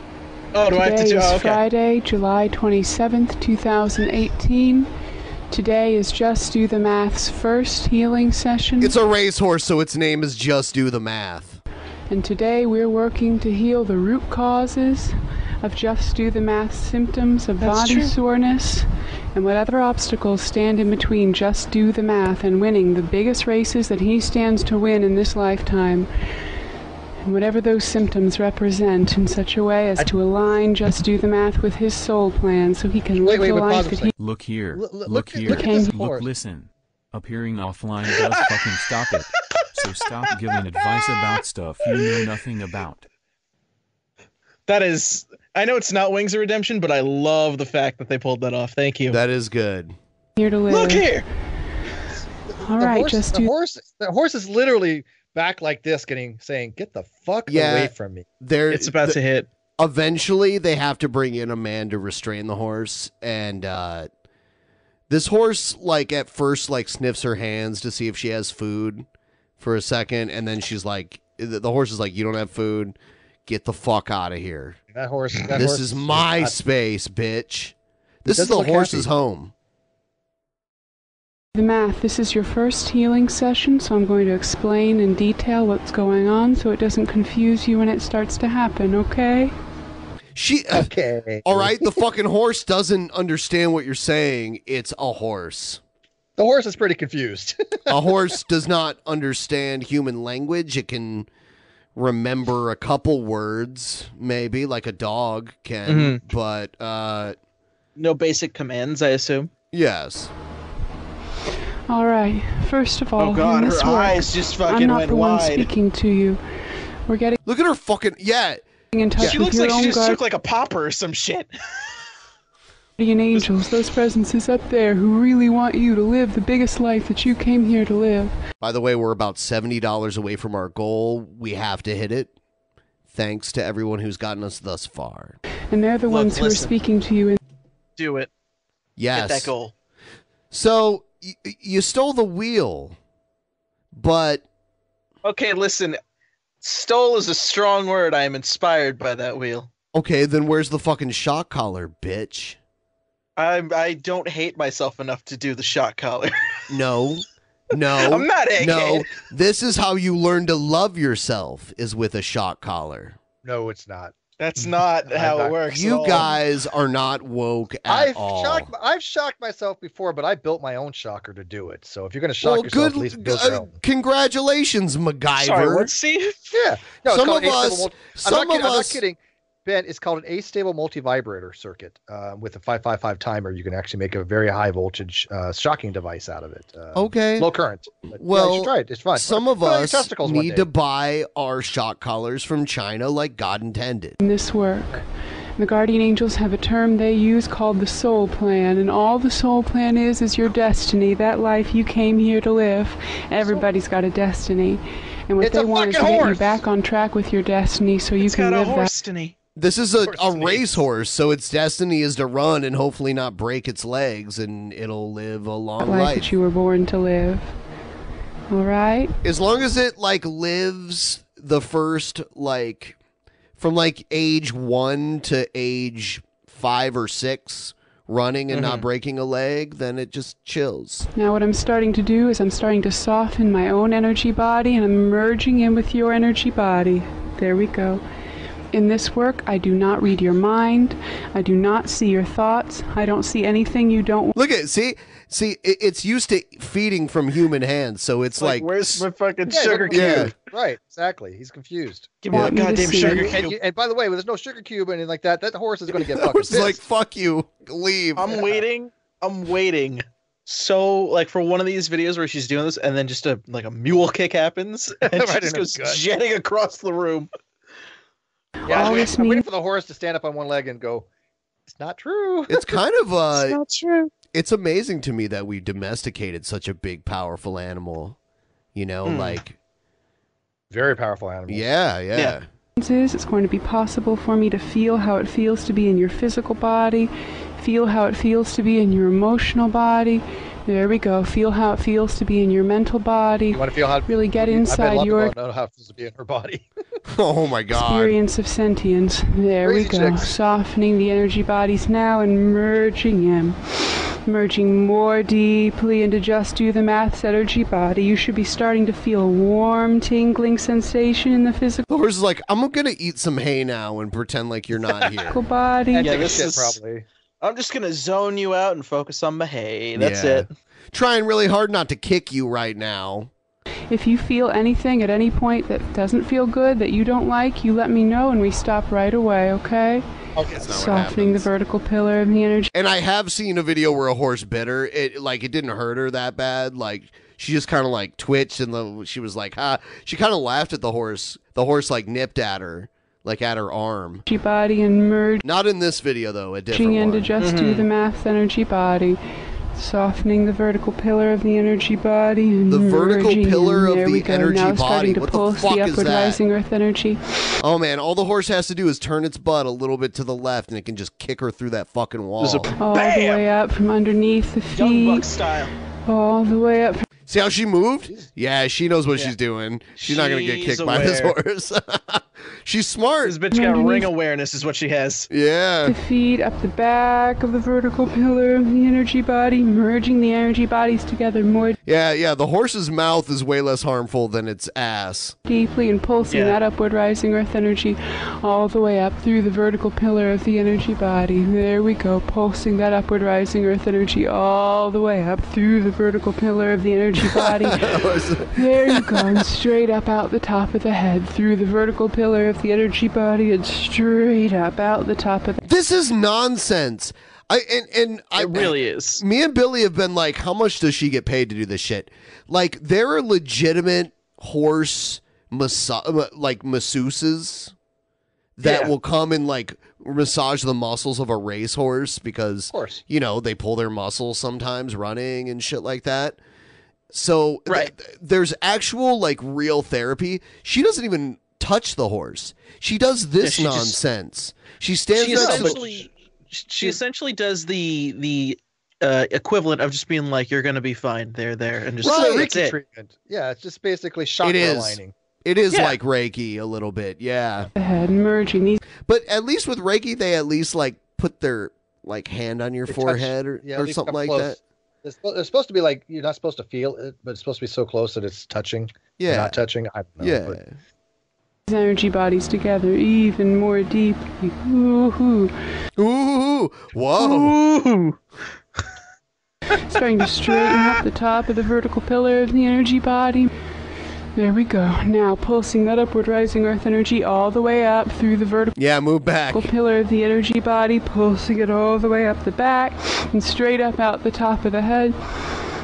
Oh, do Today I have to do- is oh, okay. Friday, July 27th, 2018. Today is Just Do the Math's first healing session. It's a racehorse, so its name is Just Do the Math. And today we're working to heal the root causes of just do the math symptoms of That's body true. soreness and what other obstacles stand in between just do the math and winning the biggest races that he stands to win in this lifetime. And whatever those symptoms represent in such a way as to align just do the math with his soul plan so he can live the life that he Look here. look, here. look at this look, horse. listen. Appearing offline does fucking stop it. So stop giving advice about stuff you know nothing about. That is, I know it's not Wings of Redemption, but I love the fact that they pulled that off. Thank you. That is good. here to live. Look here. All the right, horse, just the do- horse. The horse is literally back like this, getting saying, "Get the fuck Yeah, away from me." They're, It's about to hit. Eventually, they have to bring in a man to restrain the horse, and uh, this horse, like at first, like sniffs her hands to see if she has food for a second, and then she's like, the the horse is like, "You don't have food. Get the fuck out of here." That horse. That this horse is my not- space, bitch. It This is doesn't the look horse's happy. home. The math. This is your first healing session, so I'm going to explain in detail what's going on so it doesn't confuse you when it starts to happen, okay? She uh, okay. All right, the fucking horse doesn't understand what you're saying. It's a horse. The horse is pretty confused. *laughs* a horse does not understand human language. It can remember a couple words, maybe like a dog Mm-hmm. can, but uh, No basic commands, I assume. Yes. All right. First of all, Oh, God, in this her world, eyes just fucking I'm not went the wide. one speaking to you. We're getting look at her fucking yeah. In touch She with looks your like own she just guard- took like a popper or some shit. guardian angels, those presences up there who really want you to live the biggest life that you came here to live. By the way, we're about seventy dollars away from our goal. We have to hit it. Thanks to everyone who's gotten us thus far. And they're the Look, ones who are listen. speaking to you. In- Do it. Yes. that goal. So y- y- you stole the wheel, but Okay, listen. Stole is a strong word. I am inspired by that wheel. okay, then where's the fucking shock collar, bitch? I I don't hate myself enough to do the shot collar. *laughs* No. No. I'm not egghead. No. This is how you learn to love yourself is with a shock collar. no, it's not. That's not how it works. at You all. guys are not woke at I've all. shocked. I've shocked myself before, but I built my own shocker to do it. So if you're gonna shock well, yourself, good. at least build uh, your own. congratulations, MacGyver. See? *laughs* Yeah. No, it's Some of called an astable us- multi- some I'm not, of kid- I'm not us- kidding. Ben, it's called an astable multivibrator circuit uh, with a 555 timer. You can actually make a very high voltage uh, shocking device out of it. Uh, Okay. Low current. But, yeah, you Well, should try it. It's fun. Some of Put it on your us testicles one need day. to buy our shock collars from China like God intended. in this work. The guardian angels have a term they use called the soul plan, and all the soul plan is is your destiny, that life you came here to live. Everybody's got a destiny, and what It's they a want is to fucking get you horse. back on track with your destiny, so you can live that. This is a, a racehorse, so its destiny is to run and hopefully not break its legs, and it'll live a long That life, life. that you were born to live. All right. as long as it like lives the first like from like age one to age five or six running and Mm-hmm. not breaking a leg then it just chills Now, what I'm starting to do is I'm starting to soften my own energy body and I'm merging in with your energy body. There we go. In this work, I do not read your mind. I do not see your thoughts. I don't see anything you don't look at see see i- it's used to feeding from human hands so it's like, where's my fucking yeah, Right, exactly. He's confused. Give me that Yeah. goddamn sugar And- cube. And by the way, when there's no sugar cube and like that, that horse is going to *laughs* get That fucking horse is like, fuck you, leave. I'm waiting. I'm waiting. So like for one of these videos where she's doing this, and then just a like a mule kick *laughs* happens, and *laughs* Right she in just her goes gut. jetting across the room. Yeah, I'm All waiting, this I'm waiting mean- for the horse to stand up on one leg and go. It's *laughs* not true. *laughs* It's kind of uh It's not true. It's amazing to me that we domesticated such a big powerful animal. You know, Hmm. like very powerful animal. Yeah, yeah. Yeah. is it's going to be possible for me to feel how it feels to be in your physical body, feel how it feels to be in your emotional body. There we go. Feel how it feels to be in your mental body. You want to feel how *laughs* really get I mean, I bet a lot inside of people your don't know how it feels to be in her body. *laughs* Oh my experience of sentience. There we Crazy go. chicks. Softening the energy bodies now and merging in. Merging more deeply into just do the math's energy body. You should be starting to feel a warm, tingling sensation in the physical The horse is like, I'm gonna eat some hay now and pretend like you're not here. body. yeah, this is probably. I'm just gonna zone you out and focus on the hay. That's Yeah. it. Trying really hard not to kick you right now. If you feel anything at any point that doesn't feel good, that you don't like, you let me know and we stop right away, okay? Okay, that's not what Softening the vertical pillar of the energy. And I have seen a video where a horse bit her. It like it didn't hurt her that bad. Like she just kind of like twitched and the, she was like, "Ha!" She kind of laughed at the horse. The horse like nipped at her, like at her arm. Energy body and merging Not in this video though. A different one. into just do Mm-hmm. the math energy body. Softening the vertical pillar of the energy body and The vertical merging in. pillar of there the we go. energy now body. Starting to What the pulse fuck the is upward that? rising earth energy. Oh man, all the horse has to do is turn its butt a little bit to the left, and it can just kick her through that fucking wall. All the way up from underneath the feet. Young buck style. All the way up. From See how she moved? Yeah, she knows what she's doing. She's, not gonna get She's kicked by this aware. horse. *laughs* she's smart. This bitch Mm-hmm. got ring awareness, is what she has. Yeah. the feet up the back of the vertical pillar of the energy body, merging the energy bodies together more Yeah, yeah. The horse's mouth is way less harmful than its ass. deeply and pulsing Yeah. that upward rising earth energy all the way up through the vertical pillar of the energy body. There we go, pulsing that upward rising earth energy all the way up through the vertical pillar of *laughs* the energy body. there you go, and straight up out the top of the head through the vertical pillar of the energy body and straight up out the top of the This is nonsense. I and and I really is. Me and Billy have been like, how much does she get paid to do this shit? Like, there are legitimate horse massa- like masseuses that Yeah. will come and like massage the muscles of a racehorse because you know they pull their muscles sometimes running and shit like that. So th- th- there's actual like real therapy. She doesn't even touch the horse. She does this she just- nonsense. she stands she next to the- essentially she, essentially does the the uh, equivalent of just being like you're gonna be fine there there and just Right. that's Reiki it. treatment. Yeah, it's just basically chakra it is. lining. It is Yeah. like Reiki a little bit, yeah. head, merging these. But at least with Reiki, they at least like put their like hand on your They touch- forehead or, yeah, or they something come like close. that. It's, spo- it's supposed to be like you're not supposed to feel it, but it's supposed to be so close that it's touching. or Yeah. not touching. I don't know. Yeah. but- These energy bodies together even more deeply. Ooh-hoo. Ooh, whoa. *laughs* Starting to straighten up the top of the vertical pillar of the energy body. There we go. Now pulsing that upward rising earth energy all the way up through the vertical Yeah, move back. pillar of the energy body, pulsing it all the way up the back and straight up out the top of the head,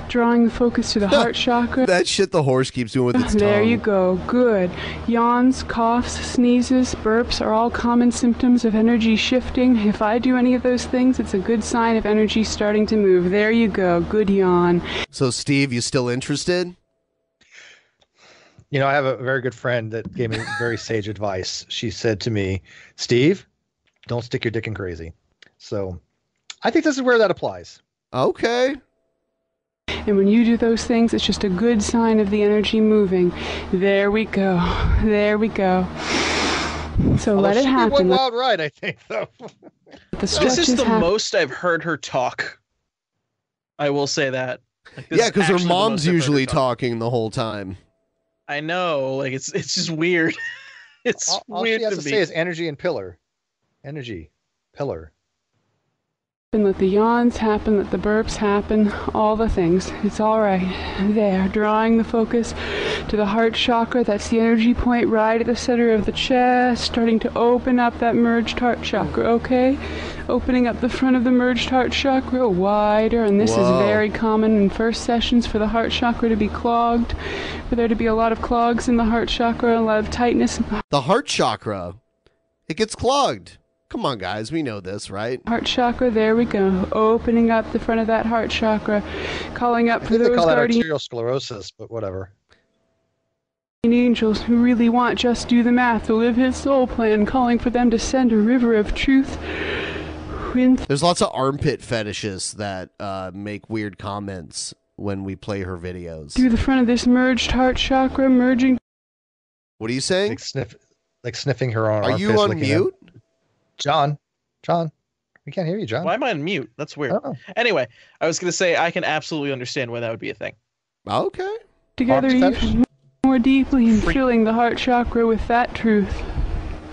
drawing the *laughs* focus to the heart chakra. Oh, That shit the horse keeps doing with its There tongue. you go. Good. Yawns, coughs, sneezes, burps are all common symptoms of energy shifting. If I do any of those things, it's a good sign of energy starting to move. There you go. Good yawn. So Steve, you still interested? You know, I have a very good friend that gave me *laughs* very sage advice. She said to me, "Steve, don't stick your dick in crazy." So, I think this is where that applies. Okay. And when you do those things, it's just a good sign of the energy moving. There we go. There we go. So Although let it she'd be happen. One Let wild ride, I think, though. the This stretches is the happen. most I've heard her talk. I will say that. Like, this yeah, is because actually her the mom's most I've heard her usually talk. talking the whole time. I know, like it's it's just weird. it's all, all weird she has to to, me. say is energy and pillar, energy, pillar. happen, let the yawns happen, let the burps happen, all the things. It's all right. There, drawing the focus to the heart chakra. That's the energy point right at the center of the chest, starting to open up that merged heart chakra, okay? Opening up the front of the merged heart chakra wider, and this Whoa. is very common in first sessions for the heart chakra to be clogged, for there to be a lot of clogs in the heart chakra, a lot of tightness in the The heart chakra, it gets clogged. Come on, guys, we know this, right? Heart chakra, there we go. Opening up the front of that heart chakra, calling up for They those call that guardian arterial sclerosis, but whatever. angels who really want just do the math to live his soul plan, calling for them to send a river of truth in There's lots of armpit fetishes that uh, make weird comments when we play her videos. through the front of this merged heart chakra, merging What are you saying? Like sniff, like sniffing her on. Are our you fist, on licking them. John, John, we can't hear you, *laughs* John. Why am I on mute? That's weird. Oh. Anyway, I was going to say I can absolutely understand why that would be a thing. Okay. together Armpit even more deeply and filling the heart chakra with that truth.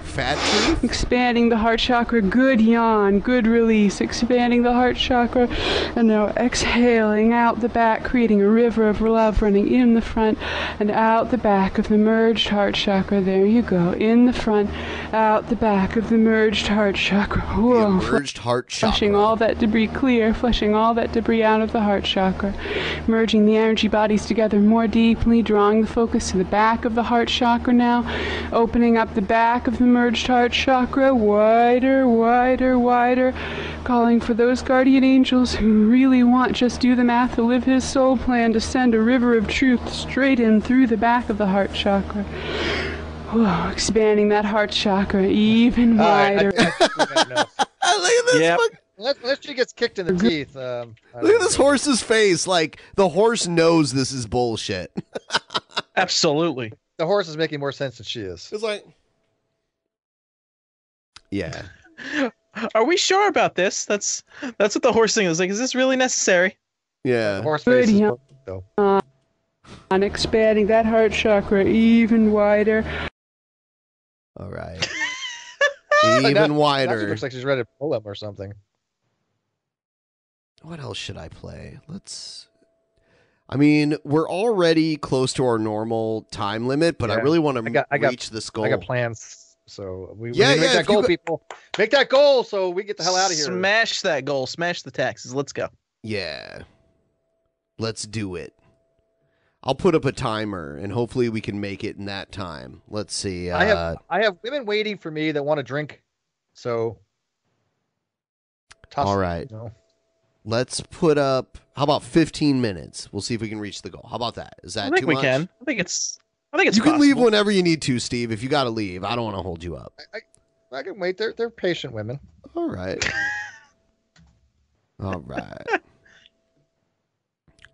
Fat Expanding the heart chakra, good yawn, good release, expanding the heart chakra, and now exhaling out the back, creating a river of love running in the front and out the back of the merged heart chakra. There you go, in the front, out the back of the merged heart chakra. Whoa. Merged heart chakra. Flushing all that debris clear, flushing all that debris out of the heart chakra, merging the energy bodies together more deeply, drawing the focus to the back of the heart chakra now, opening up the back of the merged heart chakra wider, wider, wider, calling for those guardian angels who really want just do the math to live his soul plan to send a river of truth straight in through the back of the heart chakra. Whoa, expanding that heart chakra even wider. Yep. Unless, unless she gets kicked in the teeth. Um, I don't Look at know. this horse's face. Like, the horse knows this is bullshit. *laughs* Absolutely. The horse is making more sense than she is. It's like, *laughs* yeah. Are we sure about this? That's that's what the horse thing is like. Is this really necessary? Yeah. horse Good yawn. On Uh, expanding that heart chakra even wider. All *laughs* right. Like, now- now Even she wider. looks like she's ready to pull him or something. What else should I play? Let's. I mean, we're already close to our normal time limit, but I Yeah. really want I to got- I got- reach this goal. I got plans, so we, we Yeah, need to yeah, make that if you goal, go- people. Make that goal so we get the hell out of here. Smash that goal. Smash the taxes. Let's go. Yeah. Let's do it. I'll put up a timer, and hopefully we can make it in that time. Let's see. Uh, I have I have women waiting for me that want to drink, so toss all right. No. Let's put up. How about 15 minutes? We'll see if we can reach the goal. How about that? Is I that think too we much? can. I think it's. I think it's. you can leave possible. whenever you need to, Steve. If you got to leave, I don't want to hold you up. I can wait. They're they're patient women. All right. All right.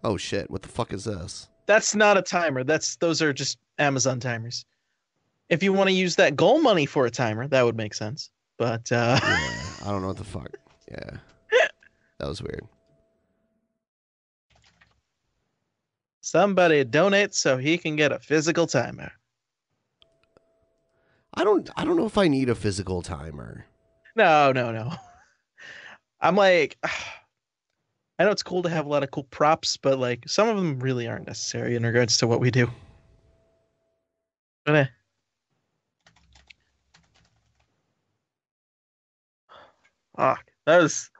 oh shit! What the fuck is this? That's not a timer. That's those are just Amazon timers. If you want to use that goal money for a timer, that would make sense. But uh, I don't know what the fuck. Yeah, that was weird. *laughs* somebody donate so he can get a physical timer. I don't. I don't know if I need a physical timer. No, no, no. I'm like, *sighs* I know it's cool to have a lot of cool props, but like some of them really aren't necessary in regards to what we do. But, eh. Fuck, that was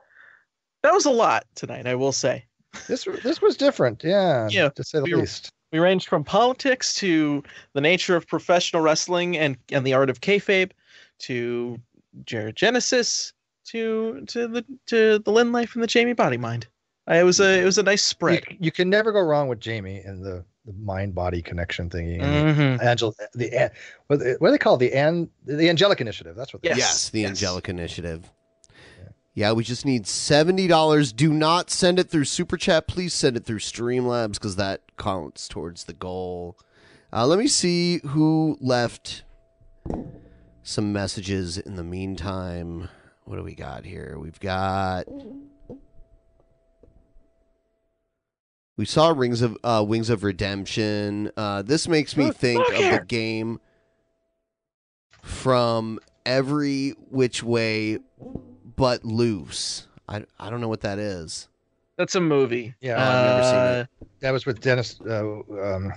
that was a lot tonight. I will say. This this was different. Yeah. Yeah, To say the we- least. We ranged from politics to the nature of professional wrestling and, and the art of kayfabe, to Jared Genesis, to to the to the Lynn life and the Jamie body mind. I, it was a it was a nice spread. You, you can never go wrong with Jamie and the, the mind body connection thingy. Mhm. And Angel, the an- what they- what do they call it? the an, the angelic initiative? That's what. They Yes, the Angelic Initiative. Yeah, we just need seventy dollars. Do not send it through Super Chat. Please send it through Streamlabs because that counts towards the goal. Uh, let me see who left some messages in the meantime. What do we got here? We've got we saw Rings of uh, Wings of Redemption. Uh, this makes me think of the game from every which way but loose. I, I don't know what that is. That's a movie. Yeah, Uh, Oh, I've never seen it. That was with Dennis. Uh, um,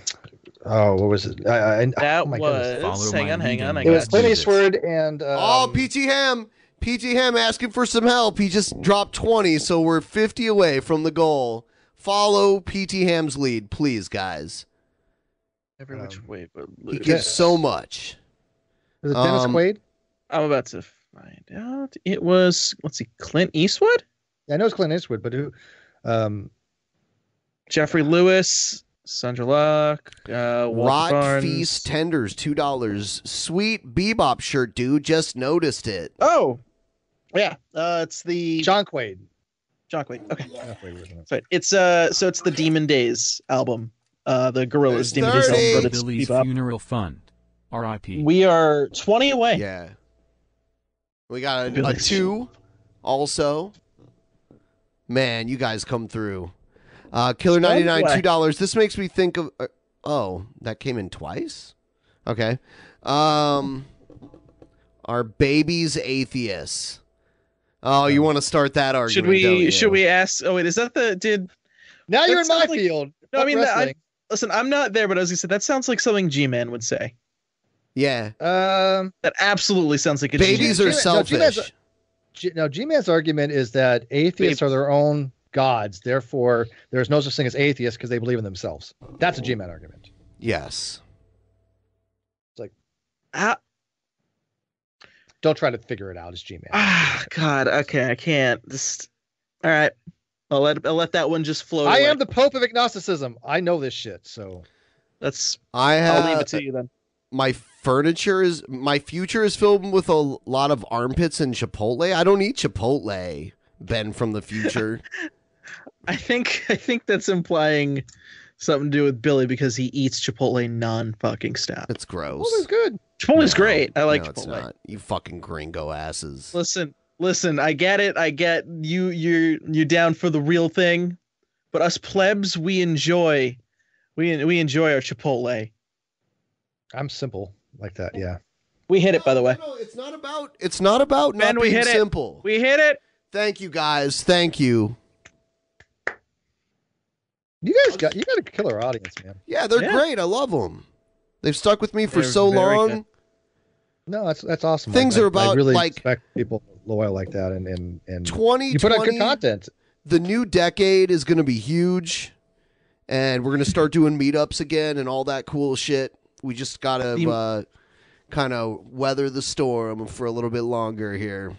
Oh, what was it? I, I, That oh my was. hang on, hang on. I it was got Clint you. Eastwood and uh, oh, PT Ham, PT Ham asking for some help. He just dropped twenty, so we're fifty away from the goal. Follow PT Ham's lead, please, guys. Every which way but He loose. gives so much. Is Um, it Dennis Quaid? I'm about to find out. It was let's see, Clint Eastwood. Yeah, I know it's Clint Eastwood, but who? Um, Jeffrey Lewis, Sandra Luck, uh, Walter Rod Barnes. Feast Tenders, two dollars. Sweet bebop shirt, dude. Just noticed it. Oh, yeah. Uh, it's the John Quaid. John Quaid. Okay. Sorry. It's uh, so it's the Demon Days album. Uh, the Gorillas Demon Days album. But it's Billy's bebop. Funeral Fund. R.I.P. We are 20 *laughs* away. Yeah. We got a, a two also. Man, you guys come through. Uh, Killer ninety nine, two dollars. This makes me think of. Uh, oh, that came in twice. Okay. Um, our baby's atheists. Oh, you want to start that argument? Should don't we you? should we ask? Oh wait, is that the did? Now you're in my field. No, I Fuck mean, that- I, wrestling. listen, I'm not there, but I was gonna say that sounds like something G-Man would say. Yeah. Um, that absolutely sounds like a Babies G-Man. are selfish. G- now, G-Man's argument is that atheists Babe. are their own gods. Therefore, there's no such thing as atheists because they believe in themselves. That's a G-Man argument. Yes. It's like, Ah. don't try to figure it out. It's G-Man. Ah, God. Okay, I can't. Just all right. I'll let I'll let that one just float. I away. am the Pope of agnosticism. I know this shit. So That's I have. I'll leave it to you then. My furniture is my future is filled with a lot of armpits and Chipotle. I don't eat Chipotle, Ben from the future. *laughs* I think I think that's implying something to do with Billy because he eats Chipotle non-fucking stop. That's gross. Chipotle's good. Chipotle's great. I like no, it's Chipotle. not. You fucking gringo asses. Listen, listen, I get it. I get you you're you're down for the real thing. But us plebs, we enjoy we we enjoy our Chipotle. I'm simple like that. Yeah. We hit it by the way. It's not about it's not about Ben, not we being hit it. simple. We hit it. Thank you guys. Thank you. You guys got you got a killer audience, man. Yeah, they're Yeah. great. I love them. They've stuck with me for They're so very long. good. No, that's that's awesome. Things I- are I- I about, really like- respect people loyal like that and and and 20 You put out good content. The new decade is going to be huge, and we're going to start doing meetups again and all that cool shit. We just got to You- uh, kind of weather the storm for a little bit longer here.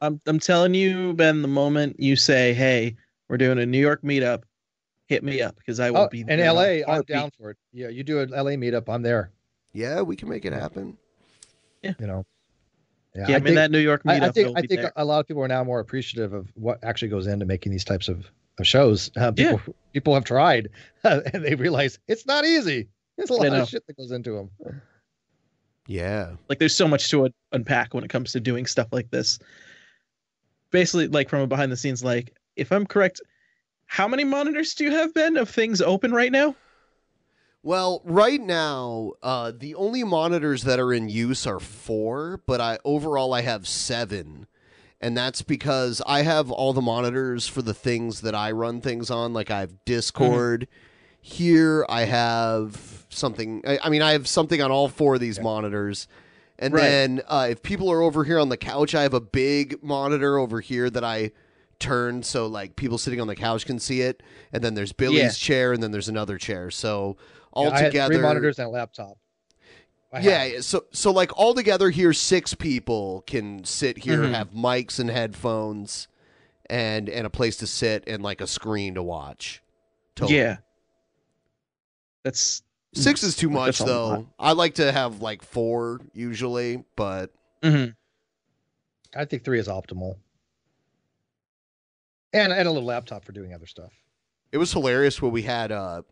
I'm I'm telling you, Ben, the moment you say, Hey, we're doing a New York meetup, hit me up because I will Oh, be in there on LA, I'm heartbeat. down for it. Yeah, you do an LA meetup, I'm there. Yeah, we can make it happen. Yeah. You know. Yeah, I'm in that New York I, I meetup, think it'll I be think there. a lot of people are now more appreciative of what actually goes into making these types of, of shows. Uh, people people have tried *laughs* and they realize it's not easy. There's a I lot know. of shit that goes into them. Yeah. Like there's so much to un- unpack when it comes to doing stuff like this. Basically, like from a behind the scenes, like if I'm correct, how many monitors do you have, Ben, of things open right now? Well, right now, uh, the only monitors that are in use are four, but I overall I have seven, and that's because I have all the monitors for the things that I run things on. Like I have Discord here, I have something. I, I mean, I have something on all four of these monitors. And Right. then uh, if people are over here on the couch, I have a big monitor over here that I turn so like people sitting on the couch can see it. And then there's Billy's Yeah. chair, and then there's another chair. So all Yeah, I had together, three monitors and a laptop. I yeah. yeah, So so like all together here, six people can sit here, Mhm. have mics and headphones, and and a place to sit and like a screen to watch. Totally. Yeah. That's Six is too Like, much that's a lot. though. I like to have like four usually, but Mm-hmm. I think three is optimal. And and a little laptop for doing other stuff. it was hilarious when we had uh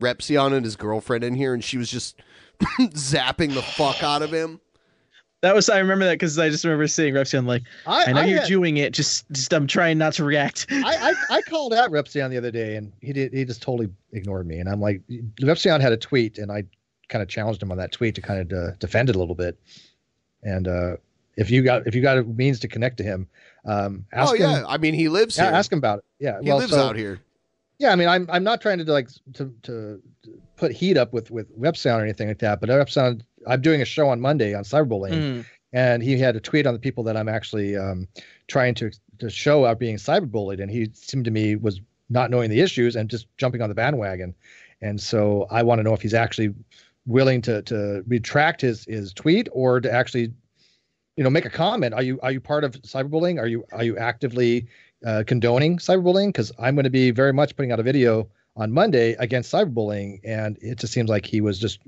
Repsion and his girlfriend in here and she was just *laughs* zapping the fuck out of him. That was I remember that because I just remember seeing Repsion like I- I, know I you're had- doing it, just just I'm trying not to react. I, I, I called out Repsion the other day, and he did. He just totally ignored me. And I'm like, Repsion had a tweet, and I kind of challenged him on that tweet to kind of uh, defend it a little bit. And uh, if you got if you got a means to connect to him, um, ask oh yeah, him. I mean he lives yeah, here. ask him about it. Yeah, He lives out here. Yeah, I mean, I'm I'm not trying to like to to to put heat up with with Web Sound or anything like that, but Web Sound, I'm doing a show on Monday on cyberbullying, Mm. and he had a tweet on the people that I'm actually um, trying to to show out being cyberbullied, and he seemed to me was not knowing the issues and just jumping on the bandwagon, and so I want to know if he's actually willing to to retract his his tweet or to actually you know make a comment are you are you part of cyberbullying are you are you actively uh, condoning cyberbullying because i'm going to be very much putting out a video on monday against cyberbullying and it just seems like he was just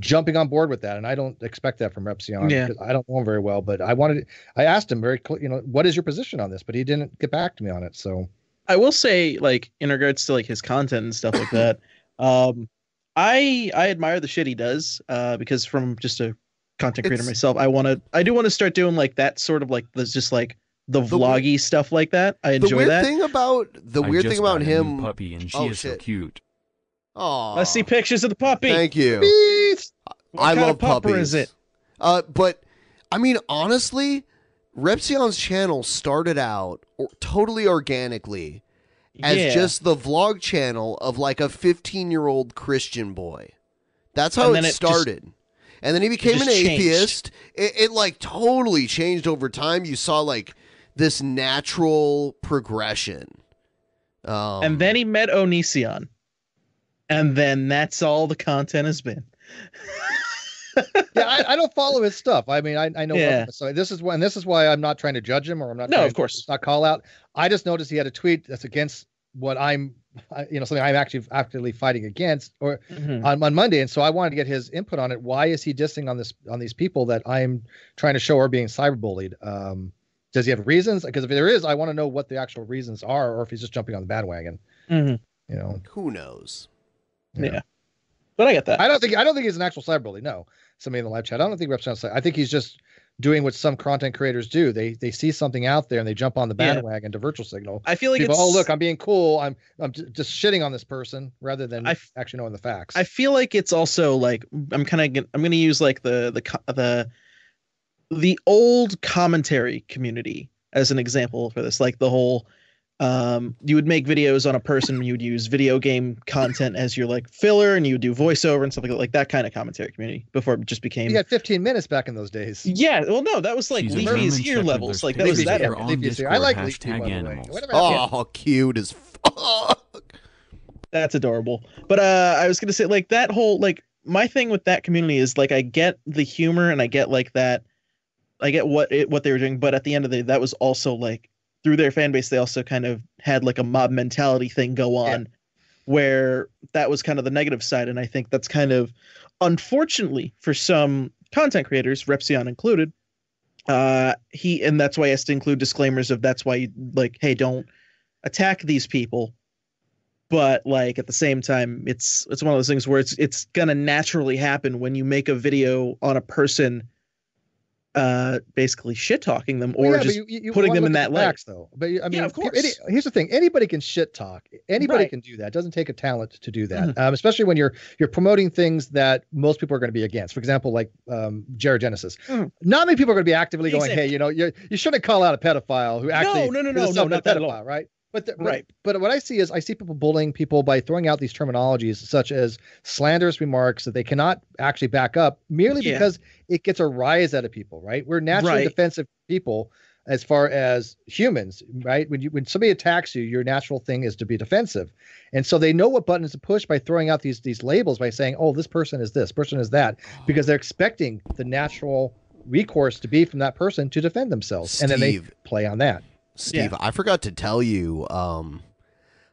jumping on board with that and i don't expect that from repsion Yeah. i don't know him very well but i wanted i asked him very cl- you know what is your position on this but he didn't get back to me on it so I will say, like in regards to like his content and stuff like *clears throat* that, um, I I admire the shit he does uh, because from just a content creator It's- myself, I want to I do want to start doing like that sort of like the just like the, vloggy stuff like that. I enjoy the weird that. thing about the I weird just thing about got a new him. puppy and she oh is so shit! cute. Aw. Let's see pictures of the puppy. Thank you. Beep. What I kind of pupper love puppies. is it? Uh, but I mean, honestly, Repsion's channel started out or, totally organically as Yeah. just the vlog channel of like a 15 year old Christian boy. That's how And it then it just- started. and then he became an just changed. atheist. It, it like totally changed over time. You saw like this natural progression. Um, and then he met Onision, and then that's all the content has been. yeah I, I don't follow his stuff i mean i, I know of Yeah. him. so this is why and this is why i'm not trying to judge him or i'm not No, trying of to- it's not call out i just noticed he had a tweet that's against what i'm I- you know something i'm actually actively fighting against or Hmm. on, on Monday, and so I wanted to get his input on it. Why is he dissing on this on these people that I'm trying to show are being cyberbullied? Um, does he have reasons? Because if there is, I want to know what the actual reasons are, or if he's just jumping on the bandwagon. You know, who knows? Yeah. But I get that. I don't think I don't think he's an actual cyberbully. No, somebody in the live chat. I don't think Rep's I think he's just doing what some content creators do. They they see something out there and they jump on the Yeah. bandwagon to virtual signal. I feel like people, it's- oh look, I'm being cool. I'm I'm j- just shitting on this person rather than actually knowing the facts. I feel like it's also like I'm kind of I'm going to use like the the co- the the old commentary community as an example for this like the whole um you would make videos on a person you'd use video game content as your like filler and you would do voiceover and stuff like that, like that kind of commentary community before it just became You got 15 minutes back in those days. yeah well no that was like She's a leafy's German ear Shepherd, levels there's like that was pictures that of her era. on Leafy's ear. I Discord, like Leafy, by hashtag the way. animals. Whatever happened- Oh, cute as fuck. That's adorable. But uh I was gonna say like that whole like my thing with that community is like I get the humor and I get like that I get what it, what they were doing, but at the end of the day that was also like through their fan base they also kind of had like a mob mentality thing go on where that was kind of the negative side and I think that's kind of unfortunately for some content creators, Repsion included, uh he and that's why he has to include disclaimers of that's why you like hey don't attack these people but like at the same time it's it's one of those things where it's it's gonna naturally happen when you make a video on a person uh basically shit talking them Well, or yeah, but just you- you- you putting wanna them in look that at the light facts, though. But you- I mean, of pe- course. any- here's the thing: anybody can shit talk. Anybody Right. Mm-hmm. can do that. It doesn't take a talent to do that, um, especially when you're you're promoting things that most people are going to be against. For example, like um, Genesis. Mm. Not many people are going to be actively going, Exactly. "Hey, you know, you you shouldn't call out a pedophile who no, actually no, is no, no, himself not that at pedophile," all. right? But, the, but- Right. But what I see is I see people bullying people by throwing out these terminologies such as slanderous remarks that they cannot actually back up merely Yeah. because it gets a rise out of people, right? We're naturally Right. defensive people as far as humans, right? When you when somebody attacks you, your natural thing is to be defensive. And so they know what buttons to push by throwing out these these labels by saying, "Oh, this person is this, person is that," because they're expecting the natural recourse to be from that person to defend themselves. And then Steve. they play on that. Steve, I forgot to tell you, um,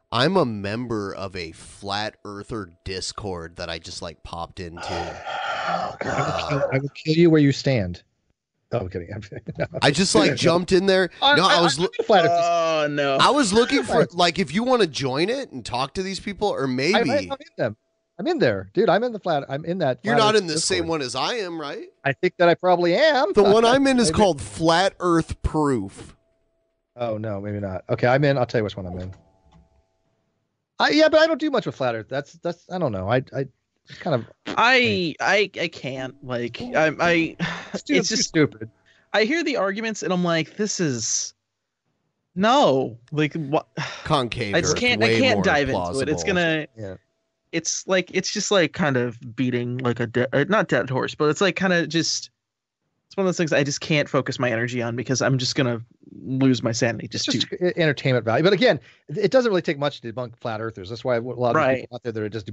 I'm a member of a flat earther Discord that I just like popped into. Uh, I I will kill you where you stand. Oh, I'm kidding. *laughs* I'm kidding. I just like jumped in there. *sighs* I- No, I I- was I'm lo- a flat earther. oh no. I was looking *laughs* for like if you want to join it and talk to these people or I, maybe am in them. I'm in there, dude. I'm in the flat. I'm in that. you're flat not earth in the same Discord. one as I am, right? I think that I probably am. The one *laughs* I'm in is Maybe- called Flat Earth Proof. Oh no, maybe not. Okay, I'm in. I'll tell you which one I'm in. I, yeah, but I don't do much with flat earth. That's that's. I don't know. I I it's kind of I I I can't like I *sighs* I it's just stupid. I hear the arguments and I'm like this is No, like *sighs* what? Concave. I just Earth, can't. I way more can't dive into it. It's plausible. gonna. It's like it's just like kind of beating like a de- uh, not dead horse, but it's like kind of just. It's one of those things I just can't focus my energy on because I'm just gonna lose my sanity just, just too. e- entertainment value. But again, it doesn't really take much to debunk flat earthers. That's why a lot of Right. people out there that are just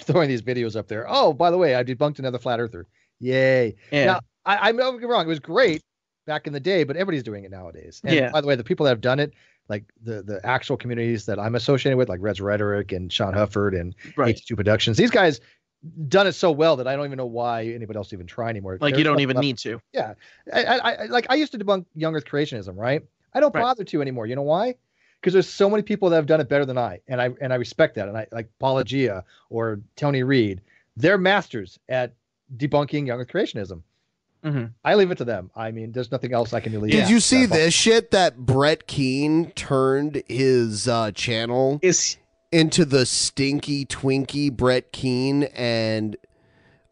throwing these videos up there. Oh, by the way, I debunked another flat earther. Yay! Yeah. Now, I, I'm not wrong. It was great back in the day, but everybody's doing it nowadays. And Yeah. By the way, the people that have done it, like the the actual communities that I'm associated with, like Red's Rhetoric and Sean Hufford and Right. H2 Productions, these guys done it so well that I don't even know why anybody else even try anymore. Like you There's don't nothing even left need to. yeah, I, I, I like I used to debunk young Earth creationism, right? I don't bother to anymore. You know why? Because there's so many people that have done it better than I, and I and I respect that. And I like Paula Gia or Tony Reed, they're masters at debunking young Earth creationism. Mm-hmm. I leave it to them. I mean, there's nothing else I can really. Did you see this shit that Brett Keene turned his uh, channel into the stinky Twinkie Brett Keene and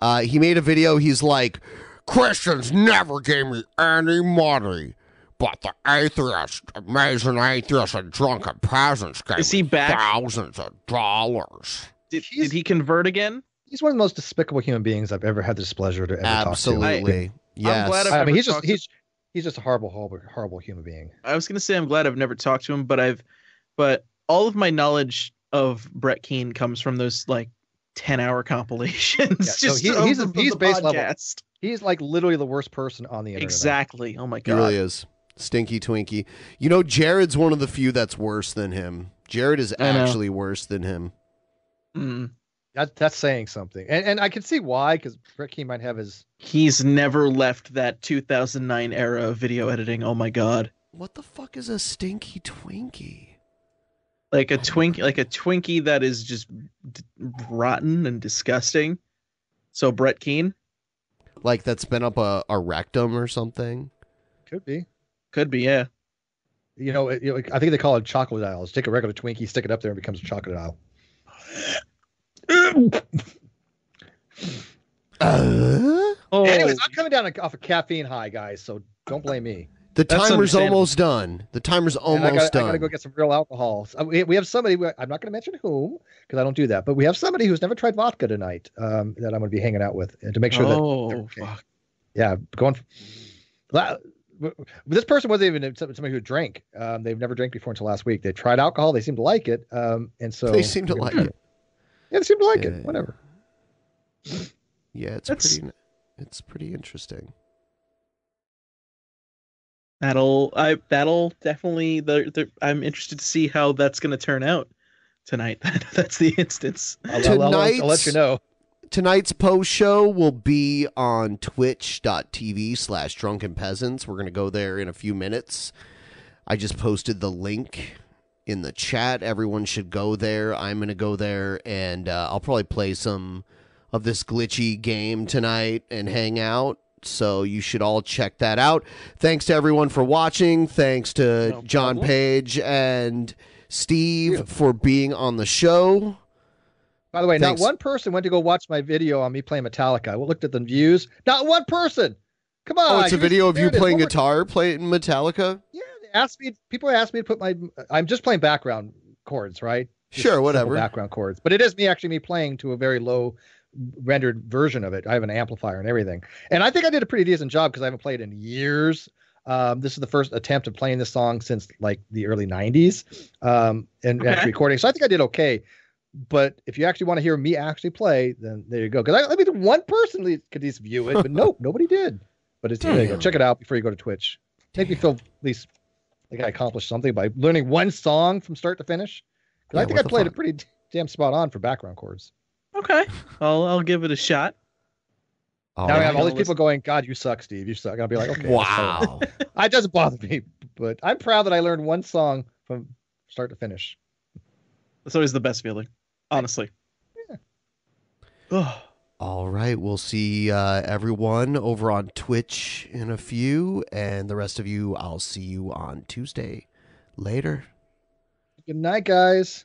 uh, he made a video. He's like, Christians never gave me any money, but the atheist, amazing atheist and drunken peasants gave me thousands of dollars. Did, did he convert again? He's one of the most despicable human beings I've ever had the displeasure to ever talk to. Absolutely. Yes. glad I've I mean, never he's just talked to- he's he's just a horrible, horrible, horrible human being. I was gonna say I'm glad I've never talked to him, but I've, but all of my knowledge of Brett Keane comes from those like ten hour *laughs* compilations. Yeah, no, just he- he's, of the- he's the base level. podcast. He's like literally the worst person on the internet. Exactly. Oh my He really is. Stinky Twinkie. You know, Jared's one of the few that's worse than him. Jared is I know. actually worse than him. Mm. That that's saying something, and and I can see why because Ricky might have his. He's never left that 2009 era of video editing. Oh my god. What the fuck is a stinky Twinkie? Like a twink like a Twinkie that is just d- rotten and disgusting. So Brett Keane Like that's been up a, a rectum or something? Could be. Could be, yeah. You know, it- you know, I think they call it chocolate aisle. Just take a regular Twinkie, stick it up there, and it becomes a chocolate aisle. Uh? oh. Anyways, I'm coming down off a caffeine high, guys, so don't blame me. The timer's almost done. The timer's And I almost gotta- I done. gotta go get some real alcohol. So, uh, We we have somebody. we- I'm not going to mention whom because I don't do that. But we have somebody who's never tried vodka tonight um, that I'm going to be hanging out with and to make sure that Oh fuck. Yeah, going. f- La- w- w- This person wasn't even some- somebody who drank. Um, they've never drank before until last week. They tried alcohol. They seemed to like it. Um, and so They seem to like it. Yeah, they seem to like Yeah. it. Whatever. Yeah, it's That's- pretty. It's pretty interesting. That'll I that'll definitely the, the I'm interested to see how that's gonna turn out tonight. *laughs* that's the instance. know. Tonight's post show will be on twitch.tv slash drunken peasants. We're going to go there in a few minutes. I just posted the link in the chat. Everyone should go there. I'm going to go there and uh, I'll probably play some of this glitchy game tonight and hang out. So you should all check that out. Thanks to everyone for watching. Thanks to John Page and Steve for being on the show. By the way, Thanks. not one person went to go watch my video on me playing Metallica. I looked at the views. Not one person. Come on. Oh, it's a give me- video of there you it is. playing One guitar, playing Metallica. more- Ask me. People ask me to put my. I'm just playing background chords, right? Just Sure, simple whatever. Background chords, but it is me actually me playing to a very low rendered version of it. I have an amplifier and everything, and I think I did a pretty decent job because I haven't played in years. Um, this is the first attempt at playing this song since like the early '90s, um, and Okay. actually recording. So I think I did okay. But if you actually want to hear me actually play, then there you go. Because I, I mean, one person le- could at least view it, *laughs* but nope, nobody did. But it's there you go. Hmm. Damn. Check it out before you go to Twitch. Make me feel at least like I accomplished something by learning one song from start to finish. 'Cause Yeah, I think what I the played it fuck? pretty d- damn spot on for background chords. Okay. I'll I'll give it a shot. now I right. have all these I'll people going, "God, you suck, Steve. You suck." And I'll be like, "Okay, that's *laughs* fine." it doesn't bother me, but I'm proud that I learned one song from start to finish. That's always the best feeling. Honestly. All right, we'll see uh, everyone over on Twitch in a few, and the rest of you, I'll see you on Tuesday. Later. Good night, guys.